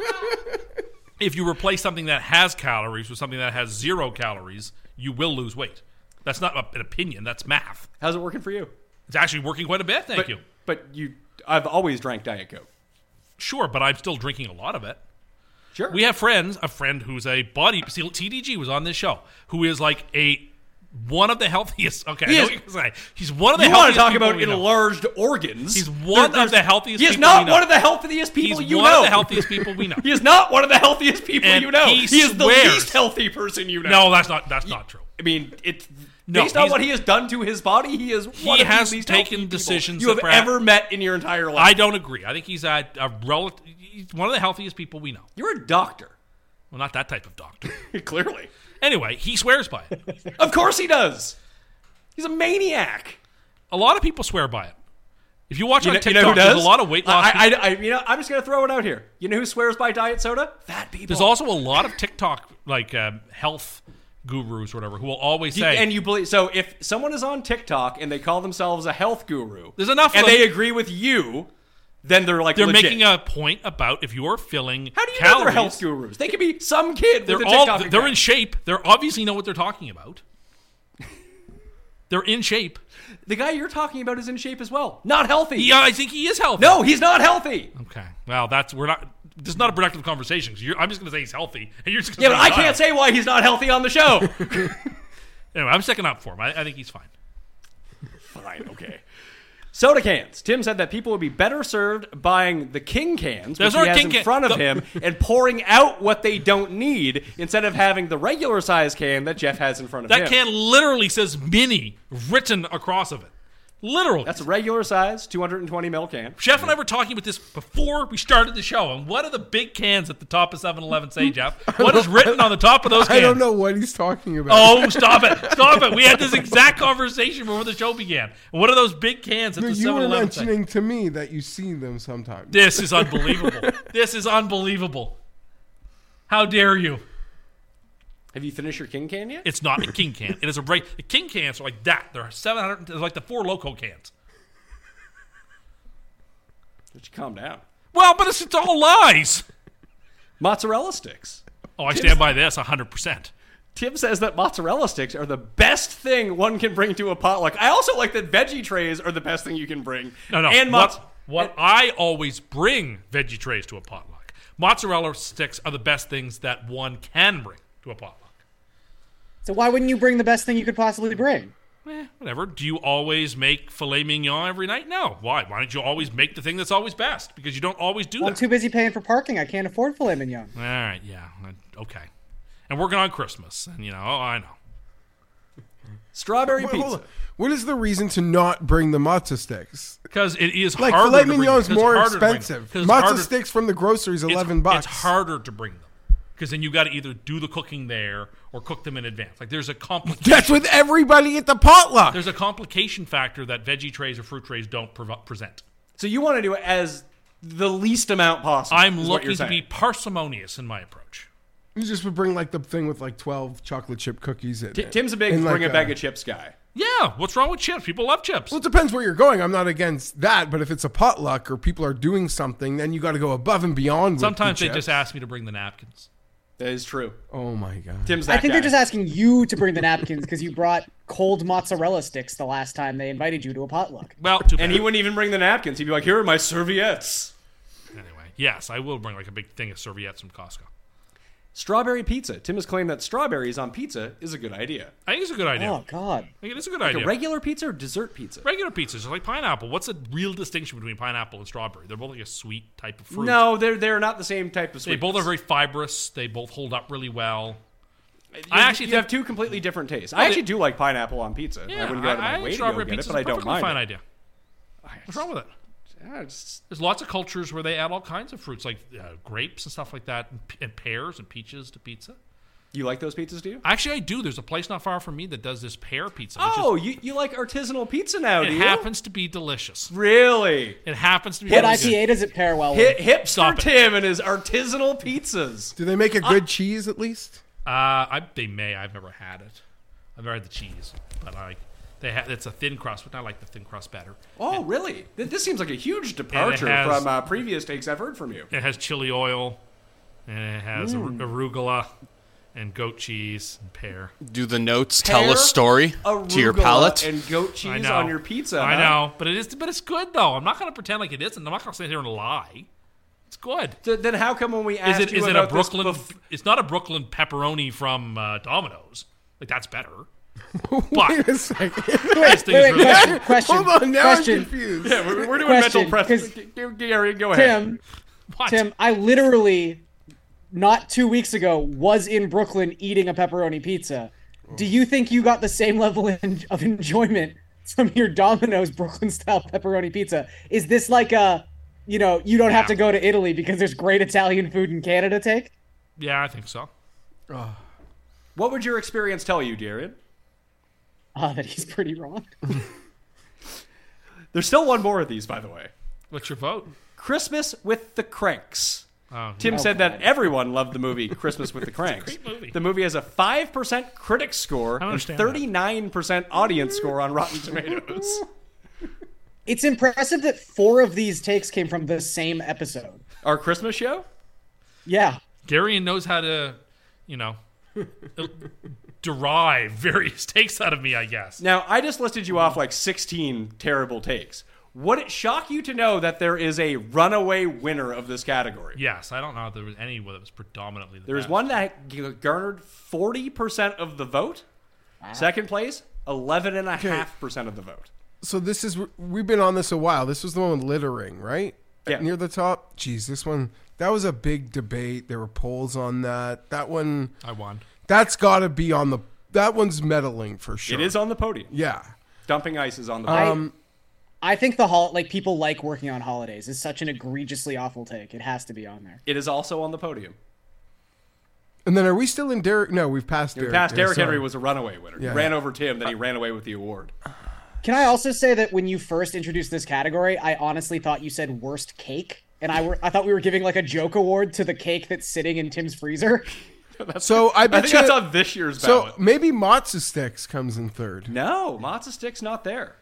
Speaker 6: If you replace something that has calories with something that has zero calories, you will lose weight. That's not a- an opinion. That's math.
Speaker 3: How's it working for you?
Speaker 6: It's actually working quite a bit. Thank
Speaker 3: But-
Speaker 6: you.
Speaker 3: But you, I've always drank diet coke.
Speaker 6: Sure, but I'm still drinking a lot of it.
Speaker 3: Sure.
Speaker 6: We have friends, a friend who's a body seal TDG was on this show, who is like a one of the healthiest. (laughs) Okay,
Speaker 3: He
Speaker 6: I know
Speaker 3: is-
Speaker 6: what you're gonna say. he's one of the
Speaker 3: you want
Speaker 6: healthiest.
Speaker 3: to talk
Speaker 6: people
Speaker 3: about
Speaker 6: we know.
Speaker 3: enlarged organs?
Speaker 6: He's one
Speaker 3: There-
Speaker 6: of the
Speaker 3: there's-
Speaker 6: healthiest.
Speaker 3: He is
Speaker 6: people
Speaker 3: not
Speaker 6: we know.
Speaker 3: one of the healthiest people
Speaker 6: He's
Speaker 3: you
Speaker 6: one
Speaker 3: know.
Speaker 6: of the healthiest people we know.
Speaker 3: (laughs) He is not one of the healthiest (laughs) people
Speaker 6: And
Speaker 3: you know.
Speaker 6: he
Speaker 3: He, is the
Speaker 6: swears-
Speaker 3: least healthy person you know.
Speaker 6: No, that's not. That's not true.
Speaker 3: I mean, it's
Speaker 6: No,
Speaker 3: based on
Speaker 6: he's-
Speaker 3: what he has done to his body. He is
Speaker 6: He
Speaker 3: one of
Speaker 6: has
Speaker 3: the least
Speaker 6: taken
Speaker 3: healthy people
Speaker 6: decisions
Speaker 3: you have
Speaker 6: that perhaps-
Speaker 3: ever met in your entire life.
Speaker 6: I don't agree. I think he's a, a rel- He's one of the healthiest people we know.
Speaker 3: You're a doctor,
Speaker 6: Well, not that type of doctor.
Speaker 3: (laughs) clearly.
Speaker 6: anyway, he swears by it.
Speaker 3: (laughs) Of course he does. He's a maniac.
Speaker 6: A lot of people swear by it. If you watch
Speaker 3: You
Speaker 6: on
Speaker 3: know, you
Speaker 6: TikTok,
Speaker 3: know who does?
Speaker 6: there's a lot of weight loss.
Speaker 3: I, I, I, you know, I'm just gonna throw it out here. You know who swears by diet soda? Fat people.
Speaker 6: There's also a lot of TikTok like um, health gurus or whatever who will always
Speaker 3: You-
Speaker 6: say
Speaker 3: and you believe so if someone is on TikTok and they call themselves a health guru,
Speaker 6: There's enough
Speaker 3: and
Speaker 6: of them.
Speaker 3: they agree with you, then they're like
Speaker 6: they're
Speaker 3: legit.
Speaker 6: making a point about if you're filling
Speaker 3: How do you know
Speaker 6: calories,
Speaker 3: they're health gurus? They could be some kid.
Speaker 6: they're
Speaker 3: with a
Speaker 6: all
Speaker 3: TikTok
Speaker 6: they're in
Speaker 3: account.
Speaker 6: shape. They're obviously know what they're talking about. they're in shape.
Speaker 3: The guy you're talking about is in shape as well. Not healthy.
Speaker 6: Yeah, I think he is healthy.
Speaker 3: No, he's
Speaker 6: (laughs)
Speaker 3: not healthy.
Speaker 6: Okay. Well, that's we're not. This is not a productive conversation. 'cause you're- I'm just going to say he's healthy, and you're just
Speaker 3: Yeah,
Speaker 6: going
Speaker 3: but I can't say why he's not healthy on
Speaker 6: (laughs)
Speaker 3: the show.
Speaker 6: Anyway, I'm second up for him. I, I think he's fine.
Speaker 3: Fine, okay. Soda cans. Tim said that people would be better served buying the king cans,
Speaker 6: Those
Speaker 3: which he
Speaker 6: aren't
Speaker 3: has
Speaker 6: king
Speaker 3: in
Speaker 6: can-
Speaker 3: front of
Speaker 6: the-
Speaker 3: him, and pouring out what they don't need instead of having the regular size can that Jeff has in front
Speaker 6: (laughs)
Speaker 3: of
Speaker 6: That
Speaker 3: him.
Speaker 6: can literally says mini written across of it. Literally.
Speaker 3: That's a regular size, 220 ml can.
Speaker 6: Jeff and I were talking about this before we started the show. And what do the big cans at the top of 7 Eleven
Speaker 7: Hmm?
Speaker 6: say, Jeff? What is written on the top of those
Speaker 7: (laughs)
Speaker 6: cans?
Speaker 7: I don't know what he's talking about.
Speaker 6: Oh, stop it. Stop it.
Speaker 7: (laughs)
Speaker 6: We had this exact conversation before the show began. What are those big cans at
Speaker 7: No,
Speaker 6: the
Speaker 7: you
Speaker 6: 7
Speaker 7: were
Speaker 6: Eleven say?
Speaker 7: mentioning to me that you see them sometimes.
Speaker 6: This
Speaker 7: (laughs)
Speaker 6: is unbelievable. this is unbelievable. How dare you?
Speaker 3: Have you finished your king can yet?
Speaker 6: It's not a king can. It is a right. The king cans are like that. They're 700, they're like the four loco cans.
Speaker 3: Just calm down.
Speaker 6: Well, but it's, it's all lies.
Speaker 3: Mozzarella sticks.
Speaker 6: Oh, I stand by this 100%.
Speaker 3: Tim says that mozzarella sticks are the best thing one can bring to a potluck. I also like that veggie trays are the best thing you can bring.
Speaker 6: No, no.
Speaker 3: And mozz-
Speaker 6: what, what I always bring veggie trays to a potluck. Mozzarella sticks are the best things that one can bring to a potluck.
Speaker 4: So why wouldn't you bring the best thing you could possibly bring?
Speaker 6: Eh, whatever. Do you always make filet mignon every night? No. Why? Why don't you always make the thing that's always best? Because you don't always do
Speaker 4: I'm
Speaker 6: that.
Speaker 4: too busy paying for parking. I can't afford filet mignon.
Speaker 6: All right. Yeah. I- Okay. And working on Christmas, and you know, oh, I know.
Speaker 3: Strawberry
Speaker 7: Wait, hold
Speaker 3: pizza.
Speaker 7: on. What is the reason to not bring the matzo sticks?
Speaker 6: Because it is
Speaker 7: Like
Speaker 6: harder.
Speaker 7: filet
Speaker 6: to bring
Speaker 7: mignon is
Speaker 6: them. 'Cause
Speaker 7: more
Speaker 6: it's harder to bring them.
Speaker 7: expensive.
Speaker 6: 'Cause it's
Speaker 7: Matzo
Speaker 6: harder-
Speaker 7: sticks from the grocery is
Speaker 6: it's-
Speaker 7: eleven bucks.
Speaker 6: It's harder to bring them because then you got to either do the cooking there or cook them in advance. Like there's a complication.
Speaker 7: That's with everybody at the potluck.
Speaker 6: There's a complication factor that veggie trays or fruit trays don't prov- present.
Speaker 3: So you want to do it as the least amount possible.
Speaker 6: I'm
Speaker 3: is what you're
Speaker 6: looking to be
Speaker 3: saying.
Speaker 6: parsimonious in my approach.
Speaker 7: You just would bring like the thing with like twelve chocolate chip cookies in
Speaker 3: Ti-
Speaker 7: it.
Speaker 3: Tim's a big
Speaker 7: And, like,
Speaker 3: bring a bag
Speaker 7: uh,
Speaker 3: of chips guy.
Speaker 6: Yeah, what's wrong with chips? People love chips.
Speaker 7: Well, it depends where you're going. I'm not against that, but if it's a potluck or people are doing something, then you got to go above and beyond. with the
Speaker 6: Sometimes they
Speaker 7: chips.
Speaker 6: just ask me to bring the napkins.
Speaker 3: That is true.
Speaker 7: Oh my god.
Speaker 3: Tim's
Speaker 4: I
Speaker 3: that
Speaker 4: think
Speaker 3: guy.
Speaker 4: they're just asking you to bring the napkins because you brought cold mozzarella sticks the last time they invited you to a potluck.
Speaker 6: Well,
Speaker 3: and he wouldn't even bring the napkins. He'd be like, "Here are my serviettes."
Speaker 6: Yes, I will bring like a big thing of serviettes from Costco.
Speaker 3: Strawberry pizza. Tim has claimed that strawberries on pizza is a good idea.
Speaker 6: I think it's a good idea.
Speaker 4: Oh God.
Speaker 6: I think it is a good
Speaker 3: Like
Speaker 6: idea.
Speaker 3: a regular pizza or dessert pizza?
Speaker 6: Regular pizzas are like pineapple. What's the real distinction between pineapple and strawberry? They're both like a sweet type of fruit.
Speaker 3: No, they're they're not the same type of
Speaker 6: they
Speaker 3: sweet.
Speaker 6: both are very fibrous. They both hold up really well. I
Speaker 3: I
Speaker 6: actually
Speaker 3: actually you
Speaker 6: think-
Speaker 3: have two completely different tastes.
Speaker 6: Well,
Speaker 3: I actually
Speaker 6: they-
Speaker 3: do like pineapple on pizza. I
Speaker 6: Yeah,
Speaker 3: wouldn't go out of my way to go
Speaker 6: strawberry
Speaker 3: get it,
Speaker 6: pizza's
Speaker 3: but I
Speaker 6: a
Speaker 3: don't
Speaker 6: perfectly
Speaker 3: mind.
Speaker 6: Fine
Speaker 3: it.
Speaker 6: idea. What's wrong with it?
Speaker 3: Yeah, it's-
Speaker 6: There's lots of cultures where they add all kinds of fruits, like uh, grapes and stuff like that, and, pe- and pears and peaches to pizza.
Speaker 3: you like those pizzas, do you?
Speaker 6: Actually, I do. There's a place not far from me that does this pear pizza. Which
Speaker 3: Oh, you, you like artisanal pizza now,
Speaker 6: is,
Speaker 3: do
Speaker 6: it
Speaker 3: you? (laughs)
Speaker 6: happens to be delicious.
Speaker 3: Really?
Speaker 6: It happens to be.
Speaker 4: What
Speaker 6: delicious.
Speaker 4: IPA does it pair well with?
Speaker 3: Hip, hip
Speaker 6: Stop it.
Speaker 3: Tim and his artisanal pizzas. Uh,
Speaker 7: Do they make a good cheese (laughs) at least?
Speaker 6: Uh, I, they may. I've never had it. I've never had the cheese, but I they ha- it's a thin crust, but I like the thin crust better.
Speaker 3: Oh, really? Th- This seems like a huge departure
Speaker 6: has-
Speaker 3: from uh, previous takes I've heard from you.
Speaker 6: It has chili oil, and it has
Speaker 3: Mm.
Speaker 6: ar- arugula, and goat cheese and pear.
Speaker 9: Do the notes tell
Speaker 3: Pear,
Speaker 9: a story to your
Speaker 3: arugula,
Speaker 9: palate?
Speaker 3: and goat
Speaker 6: I
Speaker 3: cheese
Speaker 6: know.
Speaker 3: on your pizza.
Speaker 6: I
Speaker 3: huh?
Speaker 6: know, but it is. But it's good though. I'm not going to pretend like it isn't. I'm not going to sit here and lie. It's good.
Speaker 3: Th- then how come when we
Speaker 6: Is
Speaker 3: asked
Speaker 6: it
Speaker 3: you
Speaker 6: is it a
Speaker 3: about this (laughs)
Speaker 6: Brooklyn?
Speaker 3: bef-
Speaker 6: it's not a Brooklyn pepperoni from uh, Domino's. Like that's better.
Speaker 7: Wait
Speaker 6: But
Speaker 7: a second.
Speaker 6: this thing is
Speaker 4: Wait,
Speaker 6: really.
Speaker 4: question, question,
Speaker 7: Hold on, now I'm
Speaker 4: question.
Speaker 7: confused.
Speaker 3: Yeah, we're, we're doing
Speaker 4: Question,
Speaker 3: mental press.
Speaker 4: 'cause-
Speaker 3: G- G- Gary, go ahead. (laughs)
Speaker 4: Tim,
Speaker 6: What?
Speaker 4: Tim, I literally, not two weeks ago, was in Brooklyn eating a pepperoni pizza. Do you think you got the same level (laughs) in, of enjoyment from your Domino's Brooklyn style pepperoni pizza? Is this like a, you know, you don't have to go to Italy because there's great Italian food in Canada take?
Speaker 6: Yeah, I think so.
Speaker 3: What would your experience tell you, Darren?
Speaker 4: Ah, that he's pretty wrong.
Speaker 3: There's still one more of these, by the way.
Speaker 6: What's your vote?
Speaker 3: Christmas with the Cranks.
Speaker 6: Oh,
Speaker 3: Tim said that everyone loved the movie Christmas
Speaker 6: (laughs)
Speaker 3: with the Cranks.
Speaker 6: movie.
Speaker 3: The movie has a 5% critic score and
Speaker 6: understand that.
Speaker 3: 39% audience score on Rotten
Speaker 6: (laughs)
Speaker 3: Tomatoes.
Speaker 4: It's impressive that four of these takes came from the same episode.
Speaker 3: Our Christmas show?
Speaker 4: Yeah.
Speaker 6: Garion knows how to, you know, derive various (laughs) takes out of me, I guess.
Speaker 3: Now, I just listed you off like 16 terrible takes. Would it shock you to know that there is a runaway winner of this category?
Speaker 6: Yes, I don't know if there was any that was predominantly the
Speaker 3: There is
Speaker 6: best.
Speaker 3: one that g- garnered 40% of the vote. Second place, 11.5% of the vote.
Speaker 7: So this is we've been on this a while. This was the one with littering, right?
Speaker 3: Yeah.
Speaker 7: Near the top. Jeez, this one that was a big debate. There were polls on that. That one
Speaker 6: I won.
Speaker 7: that's got to be on the that one's meddling for sure.
Speaker 3: It is on the podium.
Speaker 7: Yeah.
Speaker 3: Dumping ice is on the podium.
Speaker 7: Um
Speaker 4: I think the hol- like people like working on holidays is such an egregiously awful take. It has to be on there.
Speaker 3: it is also on the podium.
Speaker 7: and then are we still in Derek? No, we've passed Derek.
Speaker 3: Past
Speaker 7: Yeah,
Speaker 3: Derrick
Speaker 7: sorry.
Speaker 3: Henry was a runaway winner.
Speaker 7: Yeah.
Speaker 3: He ran over Tim,
Speaker 6: Uh,
Speaker 3: then he ran away with the award.
Speaker 4: Can I also say that when you first introduced this category, I honestly thought you said worst cake, and I were I thought we were giving like a joke award to the cake that's sitting in Tim's freezer.
Speaker 7: So I
Speaker 3: I
Speaker 7: bet
Speaker 3: think
Speaker 7: you
Speaker 3: that's on this year's
Speaker 7: So
Speaker 3: ballot.
Speaker 7: maybe Matsu Sticks comes in third.
Speaker 6: oh.
Speaker 3: No, matzo stick's not there.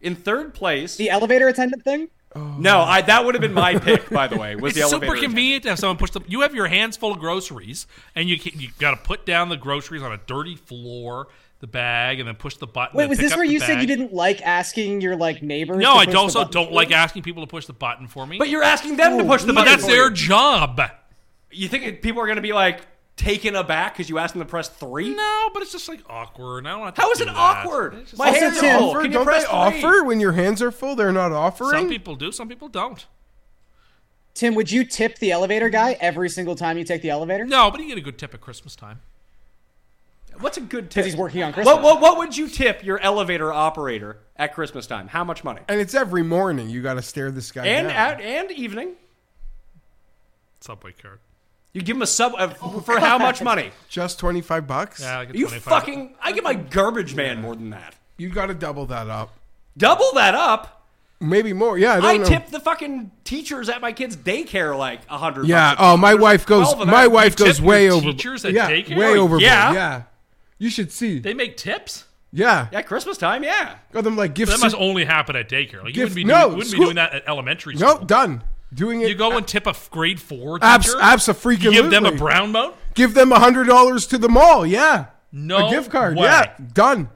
Speaker 3: In third place,
Speaker 4: The elevator attendant thing.
Speaker 3: no, I, that would have been my pick. By the way, was
Speaker 6: It's
Speaker 3: the
Speaker 6: super
Speaker 3: elevator.
Speaker 6: convenient to have someone push the. You have your hands full of groceries, and you can, you got to put down the groceries on a dirty floor, the bag, and then push the button.
Speaker 4: Wait,
Speaker 6: and
Speaker 4: was
Speaker 6: pick
Speaker 4: this
Speaker 6: up
Speaker 4: where
Speaker 6: the
Speaker 4: you said
Speaker 6: bag.
Speaker 4: you didn't like asking your like neighbors?
Speaker 6: No,
Speaker 4: to
Speaker 6: I
Speaker 4: push the
Speaker 6: also
Speaker 4: button?
Speaker 6: don't like asking people to push the button for me.
Speaker 3: But you're asking them to
Speaker 4: Oh,
Speaker 3: push the
Speaker 6: but
Speaker 3: button.
Speaker 6: that's
Speaker 3: for
Speaker 6: their
Speaker 3: You.
Speaker 6: job.
Speaker 3: You think people are going to be like taken aback because you asked them to press three?
Speaker 6: No, but it's just like awkward. and I don't want to.
Speaker 3: How is
Speaker 6: do
Speaker 3: it
Speaker 6: that.
Speaker 3: awkward?
Speaker 6: It's just-
Speaker 3: My
Speaker 4: Also,
Speaker 3: hands
Speaker 4: Tim,
Speaker 3: are full.
Speaker 7: Offer?
Speaker 3: Can you
Speaker 7: don't
Speaker 3: press
Speaker 7: they
Speaker 3: three?
Speaker 7: offer when your hands are full? They're not
Speaker 6: some
Speaker 7: offering.
Speaker 6: people do, some people don't.
Speaker 4: Tim, would you tip the elevator guy every single time you take the elevator?
Speaker 6: No, but you get a good tip at Christmas time.
Speaker 3: What's a good tip?
Speaker 4: because he's working on Christmas.
Speaker 3: What, what, what would you tip your elevator operator at Christmas time? How much money?
Speaker 7: and it's every morning. You got to stare this guy
Speaker 3: And
Speaker 7: down.
Speaker 3: out and evening.
Speaker 6: Subway card.
Speaker 3: You give him a sub
Speaker 6: (laughs)
Speaker 3: uh, for how much money?
Speaker 7: (laughs) Just twenty five bucks.
Speaker 6: Yeah, like a
Speaker 3: Are you
Speaker 6: 25
Speaker 3: fucking? I get my garbage man more than that.
Speaker 7: You got to double that up.
Speaker 3: Double that up.
Speaker 7: Maybe more. Yeah, I don't
Speaker 3: I
Speaker 7: know.
Speaker 3: tip the fucking teachers at my kid's daycare like a hundred.
Speaker 7: Yeah.
Speaker 3: bucks a
Speaker 7: Oh, my
Speaker 3: month.
Speaker 7: wife goes.
Speaker 3: Twelve of
Speaker 7: My
Speaker 3: that.
Speaker 7: wife
Speaker 3: You
Speaker 7: goes
Speaker 3: tip
Speaker 7: way
Speaker 3: your
Speaker 7: over.
Speaker 3: teachers at
Speaker 7: yeah,
Speaker 3: daycare?
Speaker 7: way over.
Speaker 3: Yeah.
Speaker 7: Yeah. You should see.
Speaker 6: They make tips.
Speaker 7: yeah.
Speaker 3: At Christmas time, yeah.
Speaker 7: Got them like gifts.
Speaker 6: that must only happen at daycare. Like you
Speaker 7: Gift-
Speaker 6: wouldn't be
Speaker 7: no,
Speaker 6: doing, wouldn't
Speaker 7: school-
Speaker 6: be doing that at elementary school.
Speaker 7: Nope. Done. Doing it.
Speaker 6: You go and tip a f- grade four teacher.
Speaker 7: Abs- abso-freaking-lutely.
Speaker 6: You give them a brown boat.
Speaker 7: Give them a hundred dollars to the mall. Yeah.
Speaker 6: No
Speaker 7: A gift card.
Speaker 6: way.
Speaker 7: Yeah. Done.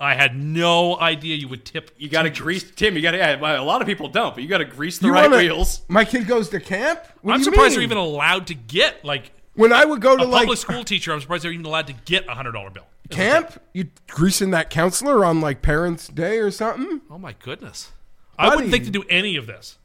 Speaker 6: I had no idea you would tip.
Speaker 3: You got to grease Tim. You got to. Yeah, well, a lot of people don't, but you got to grease the
Speaker 7: You
Speaker 3: right
Speaker 7: wanna-
Speaker 3: wheels.
Speaker 7: My kid goes to camp. What
Speaker 6: I'm
Speaker 7: do you
Speaker 6: surprised
Speaker 7: mean?
Speaker 6: they're even allowed to get like
Speaker 7: When I would go to
Speaker 6: a
Speaker 7: like
Speaker 6: public school teacher. I'm surprised they're even allowed to get a hundred dollar bill.
Speaker 7: camp, you greasing that counselor on like Parents' Day or something.
Speaker 6: Oh my goodness! I wouldn't think to do any of this.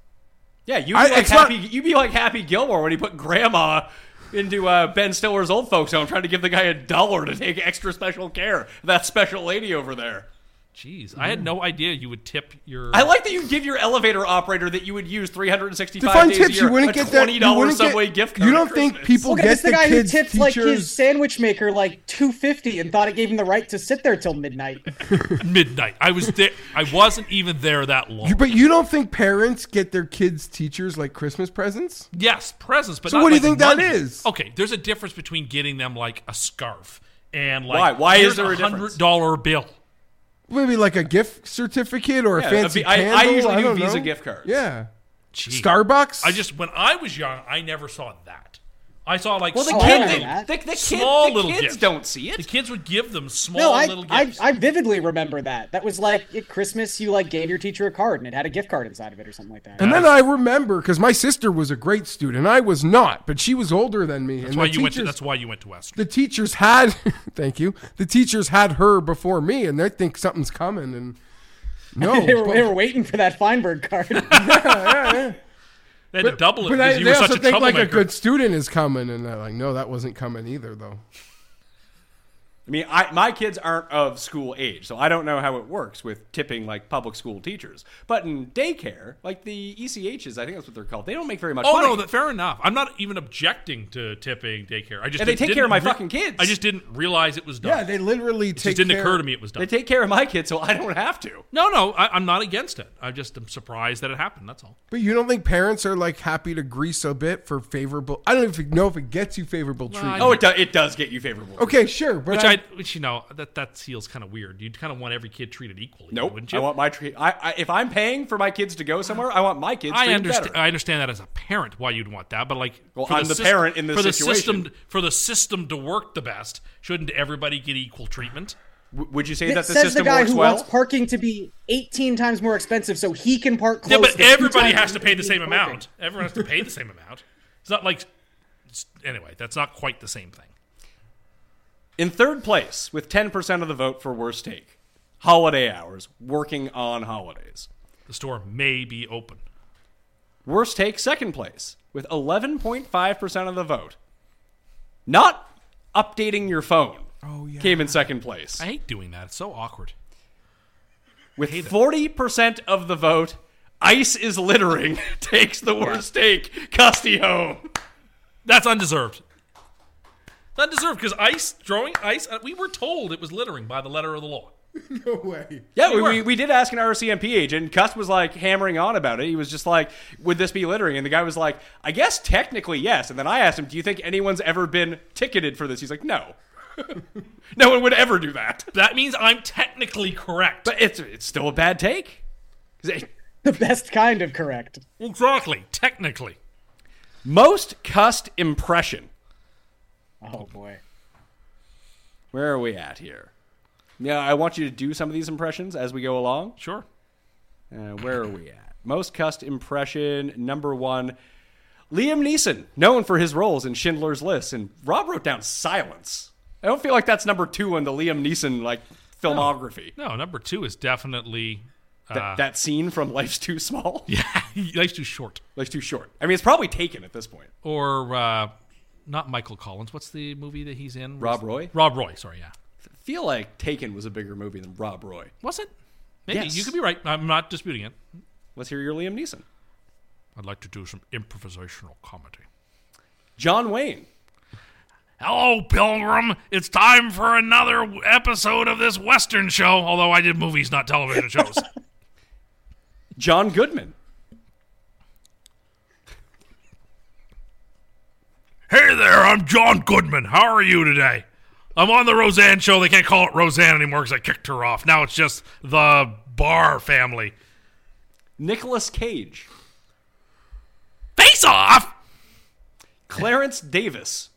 Speaker 3: Yeah, you'd be,
Speaker 7: I-
Speaker 3: like
Speaker 7: it's not-
Speaker 3: happy, you'd be like Happy Gilmore when he put Grandma into uh, Ben Stiller's old folks home, trying to give the guy a dollar to take extra special care of that special lady over there.
Speaker 6: Jeez, I had no idea you would tip your.
Speaker 3: I like that you give your elevator operator that you would use 365
Speaker 7: To find
Speaker 3: days
Speaker 7: tips,
Speaker 3: a year
Speaker 7: you wouldn't
Speaker 3: a
Speaker 7: get that.
Speaker 3: $20
Speaker 7: You wouldn't
Speaker 3: Subway
Speaker 7: get,
Speaker 3: gift card.
Speaker 7: You
Speaker 3: at
Speaker 7: don't think
Speaker 3: Christmas.
Speaker 7: people
Speaker 4: Look at
Speaker 7: get
Speaker 4: this the guy who
Speaker 7: kids
Speaker 4: tipped like
Speaker 7: teachers?
Speaker 4: his sandwich maker like two fifty and thought it gave him the right to sit there till midnight.
Speaker 6: (laughs) midnight. I was there. I wasn't even there that long.
Speaker 7: You- but you don't think parents get their kids teachers like Christmas presents?
Speaker 6: yes, presents. But
Speaker 7: So
Speaker 6: not
Speaker 7: what do you
Speaker 6: like
Speaker 7: think that
Speaker 6: money.
Speaker 7: is?
Speaker 6: Okay, there's a difference between getting them like a scarf and like
Speaker 3: Why? Why is
Speaker 6: here's
Speaker 3: there a difference?
Speaker 6: hundred dollar bill?
Speaker 7: Maybe like a gift certificate or
Speaker 3: Yeah,
Speaker 7: a
Speaker 3: a
Speaker 7: fancy
Speaker 3: vi- I- I
Speaker 7: candle.
Speaker 3: usually do
Speaker 7: don't
Speaker 3: Visa
Speaker 7: know.
Speaker 3: gift cards.
Speaker 7: Yeah,
Speaker 6: Jeez.
Speaker 7: Starbucks.
Speaker 6: I just when I was young, I never saw that. I saw like
Speaker 3: Well, the,
Speaker 6: small,
Speaker 4: I
Speaker 3: kid,
Speaker 4: know
Speaker 3: the,
Speaker 4: that.
Speaker 3: the, the, kid,
Speaker 6: small
Speaker 3: the
Speaker 6: little
Speaker 3: kids
Speaker 6: gifts.
Speaker 3: don't see
Speaker 6: The
Speaker 3: it.
Speaker 6: kids would give them small
Speaker 4: No, I,
Speaker 6: little
Speaker 4: I
Speaker 6: gifts.
Speaker 4: I vividly remember that. That was like at Christmas you like gave your teacher a card and it had a gift card inside of it or something like that.
Speaker 7: and then I remember because my sister was a great student. I was not, but she was older than me.
Speaker 6: that's
Speaker 7: and
Speaker 6: why
Speaker 7: the
Speaker 6: you went. To,
Speaker 7: teachers-
Speaker 6: that's why you went to West.
Speaker 7: the teachers had (laughs) thank you the teachers had her before me and they think something's coming
Speaker 4: (laughs)
Speaker 7: and no
Speaker 4: they, were,
Speaker 7: but-
Speaker 4: they were waiting for that
Speaker 7: (laughs)
Speaker 4: Feinberg card.
Speaker 6: They had to double it
Speaker 7: but I,
Speaker 6: because you
Speaker 7: they
Speaker 6: were
Speaker 7: also
Speaker 6: such a
Speaker 7: think like
Speaker 6: troublemaker.
Speaker 7: a good student is coming and they're like no that wasn't coming either though
Speaker 3: I mean, I, my kids aren't of school age, so I don't know how it works with tipping like public school teachers. But in daycare, like the ECHs, I think that's what they're called. They don't make very much
Speaker 6: Oh
Speaker 3: money.
Speaker 6: no, that, fair enough. I'm not even objecting to tipping daycare. I just
Speaker 3: And they
Speaker 6: didn't-
Speaker 3: take
Speaker 6: didn't
Speaker 3: care of my
Speaker 6: re-
Speaker 3: fucking kids.
Speaker 6: I just didn't realize it was done.
Speaker 7: yeah they literally
Speaker 6: it just didn't occur to me it was
Speaker 3: they
Speaker 6: done.
Speaker 3: take care of my kids, so (laughs) I don't have to.
Speaker 6: no, no, I, I'm not against it. I just am surprised that it happened. That's all.
Speaker 7: but you don't think parents are like happy to grease a bit for favorable i don't even know if it gets you favorable treatment
Speaker 3: Oh, it, do, it does get you favorable.
Speaker 7: okay sure but
Speaker 6: Which
Speaker 7: I,
Speaker 6: I, which you know, that that feels kind of weird. You'd kind of want every kid treated equally,
Speaker 3: Nope.
Speaker 6: wouldn't you?
Speaker 3: I want my treat. I, I if I'm paying for my kids to go somewhere, I want my kids.
Speaker 6: I
Speaker 3: treated
Speaker 6: understand.
Speaker 3: better.
Speaker 6: I understand that as a parent why you'd want that, but like,
Speaker 3: Well,
Speaker 6: for
Speaker 3: I'm the
Speaker 6: sys-
Speaker 3: parent in this
Speaker 6: for the
Speaker 3: situation.
Speaker 6: system for the system to work the best. Shouldn't everybody get equal treatment?
Speaker 3: W- would you say
Speaker 4: It
Speaker 3: that the
Speaker 4: says the
Speaker 3: system
Speaker 4: guy
Speaker 3: works
Speaker 4: who
Speaker 3: well?
Speaker 4: wants parking to be 18 times more expensive so he can park
Speaker 6: Yeah,
Speaker 4: close
Speaker 6: but
Speaker 4: to two
Speaker 6: everybody
Speaker 4: times (laughs)
Speaker 6: has to pay the
Speaker 4: he's
Speaker 6: same
Speaker 4: parking.
Speaker 6: amount. Everyone has to pay the same amount. It's not like it's- anyway. That's not quite the same thing.
Speaker 3: In third place, with 10% of the vote for worst take, holiday hours, working on holidays.
Speaker 6: The store may be open.
Speaker 3: Worst take, second place, with 11.5% of the vote. Not updating your phone oh, yeah. came in second place,
Speaker 6: I hate doing that. It's so awkward.
Speaker 3: with 40% of the vote. Ice is littering (laughs) takes the worst take. Custy home.
Speaker 6: That's undeserved. It's undeserved because ice throwing ice. uh, We were told it was littering by the letter of the law.
Speaker 7: (laughs) no way
Speaker 3: Yeah, we,
Speaker 6: were.
Speaker 3: we, we did ask an RCMP agent. Cuss was like hammering on about it. He was just like, "Would this be littering?" And the guy was like, "I guess technically yes." And then I asked him, "Do you think anyone's ever been ticketed for this?" He's like, "No, (laughs) no one would ever do that."
Speaker 6: That means I'm technically correct.
Speaker 3: But it's it's still a bad take. 'Cause it-
Speaker 4: The best kind of correct.
Speaker 6: exactly, technically.
Speaker 3: Most cussed impression.
Speaker 4: Oh boy.
Speaker 3: Where are we at here? Yeah, I want you to do some of these impressions as we go along.
Speaker 6: Sure.
Speaker 3: Uh, where are we at? Most cussed impression number one. Liam Neeson, known for his roles in Schindler's List, and Rob wrote down Silence. I don't feel like that's number two on the Liam Neeson like filmography.
Speaker 6: No, number two is definitely
Speaker 3: That, that scene from Life's
Speaker 6: (laughs)
Speaker 3: Too Small, yeah.
Speaker 6: Oh. Uh. life's too short.
Speaker 3: Life's Too Short. I mean, it's probably taken at this point.
Speaker 6: Or uh, not Michael Collins. What's the movie that he's in?
Speaker 3: Rob Roy?
Speaker 6: Rob Roy. Sorry, yeah.
Speaker 3: I feel like Taken was a bigger movie than Rob Roy.
Speaker 6: Was it? Maybe
Speaker 3: Yes.
Speaker 6: you could be right. I'm not disputing it.
Speaker 3: Let's hear your Liam Neeson.
Speaker 6: I'd like to do some improvisational comedy.
Speaker 3: John Wayne,
Speaker 6: Hello, Pilgrim. It's time for
Speaker 3: (laughs)
Speaker 6: another episode of this Western show. Although I did movies, not television shows.
Speaker 3: John Goodman.
Speaker 6: Hey there, I'm John Goodman. How are you today? I'm on the Roseanne show. They can't call it Roseanne anymore because I kicked her off. Now it's just the Barr family.
Speaker 3: Nicholas Cage.
Speaker 6: Face off!
Speaker 3: Clarence Davis.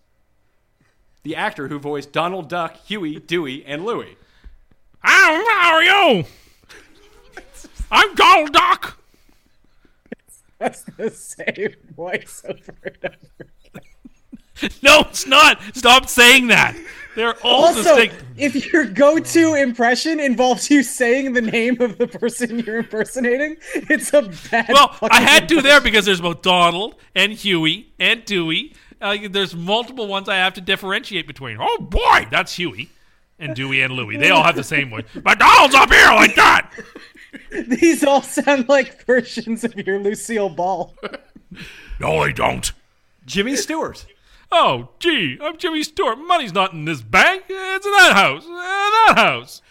Speaker 3: The actor who voiced Donald Duck, Huey, Dewey, and Louie.
Speaker 6: I'm, how are you? I'm Donald Duck.
Speaker 4: That's the same voice over and over.
Speaker 6: No, it's not. Stop saying that. They're all
Speaker 4: also,
Speaker 6: distinct.
Speaker 4: if your go-to impression involves you saying the name of the person you're impersonating, it's a bad.
Speaker 6: Well, I
Speaker 4: fucking
Speaker 6: had to there because there's both Donald and Huey and Dewey. Uh, there's multiple ones I have to differentiate between. Oh boy, that's Huey and Dewey and Louie. They all have the same voice. But Donald's up here like that.
Speaker 4: (laughs) These all sound like versions of your
Speaker 6: (laughs)
Speaker 4: Lucille Ball.
Speaker 6: Oh, No, they don't.
Speaker 3: Jimmy Stewart.
Speaker 6: Oh, gee, I'm Jimmy Stewart. Money's not in this bank. It's in that house. Uh, that house.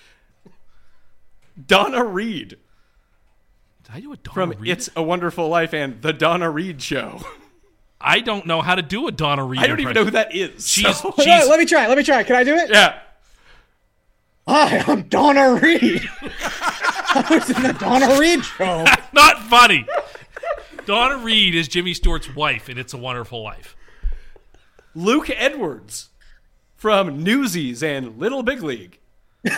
Speaker 3: Donna Reed.
Speaker 6: Did I do a Donna
Speaker 3: From
Speaker 6: Reed?
Speaker 3: It's a Wonderful Life and The Donna Reed Show.
Speaker 6: I don't know how to do a Donna Reed.
Speaker 3: (laughs) I don't even know who that is.
Speaker 6: She's,
Speaker 3: so- (laughs)
Speaker 4: Hold on,
Speaker 6: she's
Speaker 4: let me try. Let me try. Can I do it?
Speaker 3: yeah.
Speaker 4: Hi, I'm Donna Reed.
Speaker 6: (laughs)
Speaker 4: I was in the Donna Reed show.
Speaker 6: not funny. Donna Reed is Jimmy Stewart's wife, and it's a wonderful life.
Speaker 3: Luke Edwards from Newsies and Little Big League.
Speaker 6: (laughs)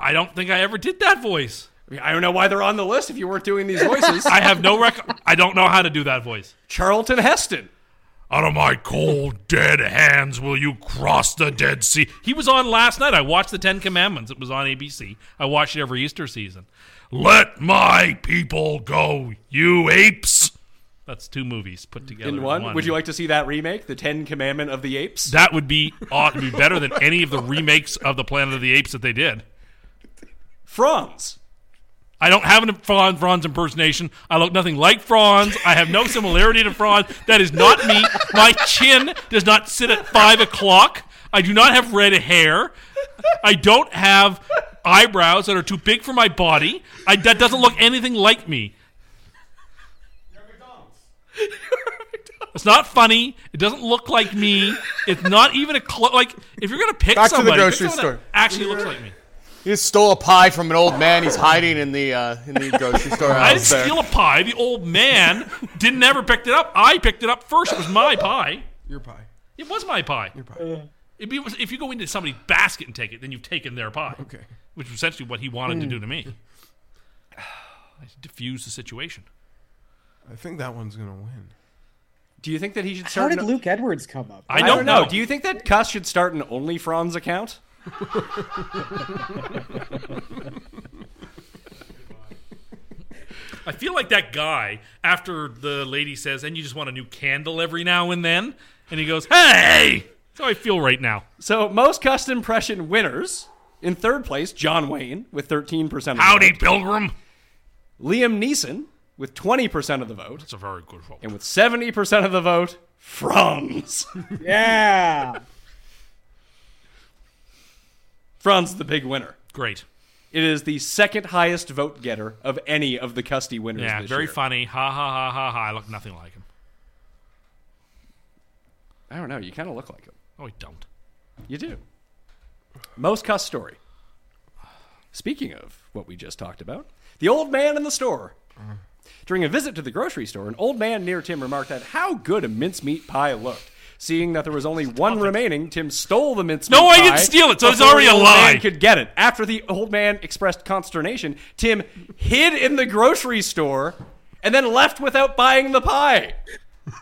Speaker 6: I don't think I ever did that voice.
Speaker 3: I, mean, I don't know why they're on the list if you weren't doing these
Speaker 6: (laughs)
Speaker 3: voices.
Speaker 6: I have no rec. I don't know how to do that voice.
Speaker 3: Charlton Heston.
Speaker 6: Out of my cold, dead hands will you cross the Dead Sea. He was on last night. I watched the Ten Commandments. It was on ABC. I watch it every Easter season. Let my people go, you apes. That's (laughs) two movies put together
Speaker 3: In one. Would you like to see that remake, The Ten Commandment of the Apes?
Speaker 6: That would be ought to be better than any of the remakes of the Planet of the Apes that they did.
Speaker 3: Franz.
Speaker 6: I don't have an Franz, Franz impersonation. I look nothing like Franz. I have no similarity to Franz. That is not me. My chin does not sit at five o'clock. I do not have red hair. I don't have eyebrows that are too big for my body. I, that doesn't look anything like me. It's not funny. It doesn't look like me. It's not even a clo- like. If you're gonna pick
Speaker 8: Back to the
Speaker 6: somebody, pick
Speaker 8: grocery
Speaker 6: someone that
Speaker 8: store.
Speaker 6: actually looks like me.
Speaker 9: He just stole a pie from an old man. He's hiding in the uh, in the grocery store
Speaker 6: I didn't
Speaker 9: house there.
Speaker 6: steal a pie. The old man didn't ever picked it up. I picked it up first. It was my pie.
Speaker 7: Your pie.
Speaker 6: It was my pie. Your
Speaker 7: pie.
Speaker 6: If, you, if you go into somebody's basket and take it, then you've taken their pie.
Speaker 7: Okay.
Speaker 6: Which is essentially what he wanted to do to me. (sighs) I diffused the situation.
Speaker 7: I think that one's gonna win.
Speaker 3: Do you think that he should
Speaker 4: How
Speaker 3: start
Speaker 4: did
Speaker 3: an-
Speaker 4: Luke Edwards come up?
Speaker 6: I
Speaker 3: I
Speaker 6: don't,
Speaker 3: don't know. Do you think that Cuss should start an OnlyFrons account?
Speaker 6: I feel like that guy after the lady says, "And you just want a new candle every now and then," and he goes, "Hey." That's how I feel right now.
Speaker 3: So most Cuss impression winners. In third place, John Wayne with 13% of the
Speaker 6: Howdy,
Speaker 3: vote.
Speaker 6: Pilgrim.
Speaker 3: Liam Neeson with 20% of the vote.
Speaker 6: It's a very good vote.
Speaker 3: And with 70% of the vote, Franz.
Speaker 4: Yeah.
Speaker 3: Franz the big winner.
Speaker 6: Great.
Speaker 3: It is the second highest vote getter of any of the Custy winners
Speaker 6: Yeah,
Speaker 3: this
Speaker 6: very
Speaker 3: year.
Speaker 6: funny. Ha ha ha ha ha. I look nothing like him.
Speaker 3: I don't know. You kind of look like him.
Speaker 6: Oh, I don't.
Speaker 3: You do. Most cuss story. Speaking of what we just talked about, the old man in the store. During a visit to the grocery store, an old man near Tim remarked that how good a mincemeat pie looked. Seeing that there was only one remaining, Tim stole the mincemeat
Speaker 6: No,
Speaker 3: pie.
Speaker 6: I didn't steal it, so it's
Speaker 3: before
Speaker 6: already
Speaker 3: the
Speaker 6: a
Speaker 3: old
Speaker 6: lie.
Speaker 3: Man could get it. After the old man expressed consternation, Tim hid in the grocery store and then left without buying the pie.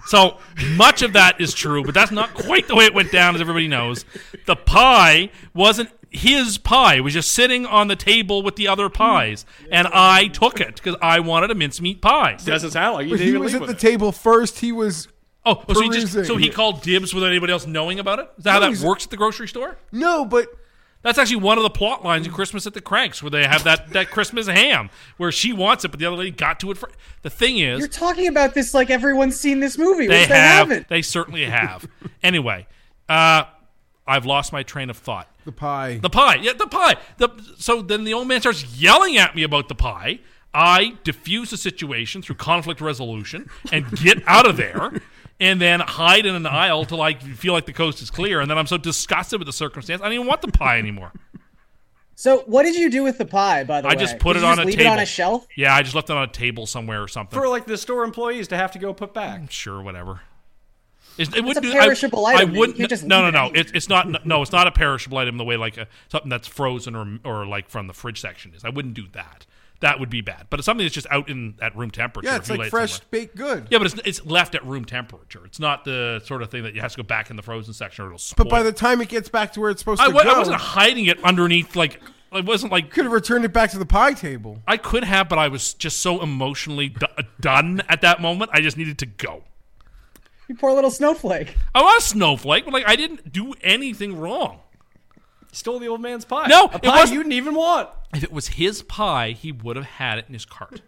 Speaker 6: So much of that is true, but that's not quite the way it went down, as everybody knows. The pie wasn't his pie; it was just sitting on the table with the other pies, and I took it because I wanted a mincemeat pie.
Speaker 3: Doesn't sound like you
Speaker 7: But
Speaker 3: didn't
Speaker 7: he
Speaker 3: even
Speaker 7: was
Speaker 3: leave
Speaker 7: at
Speaker 3: with
Speaker 7: the
Speaker 3: it.
Speaker 7: table first. He was
Speaker 6: Oh, so he just
Speaker 7: Perusing.
Speaker 6: so he called dibs without anybody else knowing about it. Is that
Speaker 7: No,
Speaker 6: how that
Speaker 7: he's-
Speaker 6: works at the grocery store?
Speaker 7: no, but
Speaker 6: That's actually one of the plot lines in Christmas at the Cranks, where they have that, that Christmas ham, where she wants it, but the other lady got to it. For, the thing is,
Speaker 4: You're talking about this like everyone's seen this (laughs) movie,
Speaker 6: they
Speaker 4: which they
Speaker 6: have.
Speaker 4: haven't.
Speaker 6: They
Speaker 4: (laughs)
Speaker 6: certainly have. anyway, uh, I've lost my train of thought.
Speaker 7: the pie.
Speaker 6: The pie, yeah, the pie. The, so then the old man starts yelling at me about the pie. I diffuse a situation through conflict resolution and get out of there and then hide in an aisle till I feel like the coast is clear. And then I'm so disgusted with the circumstance, I don't even want the pie
Speaker 4: (laughs)
Speaker 6: anymore.
Speaker 4: So, what did you do with the pie? By the
Speaker 6: I
Speaker 4: way,
Speaker 6: just put
Speaker 4: Did
Speaker 6: it
Speaker 4: you
Speaker 6: on
Speaker 4: just
Speaker 6: a
Speaker 4: leave
Speaker 6: table.
Speaker 4: it on a shelf.
Speaker 6: Yeah, I just left it on a table somewhere or something.
Speaker 3: for like the store employees to have to go put back.
Speaker 6: sure, whatever. It's, it
Speaker 4: a
Speaker 6: wouldn't do-
Speaker 4: perishable
Speaker 6: I,
Speaker 4: item, man.
Speaker 6: I
Speaker 4: You
Speaker 6: wouldn't.
Speaker 4: can't just
Speaker 6: no, no,
Speaker 4: leave it
Speaker 6: no. It's it's not. No, it's not a perishable item the way like a, something that's frozen or or like from the fridge section is. I wouldn't do that. That would be bad. But it's something that's just out in at room temperature.
Speaker 7: Yeah,
Speaker 6: if
Speaker 7: it's
Speaker 6: you
Speaker 7: like
Speaker 6: lay it
Speaker 7: fresh
Speaker 6: somewhere.
Speaker 7: baked good.
Speaker 6: Yeah, but it's it's left at room temperature. It's not the sort of thing that you have to go back in the frozen section or it'll spoil.
Speaker 7: But by the time it gets back to where it's supposed
Speaker 6: I,
Speaker 7: to
Speaker 6: wa-
Speaker 7: go,
Speaker 6: I wasn't hiding it underneath like it wasn't like
Speaker 7: could have returned it back to the pie table.
Speaker 6: I could have, but I was just so emotionally d- done at that moment. I just needed to go.
Speaker 4: You poor little snowflake.
Speaker 6: I was a snowflake, but like I didn't do anything wrong.
Speaker 3: Stole the old man's pie.
Speaker 6: No,
Speaker 3: a
Speaker 6: it
Speaker 3: pie
Speaker 6: wasn't-
Speaker 3: you didn't even want.
Speaker 6: If it was his pie, he would have had it in his
Speaker 3: (laughs)
Speaker 6: cart.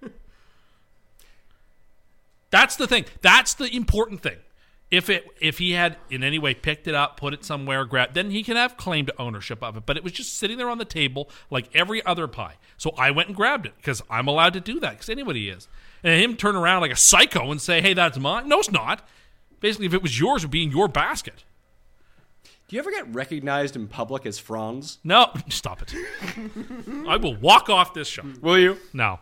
Speaker 6: That's the thing. That's the important thing. If it if he had in any way picked it up, put it somewhere, grabbed, then he can have claim to ownership of it. But it was just sitting there on the table like every other pie. So I went and grabbed it because I'm allowed to do that because anybody is. And him turn around like a psycho and say, "Hey, that's mine." No, it's not. Basically, if it was yours, it would be in your basket.
Speaker 3: Do you ever get recognized in public as Franz?
Speaker 6: No, (laughs) stop it. I will walk off this show.
Speaker 3: Will you?
Speaker 6: No,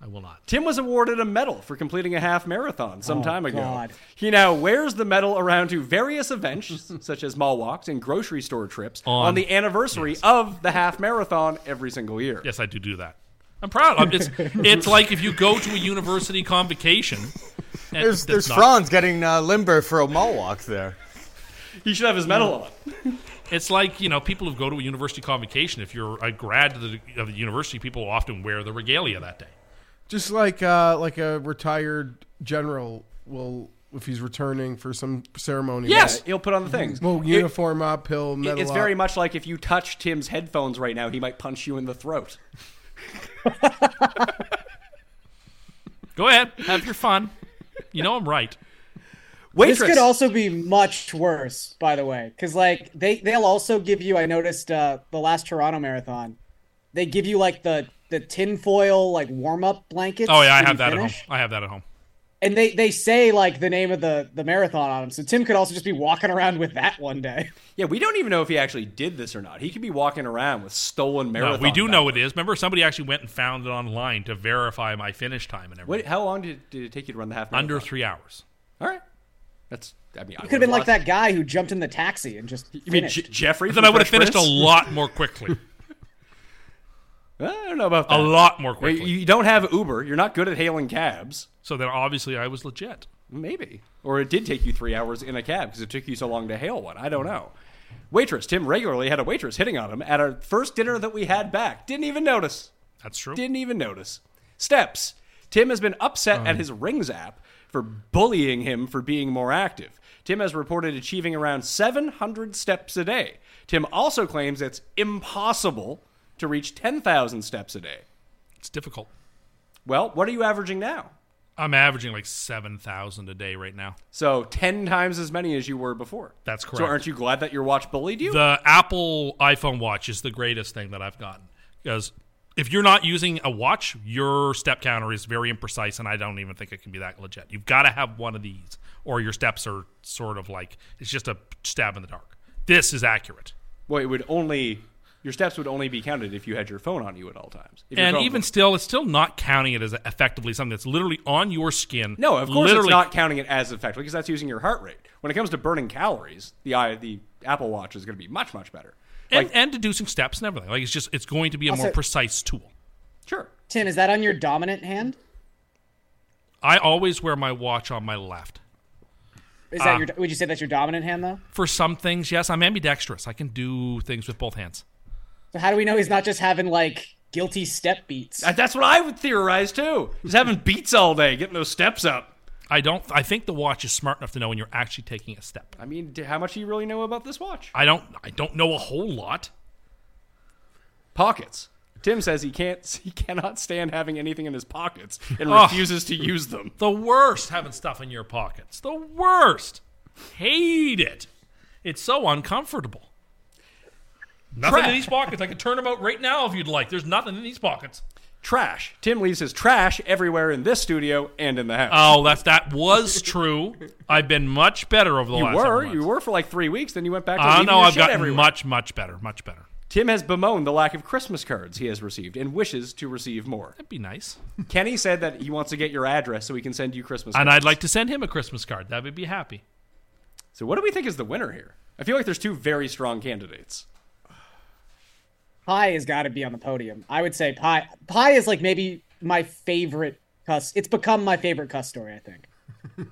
Speaker 6: I will not.
Speaker 3: Tim was awarded a medal for completing a half marathon some
Speaker 4: Oh,
Speaker 3: time ago.
Speaker 4: God.
Speaker 3: He now wears the medal around to various events, (laughs) such as mall walks and grocery store trips, on,
Speaker 6: On-
Speaker 3: the anniversary of the half marathon every single year.
Speaker 6: Yes, I do do that. I'm proud. I'm, it's
Speaker 4: (laughs)
Speaker 6: it's like if you go to a university convocation. and
Speaker 9: There's,
Speaker 6: that's
Speaker 9: there's
Speaker 6: not-
Speaker 9: Franz getting uh, limber for a mall walk there.
Speaker 3: He should have his
Speaker 6: Mm.
Speaker 3: medal on.
Speaker 6: It's like you know people who go to a university convocation. If you're a grad of the, of the university, people often wear the regalia that day.
Speaker 7: Just like uh, like a retired general will, if he's returning for some ceremony.
Speaker 6: Yes.
Speaker 3: He'll put on the things.
Speaker 7: Well,
Speaker 3: It-
Speaker 7: uniform up, he'll medal
Speaker 3: it's
Speaker 7: up.
Speaker 3: very much like if you touch Tim's headphones right now, he might punch you in the throat.
Speaker 6: Go ahead, have your fun. You know I'm right.
Speaker 3: Waitress.
Speaker 4: This could also be much worse, by the way, because like they they'll also give you. I noticed uh, the last Toronto Marathon, they give you like the the tinfoil like warm up blankets.
Speaker 6: Oh yeah, I
Speaker 4: when
Speaker 6: have
Speaker 4: you
Speaker 6: that
Speaker 4: finish.
Speaker 6: at home. I have that at home.
Speaker 4: And they they say like the name of the the marathon on them. So Tim could also just be walking around with that
Speaker 6: (laughs)
Speaker 4: one day.
Speaker 3: yeah, we don't even know if he actually did this or not. He could be walking around with stolen
Speaker 6: No,
Speaker 3: marathon.
Speaker 6: we do
Speaker 3: medals.
Speaker 6: know it is. Remember, somebody actually went and found it online to verify my finish time and everything.
Speaker 3: What, how long did, did it take you to run the half marathon?
Speaker 6: Under three hours.
Speaker 3: All right. That's, I mean, I
Speaker 4: It could have been like that guy who jumped in the taxi and just
Speaker 3: You mean
Speaker 4: finished.
Speaker 3: J- Jeffrey?
Speaker 6: Then
Speaker 3: from
Speaker 6: I would have
Speaker 3: Fresh
Speaker 6: finished a
Speaker 3: Prince?
Speaker 6: lot more quickly.
Speaker 3: (laughs) I don't know about that.
Speaker 6: a lot more
Speaker 3: Hey,
Speaker 6: quickly.
Speaker 3: You don't have Uber. You're not good at hailing cabs.
Speaker 6: So then obviously I was legit.
Speaker 3: Maybe. Or it did take you three hours in a cab because it took you so long to hail one. I don't know. Waitress. Tim regularly had a waitress hitting on him at our first dinner that we had back. Didn't even notice.
Speaker 6: That's true.
Speaker 3: Didn't even notice. Steps. Tim has been upset
Speaker 6: Oh.
Speaker 3: at his Rings app for bullying him for being more active. Tim has reported achieving around 700 steps a day. Tim also claims it's impossible to reach 10,000 steps a day.
Speaker 6: It's difficult.
Speaker 3: Well, what are you averaging now?
Speaker 6: I'm averaging like 7,000 a day right now.
Speaker 3: So 10 times as many as you were before.
Speaker 6: That's
Speaker 3: So
Speaker 6: correct.
Speaker 3: aren't you glad that your watch bullied you?
Speaker 6: The Apple iPhone watch is the greatest thing that I've gotten because if you're not using a watch, your step counter is very imprecise and I don't even think it can be that legit. You've got to have one of these or your steps are sort of like it's just a stab in the dark. This is accurate.
Speaker 3: well, it would only your steps would only be counted if you had your phone on you at all times. If your
Speaker 6: And
Speaker 3: phone-
Speaker 6: even still, it's still not counting it as effectively something that's literally on your skin.
Speaker 3: no, of course
Speaker 6: literally
Speaker 3: it's not counting it as effectively because that's using your heart rate. When it comes to burning calories, the i the Apple Watch is going to be much much better.
Speaker 6: And,
Speaker 3: Like-
Speaker 6: and deducing steps and everything. Like it's just it's going to be a
Speaker 4: Also-
Speaker 6: more precise tool.
Speaker 3: Sure.
Speaker 4: Tim, is that on your dominant hand?
Speaker 6: I always wear my watch on my left.
Speaker 4: Is that
Speaker 6: Ah.
Speaker 4: your? Would you say that's your dominant hand though?
Speaker 6: For some things, yes, I'm ambidextrous. I can do things with both hands.
Speaker 4: So how do we know he's not just having like guilty step beats?
Speaker 3: That- Uh, That's what I would theorize too. Just having beats all day, getting those steps up.
Speaker 6: I don't. I think the watch is smart enough to know when you're actually taking a step.
Speaker 3: I mean, d- how much do you really know about this watch?
Speaker 6: I don't. I don't know a whole lot.
Speaker 3: Pockets. Tim says he can't (laughs) he cannot stand having anything in his pockets and
Speaker 6: Ugh.
Speaker 3: refuses to use them.
Speaker 6: The worst having stuff in your pockets. The worst. Hate it. It's so uncomfortable. Nothing
Speaker 3: Tra-
Speaker 6: in these pockets. I could turn them out right now if you'd like. There's nothing in these pockets.
Speaker 3: trash. Tim leaves his trash everywhere in this studio and in the house.
Speaker 6: Oh, that's that was true. I've been much better over the
Speaker 3: you
Speaker 6: last.
Speaker 3: were you were for like three weeks. Then you went back. to
Speaker 6: I
Speaker 3: leaving
Speaker 6: know
Speaker 3: your
Speaker 6: I've
Speaker 3: shit
Speaker 6: gotten
Speaker 3: everywhere.
Speaker 6: much much better, much better.
Speaker 3: Tim has bemoaned the lack of Christmas cards he has received and wishes to receive more. That'd
Speaker 6: be nice.
Speaker 3: (laughs) Kenny said that he wants to get your address so he can send you Christmas.
Speaker 6: And
Speaker 3: cards.
Speaker 6: I'd like to send him a Christmas card. That would be happy.
Speaker 3: So what do we think is the winner here? I feel like there's two very strong candidates.
Speaker 4: Pie has got to be on the podium. I would say pie. Pie is like maybe my favorite cuss. It's become my favorite cuss story. I think.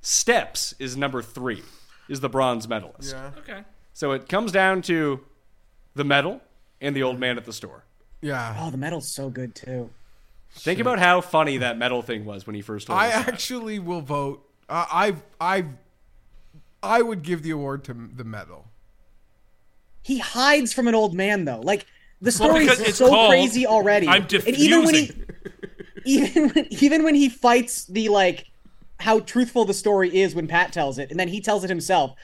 Speaker 3: Steps is number three, is the bronze medalist.
Speaker 7: Yeah.
Speaker 6: Okay.
Speaker 3: So it comes down to the medal and the old man at the store.
Speaker 7: Yeah.
Speaker 4: Oh, the metal's so good too.
Speaker 3: Think about how funny that medal thing was when he first told
Speaker 7: I
Speaker 3: us.
Speaker 7: actually will vote. I I I I would give the award to the medal.
Speaker 4: He hides from an old man though. Like the
Speaker 7: Well,
Speaker 4: story
Speaker 7: because
Speaker 4: is
Speaker 7: it's
Speaker 4: so
Speaker 7: called-
Speaker 4: crazy already.
Speaker 6: I'm
Speaker 4: And even when he, even (laughs) when, even when he fights the like, how truthful the story is when Pat tells it, and then he tells it himself.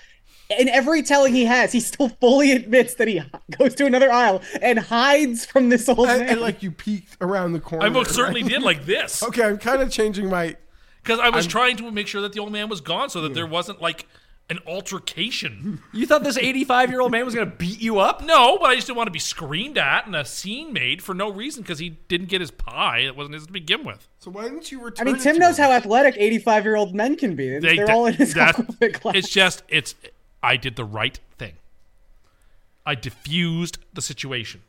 Speaker 4: In every telling he has, he still fully admits that he h- goes to another aisle and hides from this old
Speaker 7: And,
Speaker 4: man.
Speaker 7: and, like you peeked around the corner.
Speaker 6: I most certainly
Speaker 7: right? (laughs)
Speaker 6: did like this.
Speaker 7: Okay, I'm kind of changing my.
Speaker 6: Because I was
Speaker 7: I'm-
Speaker 6: trying to make sure that the old man was gone so that there wasn't like an altercation.
Speaker 3: (laughs) You
Speaker 6: (laughs)
Speaker 3: thought this 85 year old man was going to beat you up?
Speaker 6: No, but I just didn't want to be screamed at and a scene made for no reason because he didn't get his pie. It wasn't his to begin with.
Speaker 7: So why didn't you
Speaker 4: I
Speaker 7: return?
Speaker 4: mean, Tim knows how athletic 85 year old men can be. They, are all in (laughs) his
Speaker 6: that-
Speaker 7: (laughs)
Speaker 4: alphabet class.
Speaker 6: It's just, it's, I did the right thing. I diffused the situation.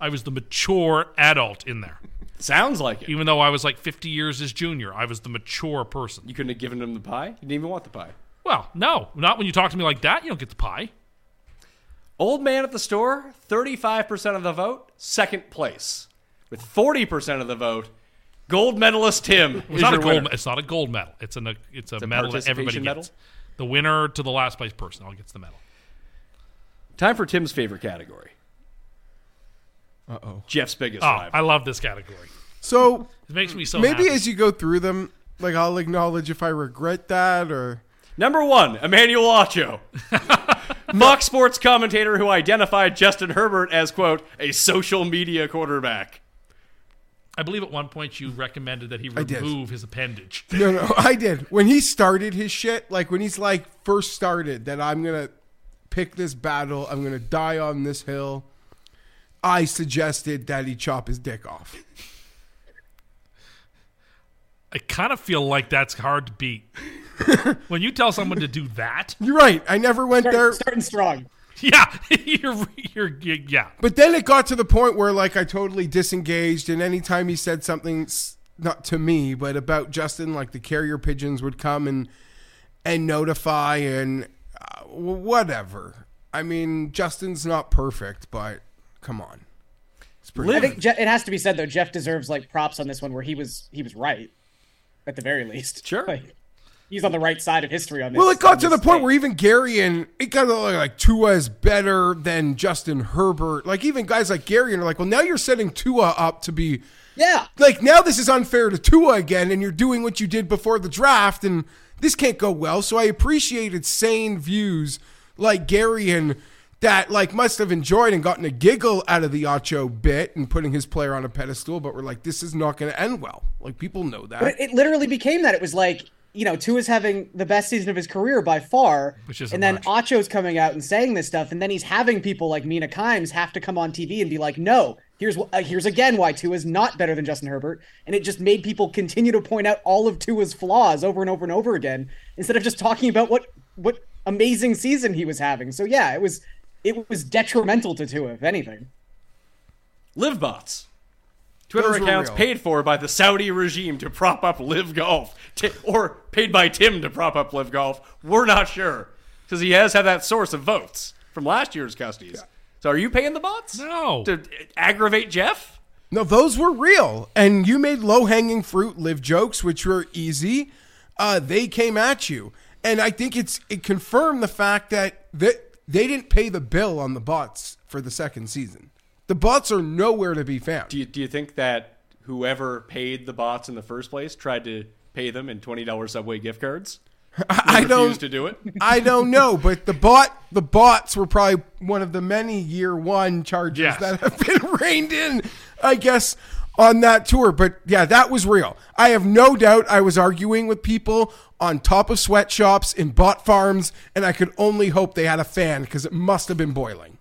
Speaker 6: I was the mature adult in there.
Speaker 3: Sounds like it.
Speaker 6: Even though I was like 50 years his junior, I was the mature person.
Speaker 3: You couldn't have given him the pie? You didn't even want the pie.
Speaker 6: Well, no, not when you talk to me like that. You don't get the pie.
Speaker 3: Old man at the store, 35% of the vote, second place. With 40% of the vote, gold
Speaker 6: (laughs)
Speaker 3: medalist Tim.
Speaker 6: It's not a gold. It's not a gold medal. It's an, it's a
Speaker 3: a
Speaker 6: medal that everybody
Speaker 3: participation
Speaker 6: gets.
Speaker 3: medal?
Speaker 6: The winner to the last place person all gets the medal.
Speaker 3: Time for Tim's favorite category.
Speaker 7: Uh oh.
Speaker 3: Jeff's biggest
Speaker 6: Oh,
Speaker 3: rival.
Speaker 6: I love this category.
Speaker 7: So
Speaker 6: It makes me so
Speaker 7: maybe
Speaker 6: happy.
Speaker 7: as you go through them, like I'll acknowledge if I regret that or.
Speaker 3: Number one,
Speaker 6: (laughs)
Speaker 3: Emmanuel Ocho. Fox Sports commentator who identified Justin Herbert as, quote, a social media quarterback.
Speaker 6: I believe at one point you recommended that he
Speaker 7: did.
Speaker 6: remove his appendage.
Speaker 7: No, no, (laughs) I did. When he started his shit, like when he's like first started that I'm going to pick this battle, I'm going to die on this hill, I suggested that he chop his dick off.
Speaker 6: I kind of feel like that's hard to
Speaker 7: (laughs)
Speaker 6: beat. when you tell someone to do that,
Speaker 7: You're right. I never went there.
Speaker 4: Starting strong.
Speaker 6: (laughs) yeah, you're, you're, you're yeah.
Speaker 7: But then it got to the point where like I totally disengaged, and anytime he said something s- not to me but about Justin, like the carrier pigeons would come and and notify and uh, w- whatever. I mean, Justin's not perfect, but come on, it's pretty.
Speaker 4: I think Je- it has to be said though. Jeff deserves like props on this one, where he was he was right, at the very least.
Speaker 3: Sure.
Speaker 4: (laughs) Like, he's on the right side of history on this.
Speaker 7: Well, it got
Speaker 4: on
Speaker 7: to the
Speaker 4: this
Speaker 7: point
Speaker 4: thing.
Speaker 7: where even Gary and it got to look like Tua is better than Justin Herbert. Like even guys like Gary are like, well, now you're setting Tua up to be
Speaker 4: yeah,
Speaker 7: like now this is unfair to Tua again, and you're doing what you did before the draft, and this can't go well. So I appreciated sane views like Gary and that like must have enjoyed and gotten a giggle out of the Ocho bit and putting his player on a pedestal, but we're like, this is not going to end well. Like people know that.
Speaker 4: but it, it literally became that. It was like you know, Tua's having the best season of his career by far,
Speaker 6: Which isn't
Speaker 4: and then
Speaker 6: much.
Speaker 4: Acho's coming out and saying this stuff, and then he's having people like Mina Kimes have to come on TV and be like, no. Here's wh- uh, here's again why Tua's not better than Justin Herbert, and it just made people continue to point out all of Tua's flaws over and over and over again instead of just talking about what what amazing season he was having. So yeah, it was it was detrimental to Tua if anything.
Speaker 3: LiveBots. Twitter
Speaker 7: Those were
Speaker 3: accounts
Speaker 7: real.
Speaker 3: paid for by the Saudi regime to prop up Live Golf, Ti- or paid by Tim to prop up Live Golf. We're not sure because he has had that source of votes from last year's custies. So are you paying the bots
Speaker 6: No,
Speaker 3: to uh, aggravate Jeff?
Speaker 7: No, those were real. And you made low hanging fruit live jokes, which were easy. Uh, they came at you. And I think it's it confirmed the fact that that they didn't pay the bill on the bots for the second season. The bots are nowhere to be found.
Speaker 3: Do you, do you think that (laughs) whoever paid the bots in the first place tried to pay them in twenty dollars Subway gift cards?
Speaker 7: I, I
Speaker 3: refuse
Speaker 7: don't
Speaker 3: to do it.
Speaker 7: I don't know, but the bot the bots were probably one of the many year one charges that have been (laughs) reined in, I guess, on that tour. But yeah, that was real. I have no doubt I was arguing with people on top of sweatshops in bot farms, and I could only hope they had a fan because it must have been boiling.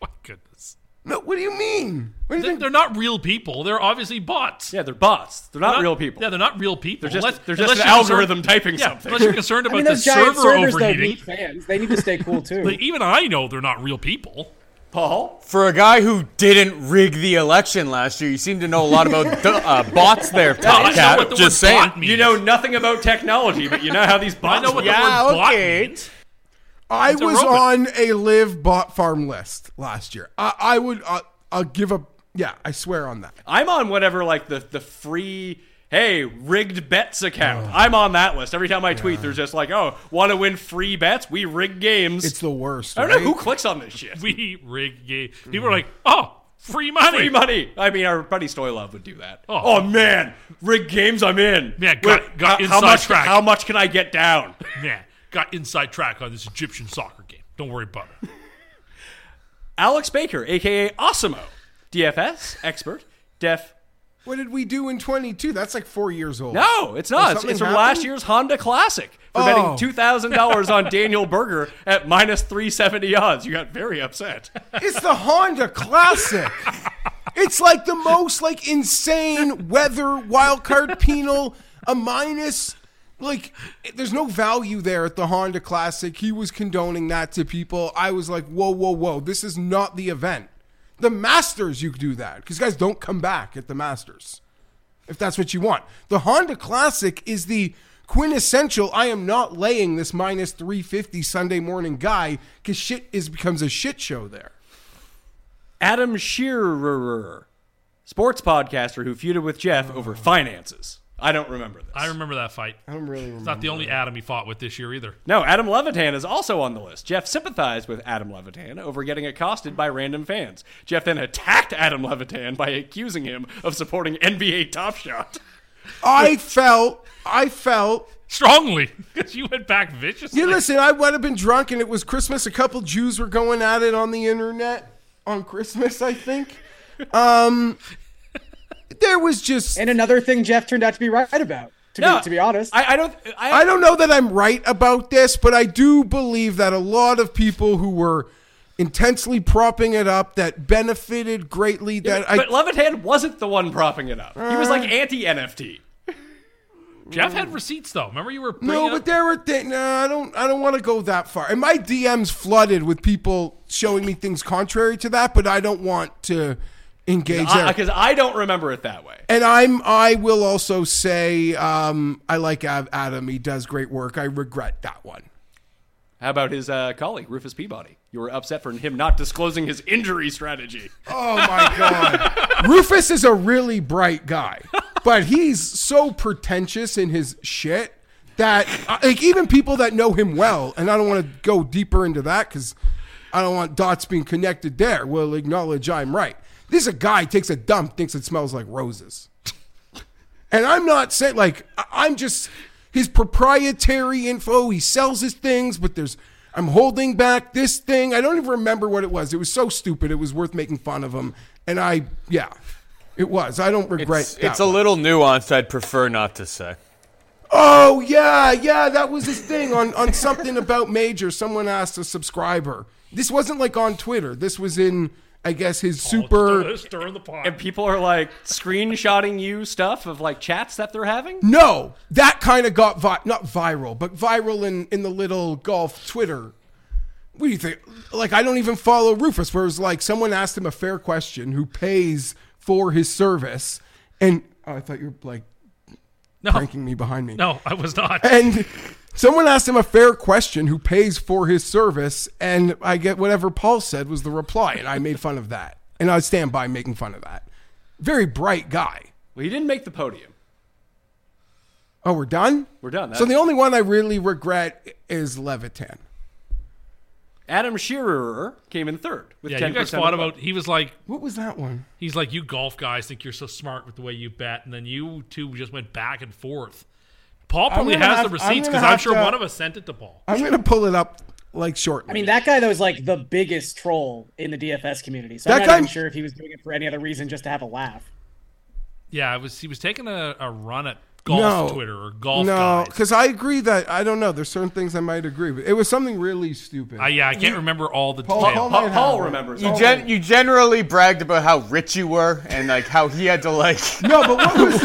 Speaker 6: My goodness.
Speaker 7: No, what do you mean?
Speaker 6: They- they're, not real people. They're obviously bots.
Speaker 3: Yeah, they're bots. They're not real people.
Speaker 6: Yeah, they're not real people.
Speaker 3: They're just-
Speaker 6: Unless-
Speaker 3: they're just
Speaker 6: unless
Speaker 3: an
Speaker 6: you're concerned-
Speaker 3: algorithm typing
Speaker 6: yeah,
Speaker 3: something.
Speaker 6: Unless you're concerned
Speaker 4: I
Speaker 6: about
Speaker 4: mean,
Speaker 6: the
Speaker 4: those giant
Speaker 6: server
Speaker 4: servers don't
Speaker 6: overheating.
Speaker 4: need fans. They need to stay
Speaker 6: (laughs)
Speaker 4: cool too.
Speaker 6: Like, even I know they're not real people.
Speaker 3: Paul?
Speaker 9: For a guy who didn't rig the election last year, you seem to know a lot about du- uh, bots there, Top Cat. Just saying.
Speaker 3: You know nothing about technology, but you know
Speaker 6: (laughs)
Speaker 3: how these bots.
Speaker 6: know what the
Speaker 3: work.
Speaker 6: Yeah, word bot okay.
Speaker 7: I
Speaker 6: It's a
Speaker 7: was
Speaker 6: robot.
Speaker 7: on a live bot farm list last year. I, I would uh, I'll give up. Yeah, I swear on that.
Speaker 3: I'm on whatever like the the free hey rigged bets account. I'm on that list. Every time I tweet, there's just like oh want to win free bets? We rig games.
Speaker 7: It's the worst.
Speaker 3: I don't
Speaker 7: right?
Speaker 3: know who clicks on this shit.
Speaker 6: We rig gay. (laughs) People are like, oh, free money.
Speaker 3: Free money. I mean, our buddy Stoylove would do that.
Speaker 6: Oh.
Speaker 3: Oh, man, rig games. I'm in.
Speaker 6: Yeah, got-
Speaker 3: Wait,
Speaker 6: got
Speaker 3: h-
Speaker 6: inside
Speaker 3: how much?
Speaker 6: track.
Speaker 3: How much can I get down?
Speaker 6: Yeah, got inside track on this Egyptian soccer game. Don't worry about it.
Speaker 3: Alex Baker, aka Osimo, DFS expert, def.
Speaker 7: What did we do in 22? That's like four years old.
Speaker 3: No, it's not. It's,
Speaker 7: something
Speaker 3: it's from
Speaker 7: happen?
Speaker 3: last year's Honda Classic for
Speaker 7: Oh.
Speaker 3: betting two thousand dollars on
Speaker 7: (laughs)
Speaker 3: Daniel Berger at minus three seventy odds. You got very upset.
Speaker 7: It's the Honda Classic. it's like the most like insane weather wild card penal a minus. Like, it- there's no value there at the Honda Classic. He was condoning that to people. I was like, whoa, whoa, whoa. This is not the event. The Masters, you do that because guys don't come back at the Masters if that's what you want. The Honda Classic is the quintessential I am not laying this minus 350 Sunday morning guy cuz shit is becomes a shit show there.
Speaker 3: Adam Shearer, sports podcaster who feuded with Jeff over finances. I don't remember this.
Speaker 6: I remember that fight.
Speaker 7: I don't really remember.
Speaker 6: It's not the only Adam he fought with this year either. (laughs)
Speaker 3: No, Adam Levitan is also on the list. Jeff sympathized with Adam Levitan over getting accosted by random fans. Jeff then attacked Adam Levitan by accusing him of supporting NBA Top Shot.
Speaker 7: I felt I felt
Speaker 6: Strongly, because you went back viciously.
Speaker 7: you listen, I would have been drunk and it was Christmas. A couple Jews were going at it on the internet on Christmas, I think. Um there was just
Speaker 4: and another thing Jeff turned out to be right about. To,
Speaker 3: No,
Speaker 4: be, to be honest,
Speaker 3: I, I don't. I,
Speaker 7: I don't know that I'm right about this, but I do believe that a lot of people who were intensely propping it up that benefited greatly that I Uh-huh.
Speaker 3: But Levitan wasn't the one propping it up. He was like anti NFT.
Speaker 6: Jeff had receipts though. Remember you were bringing
Speaker 7: no,
Speaker 6: up-
Speaker 7: but there were things. No, I don't. I don't want to go that far. And my DMs flooded with people showing me things contrary to that, but I don't want to engage there.
Speaker 3: Because I don't remember it that way.
Speaker 7: And I'm I will also say um, I like Av- Adam. He does great work. I regret that one.
Speaker 3: How about his uh, colleague, Rufus Peabody? You were upset for him not disclosing his injury strategy.
Speaker 7: Oh my god. Rufus is a really bright guy, but he's so pretentious in his shit that uh, like even people that know him well, and I don't want to go deeper into that cuz I don't want dots being connected there. Will acknowledge I'm right. This is a guy takes a dump, thinks it smells like roses. And I'm not saying like I- I'm just his proprietary info. He sells his things, but there's I'm holding back this thing. I don't even remember what it was. It was so stupid. It was worth making fun of him. And I yeah, it was. I don't regret.
Speaker 9: It's,
Speaker 7: that
Speaker 9: it's a
Speaker 7: one.
Speaker 9: little nuanced. I'd prefer not to say.
Speaker 7: Oh yeah, yeah. That was his thing on on something about major. Someone asked a subscriber. This wasn't like on Twitter. This was in I guess his super.
Speaker 6: Stir- stir in the pot.
Speaker 3: And people are like screenshotting you stuff of like chats that they're having.
Speaker 7: No, that kind of got vi- not viral, but viral in in the little golf Twitter. What do you think? Like, I don't even follow Rufus. Where it's like someone asked him a fair question, who pays for his service, and oh, I thought you were like
Speaker 6: no,
Speaker 7: pranking me behind me.
Speaker 6: no, I was not.
Speaker 7: And someone asked him a fair question, who pays for his service, and I get whatever Paul said was the reply, and I made fun of that, and I stand by making fun of that. Very bright guy.
Speaker 3: Well, he didn't make the podium.
Speaker 7: Oh, we're done.
Speaker 3: We're done.
Speaker 7: So the only one I really regret is Levitan.
Speaker 3: Adam Shearer came in third with
Speaker 6: yeah,
Speaker 3: 10%
Speaker 6: you guys
Speaker 3: of
Speaker 6: fought
Speaker 3: the
Speaker 6: about.
Speaker 3: vote.
Speaker 6: He was like,
Speaker 7: What was that one?
Speaker 6: he's like, you golf guys think you're so smart with the way you bet, and then you two just went back and forth, Paul
Speaker 7: I'm
Speaker 6: probably
Speaker 7: gonna
Speaker 6: has
Speaker 7: have-
Speaker 6: the receipts
Speaker 7: I'm
Speaker 6: because
Speaker 7: gonna
Speaker 6: I'm
Speaker 7: have
Speaker 6: sure
Speaker 7: to-
Speaker 6: one of us sent it to Paul.
Speaker 7: I'm gonna pull it up like shortly.
Speaker 4: I mean, that guy though is like the biggest troll in the DFS community. So
Speaker 7: That
Speaker 4: I'm
Speaker 7: guy-
Speaker 4: not even sure if he was doing it for any other reason just to have a laugh.
Speaker 6: Yeah, it was he was taking a, a run at golf Twitter or golf
Speaker 7: No,
Speaker 6: guys.
Speaker 7: because I agree that I don't know. There's certain things I might agree, but it was something really stupid.
Speaker 6: I, yeah, I can't remember all the
Speaker 7: Paul-
Speaker 6: details.
Speaker 7: Paul might Paul have it. remembers.
Speaker 9: You,
Speaker 7: Paul
Speaker 9: gen- you generally bragged about how rich you were and like how he had to like.
Speaker 7: (laughs) no, but what was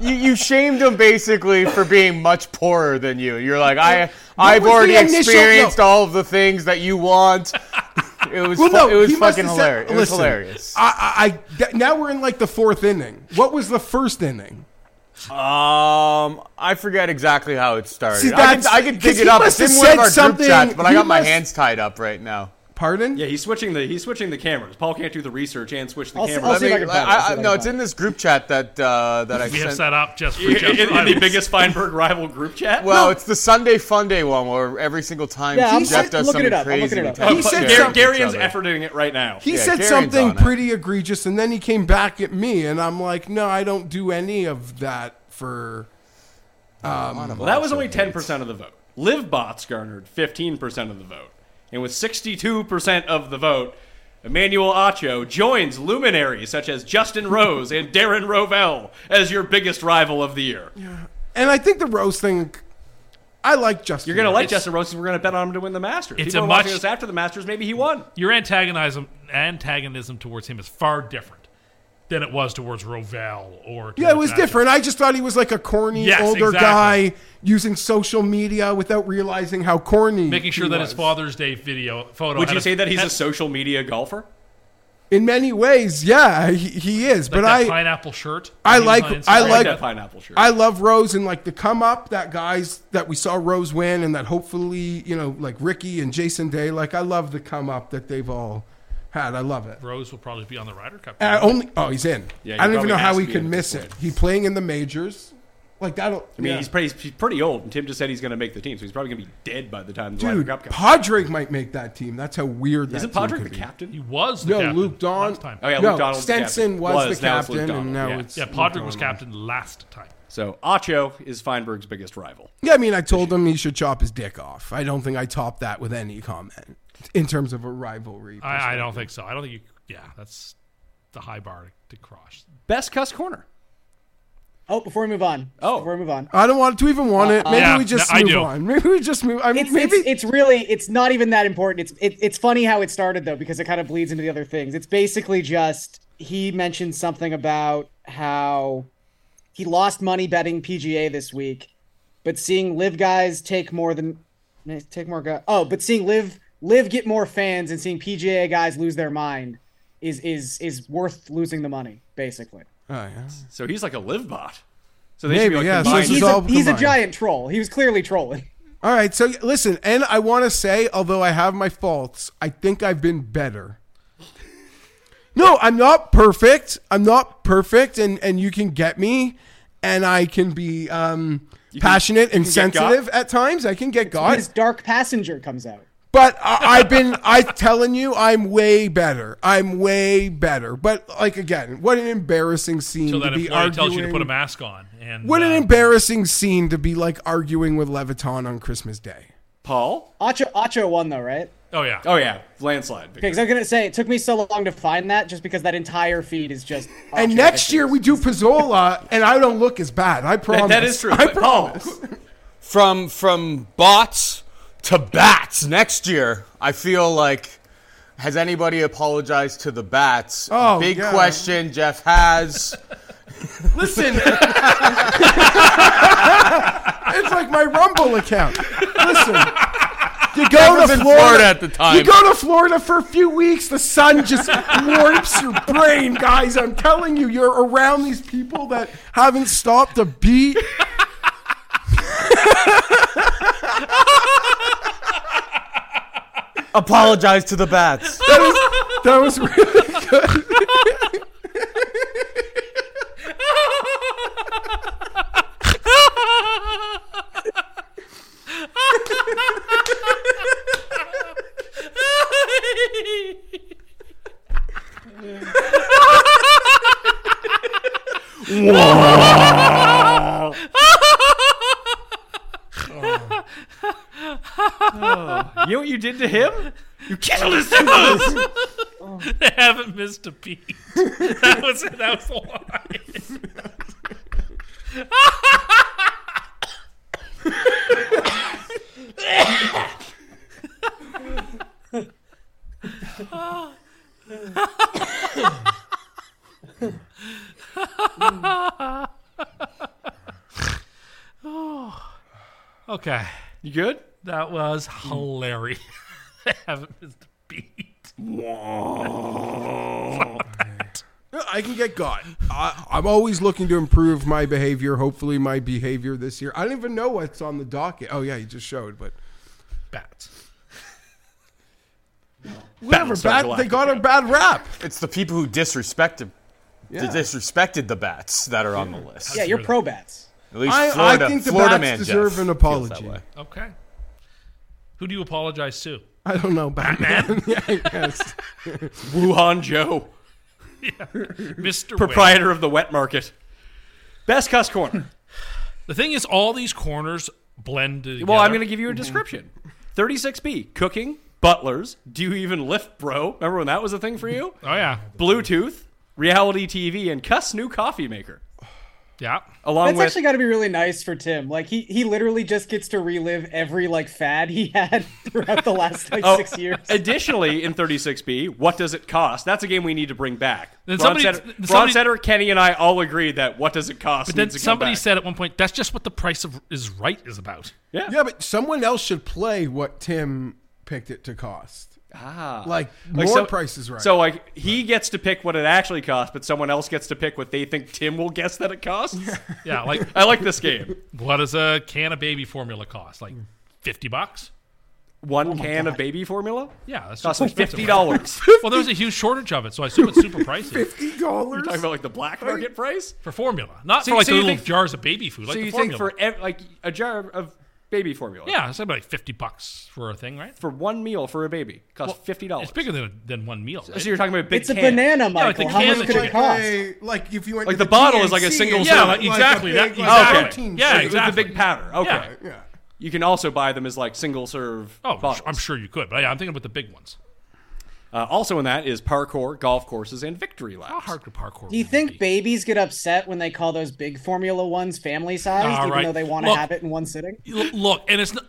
Speaker 9: (laughs) you, you shamed him basically for being much poorer than you. You're like, I
Speaker 7: What
Speaker 9: I've
Speaker 7: was the
Speaker 9: already
Speaker 7: initial-
Speaker 9: experienced all of the things that you want. It was fu- it was
Speaker 7: he must
Speaker 9: fucking
Speaker 7: have said-
Speaker 9: hilarious. it was
Speaker 7: Listen,
Speaker 9: hilarious.
Speaker 7: I, I, I- that- now we're in like the fourth inning. What was the first inning?
Speaker 9: Um, I forget exactly how it started.
Speaker 7: See,
Speaker 9: I could,
Speaker 7: that's-
Speaker 9: I could dig
Speaker 7: 'cause
Speaker 9: it
Speaker 7: he
Speaker 9: up.
Speaker 7: must
Speaker 9: It's
Speaker 7: have
Speaker 9: in one
Speaker 7: said
Speaker 9: of our
Speaker 7: something-
Speaker 9: group chats, but I
Speaker 7: he
Speaker 9: got my
Speaker 7: must-
Speaker 9: hands tied up right now.
Speaker 7: Pardon?
Speaker 3: Yeah, he's switching the he's switching the cameras. Paul can't do the research and switch the
Speaker 4: I'll see-
Speaker 3: cameras.
Speaker 4: I'll see if I can find it. I'll see if I can
Speaker 9: no,
Speaker 4: find
Speaker 9: it's
Speaker 4: it.
Speaker 9: in this group chat that uh, that I
Speaker 6: We have
Speaker 9: sent.
Speaker 6: set up
Speaker 3: (laughs)
Speaker 6: just for
Speaker 3: In-
Speaker 6: Jeff's
Speaker 3: in- in the
Speaker 6: rivals.
Speaker 3: biggest Feinberg rival group chat.
Speaker 9: Well, it's the Sunday Fun Day one where every single time
Speaker 4: Yeah, I'm
Speaker 9: Jeff
Speaker 4: look-
Speaker 9: does
Speaker 4: looking
Speaker 9: something
Speaker 4: it up. I'm
Speaker 9: crazy,
Speaker 4: looking it
Speaker 9: we
Speaker 4: up.
Speaker 9: tell
Speaker 4: He
Speaker 9: him to
Speaker 7: said
Speaker 9: share
Speaker 3: Gar-
Speaker 9: with each
Speaker 3: Garian's
Speaker 9: other.
Speaker 3: efforting it right now.
Speaker 7: He
Speaker 9: Yeah,
Speaker 7: said
Speaker 9: Garen's
Speaker 7: something
Speaker 9: on it.
Speaker 7: pretty egregious, and then he came back at me, and I'm like, no, I don't do any of that for. Um,
Speaker 3: Well, that was only 10% of the vote. LiveBots garnered 15% of the vote. And with 62% of the vote, Emmanuel Acho joins luminaries such as Justin Rose and Darren Rovell as your biggest rival of the year.
Speaker 7: and I think the Rose thing, I like Justin.
Speaker 3: You're going to
Speaker 7: Rose.
Speaker 3: like Justin Rose, and we're going to bet on him to win the Masters.
Speaker 6: It's
Speaker 3: People
Speaker 6: a
Speaker 3: are watching
Speaker 6: much-
Speaker 3: us after the Masters. Maybe he won.
Speaker 6: Your antagonism antagonism towards him is far different than it was towards Rovell or
Speaker 7: Yeah, it
Speaker 6: towards
Speaker 7: was
Speaker 6: Matthews.
Speaker 7: different. I just thought he was like a corny
Speaker 6: Yes,
Speaker 7: older
Speaker 6: exactly.
Speaker 7: guy using social media without realizing how corny.
Speaker 6: Making sure
Speaker 7: he
Speaker 6: that
Speaker 7: was.
Speaker 6: his Father's Day video photo.
Speaker 3: Would
Speaker 6: had
Speaker 3: you
Speaker 6: a-
Speaker 3: say that he's
Speaker 6: had,
Speaker 3: a social media golfer?
Speaker 7: in many ways, yeah, he, he is.
Speaker 6: like
Speaker 7: but
Speaker 6: that
Speaker 7: I,
Speaker 6: pineapple shirt?
Speaker 7: I
Speaker 6: that he was
Speaker 7: like-
Speaker 6: on
Speaker 7: I
Speaker 6: Instagram?
Speaker 7: like-
Speaker 3: that pineapple shirt.
Speaker 7: I love Rose and like the come up that guys that we saw Rose win and that hopefully you know like Ricky and Jason Day. Like I love the come up that they've all had. I love it.
Speaker 6: Rose will probably be on the Ryder Cup.
Speaker 7: And I only oh he's in.
Speaker 3: Yeah, he
Speaker 7: I don't even
Speaker 3: probably
Speaker 7: know
Speaker 3: has
Speaker 7: how
Speaker 3: to
Speaker 7: he
Speaker 3: be
Speaker 7: could
Speaker 3: in at
Speaker 7: miss
Speaker 3: this
Speaker 7: it. He playing in the majors. Like that. I
Speaker 3: I mean, he's, pretty, he's pretty old, and Tim just said he's going to make the team, so he's probably going to be dead by the time the Ryder
Speaker 7: dude.
Speaker 3: Cup comes.
Speaker 7: Padraig might make that team. That's how weird. that
Speaker 3: Isn't
Speaker 7: team
Speaker 3: Padraig
Speaker 7: could
Speaker 3: the
Speaker 7: be.
Speaker 6: He
Speaker 3: captain?
Speaker 6: was the
Speaker 7: No,
Speaker 6: captain
Speaker 7: Luke Don-
Speaker 6: last time.
Speaker 3: Oh, yeah,
Speaker 7: No,
Speaker 3: Luke Donald's the
Speaker 7: Stenson
Speaker 3: captain.
Speaker 7: was the
Speaker 3: now it's Luke
Speaker 7: captain,
Speaker 3: Donald.
Speaker 7: and now
Speaker 3: Yeah.
Speaker 7: it's
Speaker 6: Yeah, Podrick was captain last time.
Speaker 3: So Acho is Feinberg's biggest rival.
Speaker 7: Yeah, I mean, I told him he should chop his dick off. I don't think I topped that with any comment in terms of a rivalry.
Speaker 6: I, I don't think so. I don't think you. Yeah, that's the high bar to, to cross.
Speaker 3: Best cuss corner.
Speaker 4: Oh, before we move on.
Speaker 3: Oh.
Speaker 4: before we move on. uh,
Speaker 7: I don't want to even want
Speaker 3: Uh,
Speaker 7: it. Maybe
Speaker 6: Yeah,
Speaker 7: we just
Speaker 6: no, I
Speaker 7: move
Speaker 6: do.
Speaker 7: on. (laughs) Maybe we just move. I mean,
Speaker 4: It's,
Speaker 7: maybe
Speaker 4: it's, it's really it's not even that important. It's it, it's funny how it started though because it kind of bleeds into the other things. It's basically just he mentioned something about how he lost money betting PGA this week, but seeing live guys take more than take more guys. Oh, but seeing live live get more fans and seeing PGA guys lose their mind is is is worth losing the money basically.
Speaker 7: Oh, yeah.
Speaker 3: So he's like a live bot. So they
Speaker 7: Maybe,
Speaker 3: should be
Speaker 7: yeah, so this
Speaker 3: like combined.
Speaker 7: is
Speaker 4: He's
Speaker 7: all
Speaker 4: a, he's a
Speaker 7: combined.
Speaker 4: giant troll. He was clearly trolling.
Speaker 7: All right. So listen, and I want to say, although I have my faults, I think I've been better. No, I'm not perfect. I'm not perfect, and and you can get me, and I can be um, passionate and
Speaker 3: can get got.
Speaker 7: sensitive at times. I can get got.
Speaker 4: His dark passenger comes out.
Speaker 7: But I, I've been, I'm telling you, I'm way better. I'm way better. But like again, what an embarrassing scene
Speaker 6: So
Speaker 7: to
Speaker 6: that
Speaker 7: be
Speaker 6: employee
Speaker 7: arguing.
Speaker 6: tells you to put a mask on, and
Speaker 7: what an
Speaker 6: uh,
Speaker 7: embarrassing scene to be like arguing with Leviton on Christmas Day.
Speaker 3: Paul.
Speaker 4: Acho Acho won though, right?
Speaker 6: oh yeah,
Speaker 3: Oh yeah, landslide.
Speaker 4: Because I was gonna say it took me so long to find that, just because that entire feed is just.
Speaker 7: And next year we do Pizzola, and I don't look as bad. I promise.
Speaker 3: That- that is true.
Speaker 7: I
Speaker 3: but Paul,
Speaker 7: promise.
Speaker 9: from from bots to bats next year. I feel like has anybody apologized to the bats?
Speaker 7: Oh,
Speaker 9: Big
Speaker 7: yeah.
Speaker 9: question Jeff has.
Speaker 7: Listen, it's like my Rumble account. Listen. You
Speaker 9: I
Speaker 7: go
Speaker 9: was
Speaker 7: to
Speaker 9: in
Speaker 7: Florida,
Speaker 9: Florida at the time.
Speaker 7: You go to Florida for a few weeks. The sun just warps your brain, guys. I'm telling you, you're around these people that haven't stopped a beat.
Speaker 9: Apologize to the bats.
Speaker 7: That was really good.
Speaker 6: Oh.
Speaker 4: (laughs)
Speaker 3: Oh, you know what you did to him? You
Speaker 7: (laughs)
Speaker 3: killed his (laughs)
Speaker 6: symbols. (laughs) I haven't missed a beat. (laughs) That was that was
Speaker 7: (laughs)
Speaker 6: (laughs)
Speaker 3: (laughs)
Speaker 6: the line. oh. (laughs) Okay.
Speaker 3: You good?
Speaker 6: That was hilarious. (laughs) I haven't missed a beat.
Speaker 7: I can get got. I, I'm always looking to improve my behavior. Hopefully, my behavior this year. I don't even know what's on the docket. Oh yeah, you just showed, but
Speaker 6: bats.
Speaker 7: Whatever, bat, they got a bad rap.
Speaker 9: It's the people who disrespected,
Speaker 7: Yeah.
Speaker 9: disrespected the bats that are on the list.
Speaker 4: Yeah, you're pro bats.
Speaker 9: At least
Speaker 7: I- I
Speaker 9: Florida,
Speaker 7: think the
Speaker 9: Florida
Speaker 7: bats
Speaker 9: man
Speaker 7: deserve
Speaker 9: Jeff
Speaker 7: an
Speaker 9: feels that
Speaker 7: apology.
Speaker 9: way.
Speaker 6: Okay. Who do you apologize to?
Speaker 7: I don't know Batman. (laughs) yeah, I
Speaker 6: (laughs)
Speaker 7: guess. (laughs)
Speaker 3: Wuhan Joe,
Speaker 6: Yeah. Mr.
Speaker 3: proprietor of the wet market. Best cuss corner.
Speaker 6: (sighs) The thing is, all these corners blend together.
Speaker 3: Well, I'm going to give you a description. 36B, cooking, butlers. Do you even lift, bro? Remember when that was a thing
Speaker 6: (laughs)
Speaker 3: for you?
Speaker 6: Oh yeah,
Speaker 3: Bluetooth, reality TV, and cuss new coffee maker.
Speaker 6: yeah.
Speaker 3: Along
Speaker 4: That's
Speaker 3: with
Speaker 4: actually got to be really nice for Tim. Like he he literally just gets to relive every like fad he had (laughs) throughout the last like
Speaker 3: Oh,
Speaker 4: six years.
Speaker 3: (laughs) Additionally, in 36B, what does it cost? That's a game we need to bring back.
Speaker 6: Then
Speaker 3: Ron,
Speaker 6: somebody-
Speaker 3: Seder-
Speaker 6: then
Speaker 3: Ron
Speaker 6: somebody-
Speaker 3: Seder, Kenny, and I all agreed that what does it cost?
Speaker 6: But then
Speaker 3: needs to come
Speaker 6: somebody
Speaker 3: back.
Speaker 6: said at one point, "That's just what the price of is right is about."
Speaker 7: yeah, but someone else should play what Tim picked it to cost.
Speaker 3: ah,
Speaker 7: Like, more prices right.
Speaker 3: So like he gets to pick what it actually costs, but someone else gets to pick what they think Tim will guess that it costs.
Speaker 6: (laughs) Yeah, like
Speaker 3: I like this
Speaker 6: (laughs)
Speaker 3: game.
Speaker 6: what does a can of baby formula cost? Like fifty bucks?
Speaker 3: One can of baby formula
Speaker 6: Yeah, Oh that's
Speaker 3: costs
Speaker 6: just
Speaker 3: me
Speaker 6: expensive,
Speaker 3: fifty
Speaker 6: right?
Speaker 3: dollars.
Speaker 6: (laughs) Well, there was a huge shortage of it, so I assume
Speaker 7: (laughs)
Speaker 6: it's super pricey
Speaker 7: Fifty dollars.
Speaker 3: Talking about like the black market price.
Speaker 6: for formula, not
Speaker 3: So-
Speaker 6: for like
Speaker 3: so
Speaker 6: the
Speaker 3: you
Speaker 6: little
Speaker 3: think-
Speaker 6: jars of baby food. Like
Speaker 3: so
Speaker 6: the
Speaker 3: you think
Speaker 6: formula.
Speaker 3: for ev- like a jar of baby formula?
Speaker 6: yeah, it's about like fifty bucks for a thing, right?
Speaker 3: For one meal for a baby, costs fifty dollars.
Speaker 6: It's bigger than than one meal.
Speaker 3: Oh, So
Speaker 6: right?
Speaker 3: you're talking about a big
Speaker 4: it's a
Speaker 3: can.
Speaker 4: banana,
Speaker 6: like the
Speaker 4: Michael. How
Speaker 6: can
Speaker 4: much
Speaker 6: that
Speaker 4: could
Speaker 6: you
Speaker 4: it cost?
Speaker 7: a- like if you went
Speaker 3: Like
Speaker 7: to
Speaker 3: the bottle is like a
Speaker 7: PNC,
Speaker 3: single
Speaker 7: it's
Speaker 6: Yeah,
Speaker 3: serve.
Speaker 6: like,
Speaker 7: a
Speaker 6: exactly.
Speaker 7: big,
Speaker 6: that,
Speaker 7: like,
Speaker 3: okay.
Speaker 6: exactly.
Speaker 7: protein
Speaker 6: Yeah,
Speaker 7: shake.
Speaker 3: It was a
Speaker 6: exactly.
Speaker 3: big powder. Okay.
Speaker 6: Yeah.
Speaker 7: Yeah.
Speaker 3: You can also buy them as like single serve.
Speaker 6: Oh,
Speaker 3: bottles.
Speaker 6: I'm sure you could, but yeah, I'm thinking about the big ones.
Speaker 3: Uh, also in that is parkour, golf courses, and victory laps.
Speaker 6: How hard could parkour?
Speaker 4: Do you think babies get upset when they call those big Formula Ones family sized,
Speaker 6: All
Speaker 4: even
Speaker 6: right.
Speaker 4: though they want to
Speaker 6: Look-
Speaker 4: have it in one sitting?
Speaker 6: L- look, and it's not,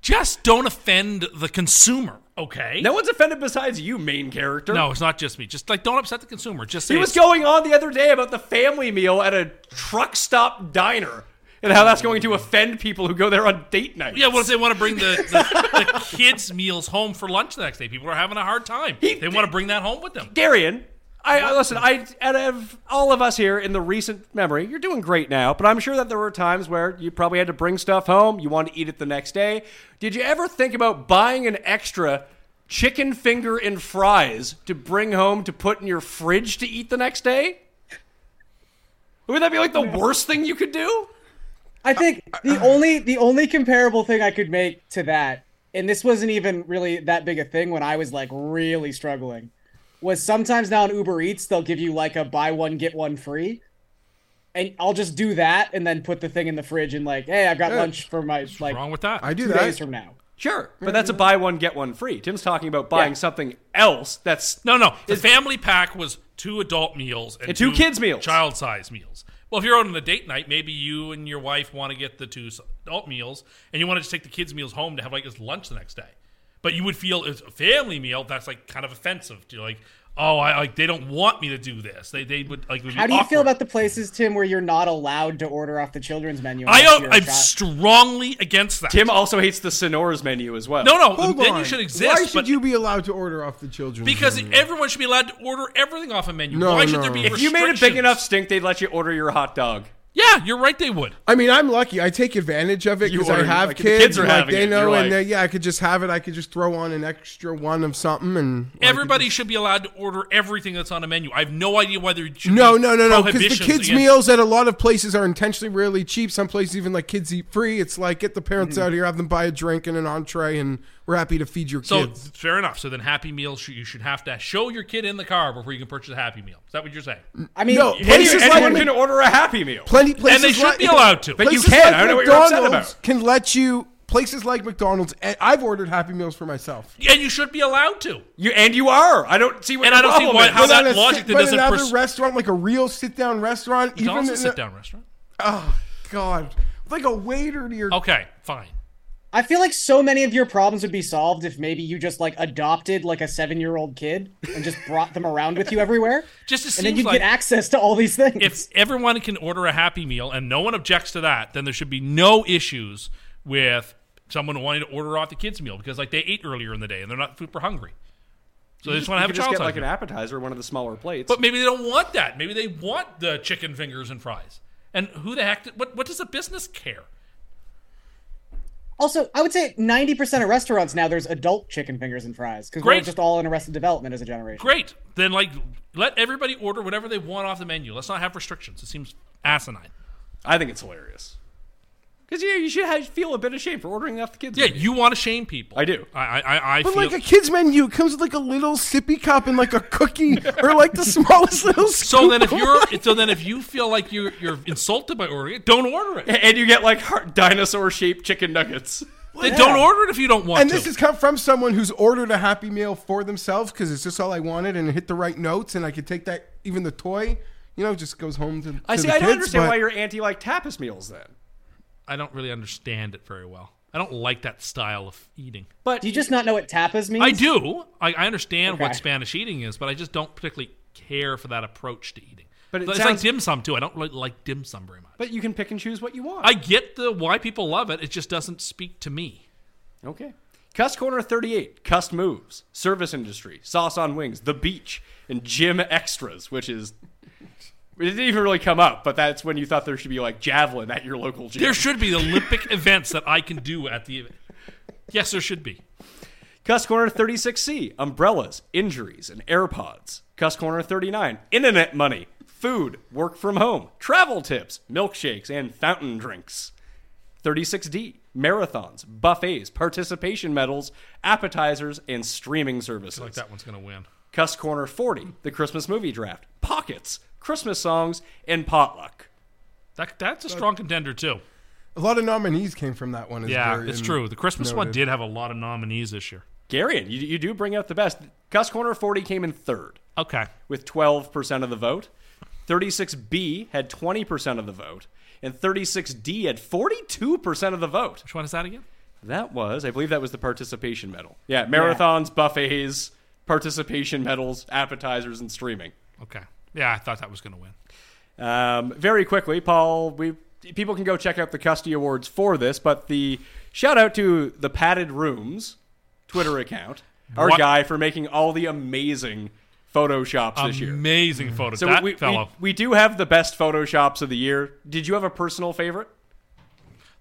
Speaker 6: just don't offend the consumer, okay?
Speaker 3: No one's offended besides you, main character.
Speaker 6: no, it's not just me. Just like don't upset the consumer. Just say
Speaker 3: He was
Speaker 6: it's-
Speaker 3: going on the other day about the family meal at a truck stop diner and how that's going to offend people who go there on date night.
Speaker 6: Yeah, what if they want to bring the, the, the kids' meals home for lunch the next day? People are having a hard time. they want to bring that home with them.
Speaker 3: Darian, I I- listen. I out of all of us here in the recent memory, you're doing great now. But I'm sure that there were times where you probably had to bring stuff home. You wanted to eat it the next day. Did you ever think about buying an extra chicken finger and fries to bring home to put in your fridge to eat the next day? Would that be like the worst thing you could do?
Speaker 4: I think
Speaker 6: Uh,
Speaker 4: the only the only comparable thing I could make to that, and this wasn't even really that big a thing when I was like really struggling, was sometimes now on Uber Eats they'll give you like a buy one get one free, and I'll just do that and then put the thing in the fridge and like, hey, I've got lunch for my like
Speaker 6: Wrong with that?
Speaker 7: I do
Speaker 4: two days
Speaker 7: that.
Speaker 4: from now.
Speaker 3: Sure, but that's a buy one get one free. Tim's talking about buying
Speaker 4: Yeah.
Speaker 3: something else that's
Speaker 6: no, no. The family pack was two adult meals and,
Speaker 3: And two kids' meals.
Speaker 6: child size meals. Well, if you're out on a date night, maybe you and your wife want to get the two s- adult meals, and you want to just take the kids' meals home to have like as lunch the next day. But you would feel it's a family meal that's like kind of offensive to like, oh, I like they don't want me to do this. They they would like. It would be
Speaker 4: How do you feel
Speaker 6: awkward.
Speaker 4: about the places, Tim, where you're not allowed to order off the children's menu?
Speaker 6: I
Speaker 4: unless you're
Speaker 6: am
Speaker 4: a
Speaker 6: I'm
Speaker 4: child?
Speaker 6: strongly against that.
Speaker 3: Tim also hates the Sonora's menu as well.
Speaker 6: no, no.
Speaker 7: Hold
Speaker 6: then
Speaker 7: on.
Speaker 6: you should exist.
Speaker 7: Why should
Speaker 6: but
Speaker 7: you be allowed to order off the children?
Speaker 6: Because everyone should be allowed to order everything off a menu.
Speaker 7: No,
Speaker 6: Why should
Speaker 7: no.
Speaker 6: there be
Speaker 7: If
Speaker 3: If you made a big
Speaker 6: restrictions?
Speaker 3: enough stink, they'd let you order your hot dog.
Speaker 6: Yeah, you're right. They would.
Speaker 7: I mean, I'm lucky. I take advantage of it
Speaker 3: You
Speaker 7: because I
Speaker 3: are.
Speaker 7: have
Speaker 3: Like, the
Speaker 7: kids.
Speaker 3: kids are
Speaker 7: like,
Speaker 3: having
Speaker 7: they
Speaker 3: it.
Speaker 7: know,
Speaker 3: You're
Speaker 7: and
Speaker 3: like-
Speaker 7: they, yeah, I could just have it. I could just throw on an extra one of something, and like,
Speaker 6: Everybody should be allowed to order everything that's on a menu. I have no idea why there should
Speaker 7: No,
Speaker 6: be
Speaker 7: no, no, no. Because the
Speaker 6: prohibitions
Speaker 7: kids'
Speaker 6: against-
Speaker 7: meals at a lot of places are intentionally really cheap. Some places even let kids eat free. It's like get the
Speaker 6: Mm.
Speaker 7: parents out here, have them buy a drink and an entree, and we're happy to feed your
Speaker 6: So
Speaker 7: kids.
Speaker 6: fair enough. So then Happy Meal, sh- you should have to show your kid in the car before you can purchase a Happy Meal. Is that what you're saying?
Speaker 4: I mean,
Speaker 7: No,
Speaker 4: any-
Speaker 7: places
Speaker 4: any-
Speaker 7: like-
Speaker 3: Anyone can order a Happy Meal.
Speaker 7: Plenty places
Speaker 6: And they should
Speaker 7: like-
Speaker 6: be allowed to.
Speaker 3: But you
Speaker 7: places
Speaker 3: can.
Speaker 7: like
Speaker 3: I don't know what you're upset
Speaker 7: McDonald's Can let you. places like McDonald's. And I've ordered Happy Meals for myself.
Speaker 6: and you should be allowed to.
Speaker 3: You and you are. I don't see what.
Speaker 6: And
Speaker 3: the
Speaker 6: I don't see
Speaker 3: problem
Speaker 6: why-
Speaker 3: is.
Speaker 6: how
Speaker 7: Oh, But
Speaker 6: that
Speaker 7: at a
Speaker 6: logic
Speaker 7: sit-
Speaker 6: that
Speaker 7: but
Speaker 6: doesn't
Speaker 7: another
Speaker 6: pers-
Speaker 7: restaurant, like a real sit-down restaurant,
Speaker 6: McDonald's
Speaker 7: even
Speaker 6: is a
Speaker 7: in
Speaker 6: sit down restaurant.
Speaker 7: Oh God, like a waiter to your.
Speaker 6: Okay, fine.
Speaker 4: I feel like so many of your problems would be solved if maybe you just like adopted like a seven year old kid and just brought them around with you everywhere.
Speaker 6: (laughs) Just it
Speaker 4: and then
Speaker 6: seems
Speaker 4: you'd
Speaker 6: like-
Speaker 4: get access to all these things.
Speaker 6: If everyone can order a Happy Meal and no one objects to that, then there should be no issues with someone wanting to order off the kids' meal because like they ate earlier in the day and they're not super hungry, so they just want to have
Speaker 3: you
Speaker 6: a
Speaker 3: could just
Speaker 6: child
Speaker 3: get like an appetizer, one of the smaller plates.
Speaker 6: But maybe they don't want that. Maybe they want the chicken fingers and fries. And who the heck? What what does a business care?
Speaker 4: Also, I would say 90% of restaurants now there's adult chicken fingers and fries because we're
Speaker 6: Great.
Speaker 4: just all in arrested development as a generation.
Speaker 6: Great. Then like let everybody order whatever they want off the menu. Let's not have restrictions. It seems asinine.
Speaker 3: I think it's hilarious. Because yeah, you should have, feel a bit of shame for ordering off the kids.
Speaker 6: Yeah, you want to shame people.
Speaker 3: I do.
Speaker 6: I I, I
Speaker 7: But
Speaker 6: feel
Speaker 7: like a kids menu, it comes with like a little sippy cup and like a cookie or like the (laughs) smallest little. Scoop
Speaker 6: (laughs) so then if
Speaker 7: of
Speaker 6: you're
Speaker 3: (laughs)
Speaker 6: so then if you feel like you you're insulted by ordering it, don't order it.
Speaker 3: and you get like dinosaur shaped chicken nuggets.
Speaker 6: Then don't order it if you don't want
Speaker 7: and
Speaker 6: to.
Speaker 7: this has come from someone who's ordered a happy meal for themselves because it's just all I wanted and it hit the right notes and I could take that even the toy, you know, just goes home to.
Speaker 3: I
Speaker 7: to
Speaker 3: see.
Speaker 7: the
Speaker 3: I don't
Speaker 7: kids,
Speaker 3: understand
Speaker 7: but-
Speaker 3: why you're anti like tapas meals then.
Speaker 6: I don't really understand it very well. I don't like that style of eating.
Speaker 3: But
Speaker 4: Do you just not know what tapas means?
Speaker 6: I do. I, I understand
Speaker 4: Okay.
Speaker 6: what Spanish eating is, but I just don't particularly care for that approach to eating. But
Speaker 3: But it
Speaker 6: it's
Speaker 3: sounds-
Speaker 6: like dim sum too. I don't really like dim sum very much.
Speaker 3: But you can pick and choose what you want.
Speaker 6: I get the why people love it. It just doesn't speak to me.
Speaker 3: Okay. Cuss Corner 38, Cuss Moves, Service Industry, Sauce on Wings, The Beach, and Gym Extras, which is. It didn't even really come up, but that's when you thought there should be like javelin at your local gym.
Speaker 6: There should
Speaker 4: (laughs)
Speaker 6: be Olympic events that I can do at the. Yes, there should be.
Speaker 3: Cuss Corner 36C, Umbrellas, Injuries, and AirPods. Cuss Corner 39, Internet Money, Food, Work from Home, Travel Tips, Milkshakes, and Fountain Drinks. 36D, Marathons, Buffets, Participation Medals, Appetizers, and Streaming Services.
Speaker 6: Like that one's gonna win.
Speaker 3: Cuss Corner 40, the Christmas movie draft, Pockets, Christmas songs, and Potluck.
Speaker 6: That that's a strong contender too.
Speaker 7: A lot of nominees came from that one. is
Speaker 6: Yeah,
Speaker 7: very-
Speaker 6: it's
Speaker 7: and-
Speaker 6: true. The Christmas one
Speaker 7: noted.
Speaker 6: did have a lot of nominees this year.
Speaker 3: Garion, you, you do bring out the best. Cuss Corner 40 came in third
Speaker 6: Okay,
Speaker 3: with 12% of the vote. 36B had 20% of the vote. And 36D had 42% of the vote.
Speaker 6: which one is that again?
Speaker 3: That was, I believe that was the participation medal. Yeah, marathons, buffets, participation medals, appetizers, and streaming.
Speaker 6: Okay, yeah, I thought that was gonna win.
Speaker 3: Um, very quickly, Paul, we people can go check out the Custy Awards for this, but the shout out to the Padded Rooms Twitter account, our
Speaker 6: What?
Speaker 3: guy for making all the amazing photoshops this year.
Speaker 6: Amazing photo.
Speaker 3: So
Speaker 6: that
Speaker 3: we, we-
Speaker 6: fellow.
Speaker 3: we do have the best photoshops of the year. Did you have a personal favorite?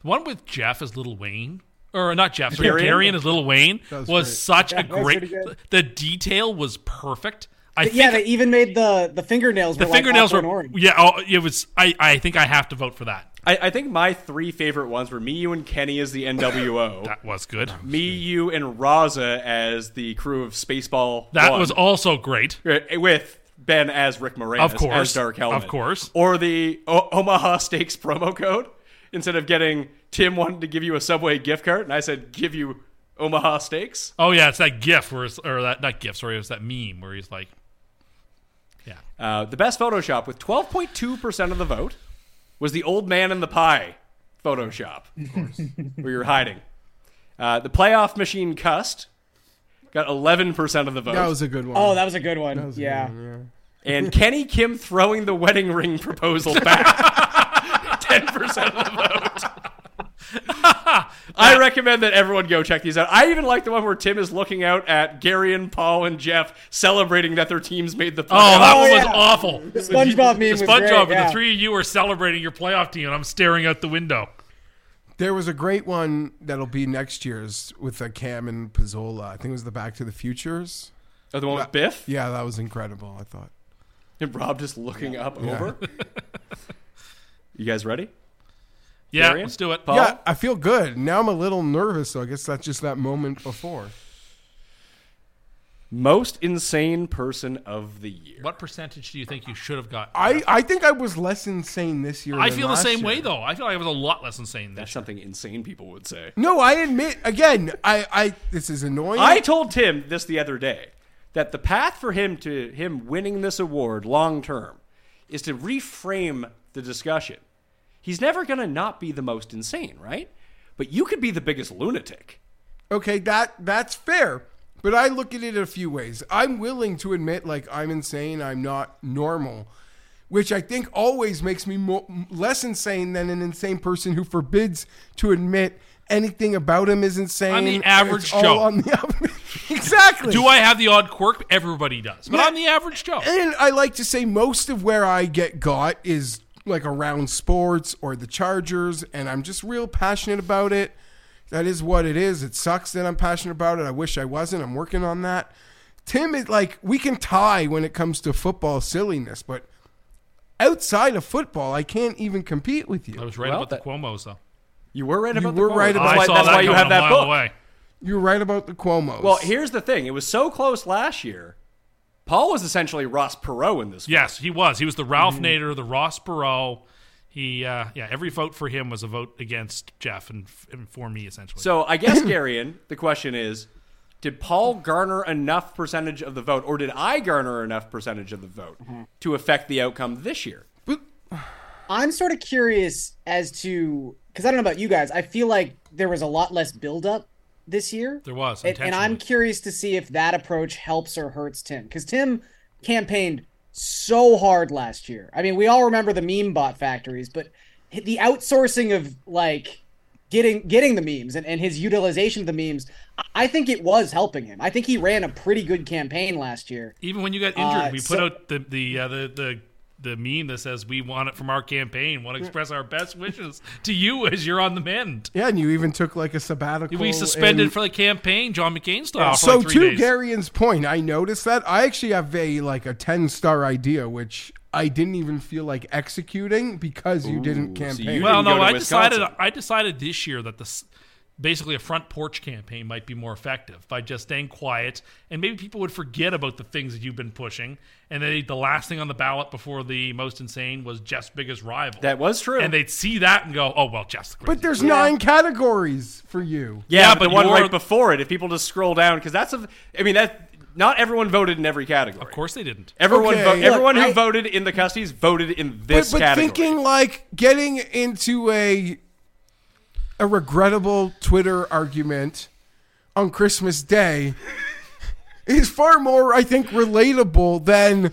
Speaker 6: The one with Jeff is Little Wayne, or not Jeff, sorry,
Speaker 3: Darian?
Speaker 6: Darian is Little Wayne was,
Speaker 7: was great.
Speaker 6: such a
Speaker 4: that was
Speaker 6: great.
Speaker 4: pretty good.
Speaker 6: The detail was perfect. I think
Speaker 4: yeah, they even made the, the fingernails
Speaker 6: the
Speaker 4: were like
Speaker 6: fingernails
Speaker 4: aqua
Speaker 6: were.
Speaker 4: and orange.
Speaker 6: Yeah, oh, it was. I, I think I have to vote for that.
Speaker 3: I, I think my three favorite ones were me, you, and Kenny as the
Speaker 6: (laughs)
Speaker 3: NWO.
Speaker 6: That was good.
Speaker 3: me, you, and Raza as the crew of Spaceball.
Speaker 6: That
Speaker 3: 1.
Speaker 6: was also great.
Speaker 3: Right, Uh, with Ben as Rick Moranis,
Speaker 6: Of course.
Speaker 3: as Dark Helmet,
Speaker 6: Of course.
Speaker 3: or the o- Omaha Steaks promo code. Instead of getting Tim wanted to give you a Subway gift card, and I said give you Omaha Steaks.
Speaker 6: Oh yeah, it's that GIF where it's, or that not GIF, sorry, it was that meme where he's
Speaker 3: (laughs)
Speaker 6: like, yeah,
Speaker 3: Uh, the best Photoshop with 12.2% of the vote was the Old Man and the Pie Photoshop, where you're hiding. Uh, the playoff machine cussed got 11% of the vote,
Speaker 7: That was a good one.
Speaker 4: Oh, that was a good one. yeah.
Speaker 3: (laughs) and Kenny Kim throwing the wedding ring proposal back.
Speaker 4: (laughs)
Speaker 3: 10% of the vote. I recommend that everyone go check these out. I even like the one where Tim is looking out at Gary and Paul and Jeff celebrating that their teams made the
Speaker 6: (laughs)
Speaker 3: playoffs.
Speaker 6: Oh, that one was
Speaker 4: yeah.
Speaker 6: awful.
Speaker 4: The SpongeBob meme
Speaker 6: The
Speaker 4: was
Speaker 6: SpongeBob,
Speaker 4: great,
Speaker 6: where
Speaker 4: yeah.
Speaker 6: the three of you are celebrating your playoff team, and I'm staring out the window.
Speaker 7: There was a great one that'll be next year's with a Cam and Pizzola. I think it was the Back to the Futures.
Speaker 3: Oh, the one with Biff?
Speaker 7: Yeah, that was incredible. I thought.
Speaker 3: And Rob just looking up
Speaker 7: (laughs)
Speaker 3: over. you guys ready?
Speaker 6: Yeah,
Speaker 3: Darian?
Speaker 6: let's do it.
Speaker 3: Paul?
Speaker 7: Yeah, I feel good now. I'm a little nervous, so I guess that's just that moment before.
Speaker 3: Most insane person of the year.
Speaker 6: What percentage do you think you should have got?
Speaker 7: I, I think I was less insane this year.
Speaker 6: I
Speaker 7: than
Speaker 6: feel the
Speaker 7: last
Speaker 6: same
Speaker 7: year.
Speaker 6: way though. I feel like I was a lot less insane.
Speaker 3: That's something insane people would say.
Speaker 4: (laughs)
Speaker 7: No, I admit again. I, I this is
Speaker 4: Oh,
Speaker 7: annoying.
Speaker 3: I told Tim this the other day that the path for him to him winning this award long term is to reframe the discussion. He's never going to not be the most insane, right? But you could be the biggest lunatic.
Speaker 7: Okay, that that's fair. But I look at it a few ways. I'm willing to admit like I'm insane, I'm not normal, which I think always makes me mo- less insane than an insane person who forbids to admit anything about him is insane.
Speaker 6: I'm the average
Speaker 7: It's all
Speaker 6: Joe.
Speaker 7: on the- exactly.
Speaker 6: Do I have the odd quirk? Everybody does, but
Speaker 7: Yeah.
Speaker 6: I'm the average Joe.
Speaker 7: And I like to say most of where I get got is like around sports or the Chargers, and I'm just real passionate about it. That is what it is. It sucks that I'm passionate about it. I wish I wasn't. I'm working on that. Tim is like, we can tie when it comes to football silliness, but outside of football, I can't even compete with you.
Speaker 6: I was right about the Cuomo's though.
Speaker 3: You were right
Speaker 7: You
Speaker 3: about
Speaker 7: were
Speaker 3: the Cuomo.
Speaker 7: right
Speaker 3: That's
Speaker 7: about
Speaker 3: why-
Speaker 7: the
Speaker 3: that's
Speaker 7: Cuomo.
Speaker 3: why you have that book.
Speaker 7: You're right about the Cuomo's.
Speaker 3: Well, here's the thing. It was so close last year. Paul was essentially Ross Perot in this.
Speaker 6: Yes, he was. He was the Ralph
Speaker 4: Mm-hmm.
Speaker 6: Nader, the Ross Perot. He, uh, yeah, every vote for him was a vote against Jeff and, and for me essentially.
Speaker 3: So I guess, Garion, the question is did Paul garner enough percentage of the vote, or did I garner enough percentage of the vote to affect the outcome this year?
Speaker 4: I'm sort of curious as to because I don't know about you guys. I feel like there was a lot less buildup this year.
Speaker 6: There was,
Speaker 4: and, and I'm curious to see if that approach helps or hurts Tim because Tim campaigned so hard last year. I mean, we all remember the meme bot factories, but the outsourcing of like getting getting the memes and, and his utilization of the memes, I think it was helping him. I think he ran a pretty good campaign last year.
Speaker 6: Even when you got injured,
Speaker 4: Uh,
Speaker 6: we put
Speaker 4: so-
Speaker 6: out the the, uh, the the the meme that says we want it from our campaign.
Speaker 4: Mm.
Speaker 6: Want to express our best wishes to you as you're on the mend.
Speaker 7: yeah, and you even took like a sabbatical.
Speaker 6: We suspended
Speaker 7: and-
Speaker 6: for the campaign, John McCain style. Oh, for
Speaker 7: so
Speaker 6: like
Speaker 7: to
Speaker 6: three days.
Speaker 7: Garion's point, I noticed that I actually have a like a ten star idea, which I didn't even feel like executing because you didn't campaign.
Speaker 6: well, no, I decided. I decided this year that this basically a front porch campaign might be more effective by just staying quiet, and maybe people would forget about the things that you've been pushing. And they, the last thing on the ballot before the most insane was Jeff's biggest rival. That
Speaker 3: was true,
Speaker 6: and they'd see that and go, "Oh well, Jeff's." The
Speaker 7: But there's nine categories for you.
Speaker 3: Yeah, but, the one
Speaker 6: you're-
Speaker 3: right before it, if people just scroll down, because that's a. I mean, that not everyone voted in every category. Of
Speaker 6: course they didn't.
Speaker 3: Everyone,
Speaker 7: Okay.
Speaker 3: vo-
Speaker 7: Look,
Speaker 3: everyone who
Speaker 7: I-
Speaker 3: voted in the Custies voted in
Speaker 7: But,
Speaker 3: this
Speaker 7: but
Speaker 3: category.
Speaker 7: thinking like getting into a a regrettable Twitter argument on Christmas Day is far more, I think, relatable than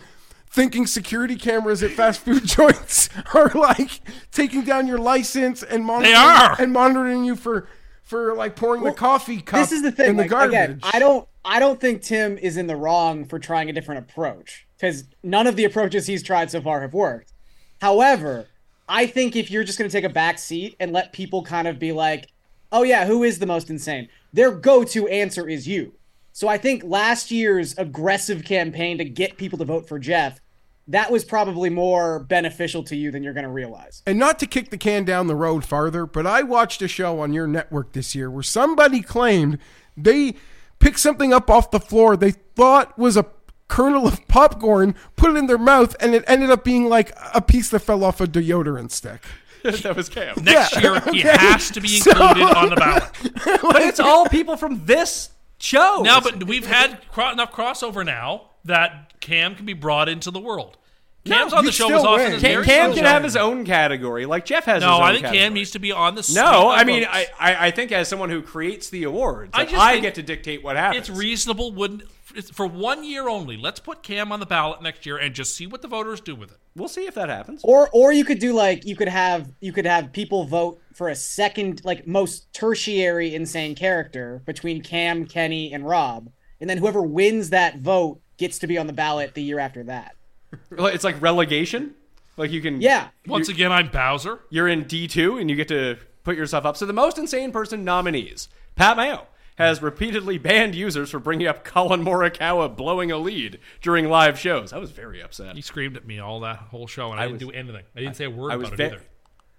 Speaker 7: thinking security cameras at fast food (laughs) joints are like taking down your license and monitoring
Speaker 4: are.
Speaker 7: and monitoring you for for like pouring the coffee cup
Speaker 4: this is the thing
Speaker 7: in the
Speaker 4: like,
Speaker 7: garbage.
Speaker 4: again, i don't i don't think tim is in the wrong for trying a different approach because none of the approaches he's tried so far have worked however i think if you're just going to take a back seat and let people kind of be like oh yeah who is the most insane their go-to answer is you so i think last year's aggressive campaign to get people to vote for jeff that was probably more beneficial to you than you're going to realize
Speaker 7: And not to kick the can down the road farther, but I watched a show on your network this year where somebody claimed they picked something up off the floor they thought was a kernel of popcorn, put it in their mouth, and it ended up being like a piece that fell off a deodorant stick.
Speaker 3: (laughs) that was chaos.
Speaker 6: Next
Speaker 3: (laughs)
Speaker 6: year, he has to be included on the ballot.
Speaker 3: but it's all people from this show.
Speaker 6: No, but we've had cro- enough crossover now that Cam can be brought into the world. Cam's on the show as often as
Speaker 3: Cam,
Speaker 6: Mary's on
Speaker 3: Cam
Speaker 6: the
Speaker 3: can
Speaker 6: show.
Speaker 3: have his own category, like Jeff has.
Speaker 6: No,
Speaker 3: his own
Speaker 6: I think
Speaker 3: category.
Speaker 6: Cam needs to be on the.
Speaker 3: No,
Speaker 6: sweep
Speaker 3: I mean,
Speaker 6: votes.
Speaker 3: I, I, I think as someone who creates the awards,
Speaker 6: I
Speaker 3: I,
Speaker 6: just
Speaker 3: I
Speaker 6: think
Speaker 3: get to dictate what happens.
Speaker 6: it's reasonable. Wouldn't it's for one year only? Let's put Cam on the ballot next year and just see what the voters do with it.
Speaker 3: We'll see if that happens.
Speaker 4: Or or you could do like you could have you could have people vote for a second like most tertiary insane character between Cam, Kenny, and Rob, and then whoever wins that vote gets to be on the ballot the year after that.
Speaker 3: Like, It's like relegation. Like you can.
Speaker 4: Yeah.
Speaker 6: Once again, I'm Bowser.
Speaker 3: You're in D two, and you get to put yourself up. So the most insane person nominees: Pat Mayo has repeatedly banned users for bringing up Colin Morikawa blowing a lead during live shows. I was very upset.
Speaker 6: He screamed at me all that whole show, and I,
Speaker 3: I
Speaker 6: didn't do
Speaker 3: was-
Speaker 6: anything. I didn't say a word
Speaker 3: I was
Speaker 6: about
Speaker 3: ve-
Speaker 6: it either.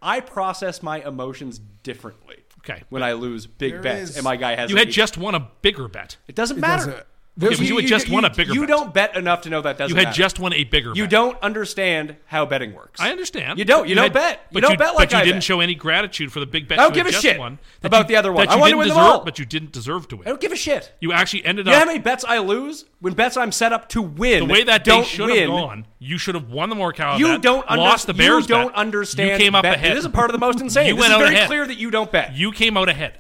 Speaker 3: I process my emotions differently.
Speaker 6: Okay.
Speaker 3: When I lose big
Speaker 6: There
Speaker 3: bets,
Speaker 6: is-
Speaker 3: and my guy has
Speaker 6: You had just won a bigger bet.
Speaker 3: It doesn't
Speaker 6: It
Speaker 3: matter.
Speaker 6: doesn't- There's- but you had just won a bigger
Speaker 3: You
Speaker 6: bet.
Speaker 3: don't bet enough to know that doesn't.
Speaker 6: You had
Speaker 3: matter.
Speaker 6: just won a bigger
Speaker 3: You
Speaker 6: bet.
Speaker 3: don't understand how betting works.
Speaker 6: I understand.
Speaker 3: You don't. You, don't
Speaker 6: had-
Speaker 3: bet. You
Speaker 6: but
Speaker 3: don't bet like
Speaker 6: But you
Speaker 3: I
Speaker 6: didn't
Speaker 3: bet.
Speaker 6: show any gratitude for the big bet
Speaker 3: I don't
Speaker 6: you had
Speaker 3: give a
Speaker 6: just
Speaker 3: shit
Speaker 6: won, that
Speaker 3: about
Speaker 6: you-
Speaker 3: the other one.
Speaker 6: that
Speaker 3: I
Speaker 6: you
Speaker 3: wanted to
Speaker 6: didn't
Speaker 3: win them
Speaker 6: deserve-
Speaker 3: all.
Speaker 6: But you didn't deserve to win.
Speaker 3: I don't give a shit.
Speaker 6: You actually ended
Speaker 3: You
Speaker 6: up
Speaker 3: know how many bets I lose when bets I'm set up to win.
Speaker 6: the way that
Speaker 3: don't
Speaker 6: day should
Speaker 3: win.
Speaker 6: have gone. You should have won the Morikawa.
Speaker 3: You
Speaker 6: bet,
Speaker 3: don't under-
Speaker 6: lost the Bears.
Speaker 3: You don't
Speaker 6: bet.
Speaker 3: understand.
Speaker 6: You came up
Speaker 3: bet-
Speaker 6: ahead.
Speaker 3: This is part of the most
Speaker 6: (laughs)
Speaker 3: insane.
Speaker 6: You
Speaker 3: This
Speaker 6: went
Speaker 3: is
Speaker 6: out
Speaker 3: very
Speaker 6: ahead.
Speaker 3: clear that you don't bet.
Speaker 6: You came out ahead.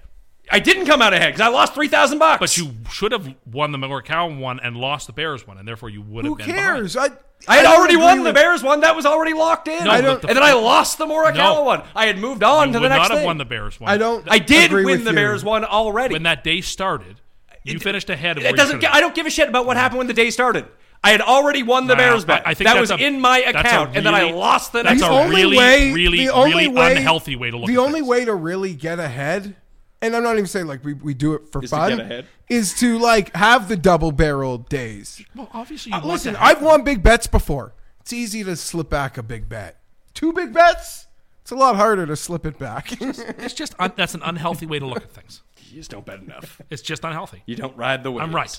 Speaker 3: I didn't come out ahead because I lost three thousand bucks.
Speaker 6: But you should have won the Morikawa one and lost the Bears one, and therefore you would have
Speaker 7: Who
Speaker 6: been behind.
Speaker 7: cares? I,
Speaker 3: I had
Speaker 7: don't
Speaker 3: already
Speaker 7: agree
Speaker 3: won the
Speaker 7: with-
Speaker 3: Bears one. That was already locked in.
Speaker 6: No, I but the-
Speaker 3: and then I lost the Morikawa
Speaker 6: No.
Speaker 3: one. I had moved on
Speaker 6: You
Speaker 3: to
Speaker 6: would
Speaker 3: the next
Speaker 6: not have
Speaker 3: thing.
Speaker 6: won the Bears one.
Speaker 7: I don't.
Speaker 3: I did
Speaker 7: agree
Speaker 3: win
Speaker 7: with
Speaker 3: the
Speaker 7: you.
Speaker 3: Bears one already.
Speaker 6: When that day started, you finished ahead. Of where
Speaker 3: it
Speaker 6: you
Speaker 3: doesn't.
Speaker 6: should have
Speaker 3: I don't give a shit about what happened when the day started. I had already won the
Speaker 6: Nah,
Speaker 3: Bears bet.
Speaker 6: I- I think
Speaker 3: that
Speaker 6: that's
Speaker 3: was
Speaker 6: a-
Speaker 3: in my
Speaker 6: that's a
Speaker 3: account, and then I
Speaker 6: really-
Speaker 3: lost the
Speaker 6: that's
Speaker 3: next
Speaker 6: a
Speaker 3: one.
Speaker 6: really- really,
Speaker 7: the only
Speaker 6: really
Speaker 7: way-
Speaker 6: unhealthy way to look
Speaker 7: The
Speaker 6: at
Speaker 7: only
Speaker 6: things.
Speaker 7: way to really get ahead, and I'm not even saying like we, we do it for
Speaker 3: Is to
Speaker 7: fun,
Speaker 3: get ahead?
Speaker 7: is to like have the double barreled days.
Speaker 6: Well, obviously, you
Speaker 7: Uh,
Speaker 6: want
Speaker 7: listen,
Speaker 6: to have-
Speaker 7: I've won big bets before. It's easy to slip back a big bet. Two big bets. It's a lot harder to slip it back. (laughs)
Speaker 6: It's just un- that's an unhealthy way to look at things.
Speaker 3: (laughs) You just don't bet enough.
Speaker 6: It's just unhealthy.
Speaker 3: You don't ride the wave.
Speaker 6: I'm right.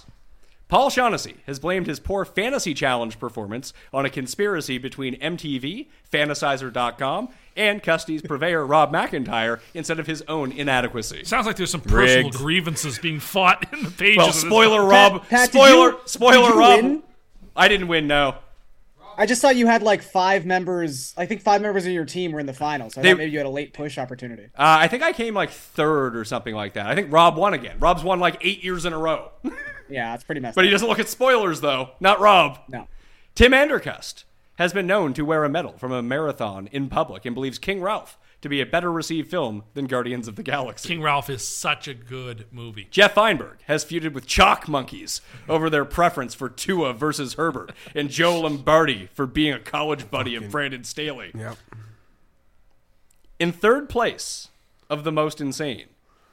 Speaker 3: Paul Shaughnessy has blamed his poor fantasy challenge performance on a conspiracy between MTV, Fantasizer.com, and Custy's purveyor Rob McIntyre instead of his own inadequacy.
Speaker 6: Sounds like there's some personal
Speaker 3: Rigged.
Speaker 6: grievances being fought in the pages.
Speaker 3: Well,
Speaker 6: of this-
Speaker 3: spoiler Rob,
Speaker 4: Pat, Pat, did
Speaker 3: spoiler,
Speaker 4: you-
Speaker 3: spoiler
Speaker 4: did you
Speaker 3: Rob.
Speaker 4: win?
Speaker 3: I didn't win. No,
Speaker 4: I just thought you had like five members. I think five members of your team were in the finals. So I
Speaker 3: They-
Speaker 4: thought maybe you had a late push opportunity.
Speaker 3: uh, I think I came like third or something like that. I think Rob won again. Rob's won like eight years in a row,
Speaker 4: Yeah, that's pretty messed
Speaker 3: but
Speaker 4: up.
Speaker 3: he doesn't look at spoilers though. Not Rob.
Speaker 4: No.
Speaker 3: Tim Andercust has been known to wear a medal from a marathon in public and believes King Ralph to be a better received film than Guardians of the Galaxy.
Speaker 6: King Ralph is such a good movie.
Speaker 3: Jeff Feinberg has feuded with Chalk Monkeys over their preference for Tua versus Herbert
Speaker 7: (laughs)
Speaker 3: and Joe Lombardi for being a college buddy of Brandon Staley.
Speaker 7: Yep.
Speaker 3: In third place of the most insane,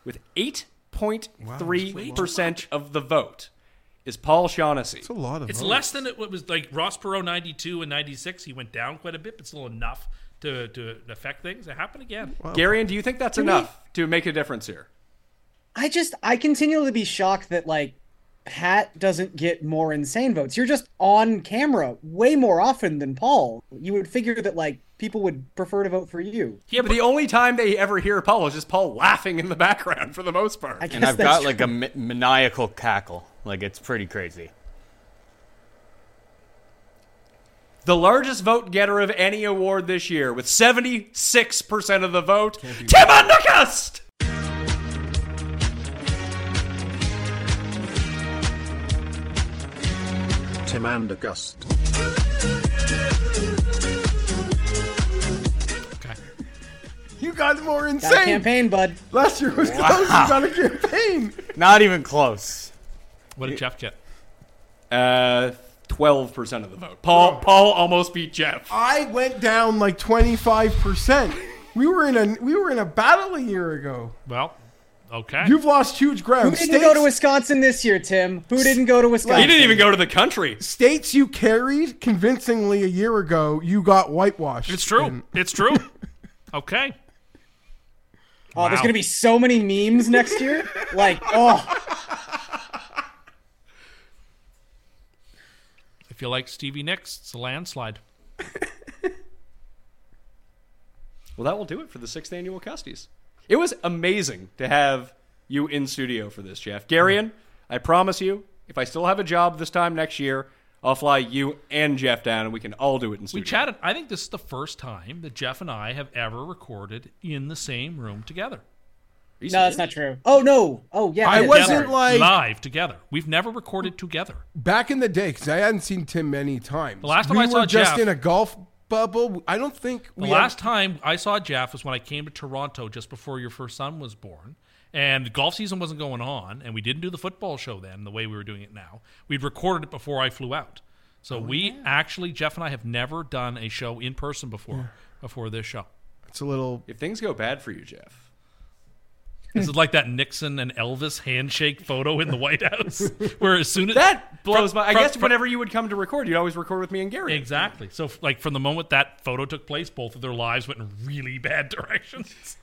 Speaker 3: with 8.3% of the vote, is Paul Shaughnessy.
Speaker 7: a lot of
Speaker 6: It's
Speaker 7: votes.
Speaker 6: less than it was like Ross Perot 92 and 96. He went down quite a bit, but still enough to, to affect things. It happened again.
Speaker 3: Garion, do you think that's enough to make a difference here?
Speaker 4: I just I continue to be shocked that like Pat doesn't get more insane votes. You're just on camera way more often than Paul. You would figure that like people would prefer to vote for you.
Speaker 3: Yeah, but the only time they ever hear Paul is just Paul laughing in the background for the most part.
Speaker 4: I guess
Speaker 9: And I've
Speaker 4: that's
Speaker 9: got
Speaker 4: true.
Speaker 9: like a ma- maniacal cackle. Like it's pretty crazy.
Speaker 3: the largest vote getter of any award this year with 76% of the vote, Tim Undercust!
Speaker 5: Tim and August.
Speaker 7: You got more
Speaker 4: Got a
Speaker 7: insane. (laughs)
Speaker 4: campaign, bud.
Speaker 7: Last year was close. You got a campaign.
Speaker 9: Not even close.
Speaker 6: What did Jeff get?
Speaker 3: Uh, 12% of the vote. Paul Paul almost beat Jeff.
Speaker 7: I went down like twenty five percent. We were in a we were in a battle a year ago.
Speaker 6: Well, okay.
Speaker 7: You've lost huge ground.
Speaker 4: Who didn't
Speaker 7: states,
Speaker 4: go to Wisconsin this year, Tim? Who didn't go to Wisconsin?
Speaker 3: He didn't even go to the country.
Speaker 7: states you carried convincingly a year ago. You got whitewashed.
Speaker 6: it's true.
Speaker 7: And (laughs)
Speaker 6: It's true. okay.
Speaker 4: Oh, there's
Speaker 6: Wow.
Speaker 4: gonna be so many memes next year. Like, oh,
Speaker 6: If you like Stevie Nicks, it's a landslide.
Speaker 3: Well, that will do it for the sixth annual Custies. It was amazing to have you in studio for this, Jeff. Garion, I promise you, if I still have a job this time next year, I'll fly you and Jeff down and we can all do it in studio.
Speaker 6: We chatted. I think this is the first time that Jeff and I have ever recorded in the same room together.
Speaker 4: no, that's not true. Oh no. Oh yeah.
Speaker 7: I
Speaker 4: did.
Speaker 7: wasn't
Speaker 4: Sorry.
Speaker 6: Together.
Speaker 7: like-
Speaker 6: live together. We've never recorded together.
Speaker 7: back in the day because I hadn't seen Tim many times. The
Speaker 6: last time
Speaker 7: we
Speaker 6: I
Speaker 7: were
Speaker 6: saw
Speaker 7: just
Speaker 6: Jeff-
Speaker 7: in a golf bubble. I don't think
Speaker 6: The
Speaker 7: we
Speaker 6: last time I saw Jeff was when I came to Toronto just before your first son was born. And golf season wasn't going on, and we didn't do the football show then the way we were doing it now. We'd recorded it before I flew out.
Speaker 3: Oh,
Speaker 6: So we actually, Jeff and I have never done a show in person before before this
Speaker 3: (laughs)
Speaker 6: show.
Speaker 7: It's a little.
Speaker 3: If things go bad for you, Jeff,
Speaker 6: This is like that Nixon and Elvis handshake photo in the White
Speaker 3: (laughs)
Speaker 6: House, where as soon as
Speaker 3: That blows
Speaker 6: from-
Speaker 3: my. I
Speaker 6: from-
Speaker 3: guess
Speaker 6: from-
Speaker 3: whenever you would come to record, you'd always record with me and Gary.
Speaker 6: exactly. So f- like from the moment that photo took place, both of their (laughs)
Speaker 3: (laughs)
Speaker 6: lives went in really bad directions.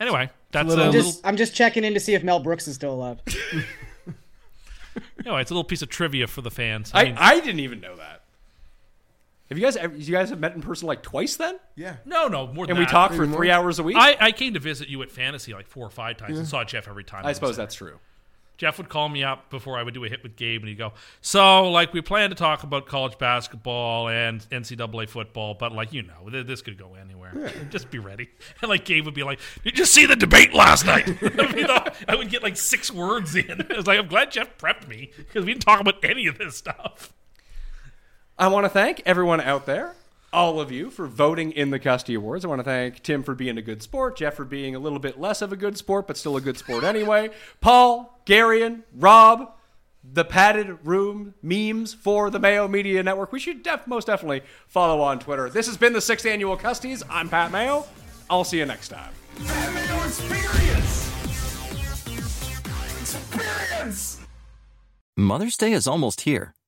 Speaker 6: Anyway, that's a
Speaker 4: I'm
Speaker 6: little.
Speaker 4: just, I'm just checking in to see if Mel Brooks is still
Speaker 6: (laughs)
Speaker 4: alive.
Speaker 6: Anyway, it's a little piece of trivia for the fans.
Speaker 3: I, I didn't even know that. Have you guys ever, you guys have met in person like twice then?
Speaker 7: Yeah.
Speaker 6: No, no, more. than
Speaker 3: And we
Speaker 6: that.
Speaker 3: talk for three hours a week.
Speaker 6: I, I came to visit you at Fantasy like four or five times
Speaker 3: Yeah.
Speaker 6: and saw Jeff every time.
Speaker 3: I
Speaker 6: was
Speaker 3: suppose
Speaker 6: there.
Speaker 3: that's true.
Speaker 6: Jeff would call me up before I would do a hit with Gabe, and he'd go, "So, like, we plan to talk about college basketball and NCAA football, but like, you know, th- this could go anywhere. Just be ready." (laughs) And like, Gabe would be like, "Did you see the debate last night?" (laughs) I, mean, I would get like six words in. (laughs) I was like, "I'm glad Jeff prepped me because we didn't talk about any of this stuff."
Speaker 3: I want to thank everyone out there, all of you, for voting in the Custy Awards. I want to thank Tim for being a good sport, Jeff for being a little bit less of a good sport, but still a good sport anyway, Paul, Garion, Rob, the padded room memes for the Mayo Media Network. We should def- most definitely follow on Twitter. This has been the sixth annual Custies. I'm Pat Mayo. I'll see you next time.
Speaker 2: Experience! Experience!
Speaker 11: Mother's Day is almost here,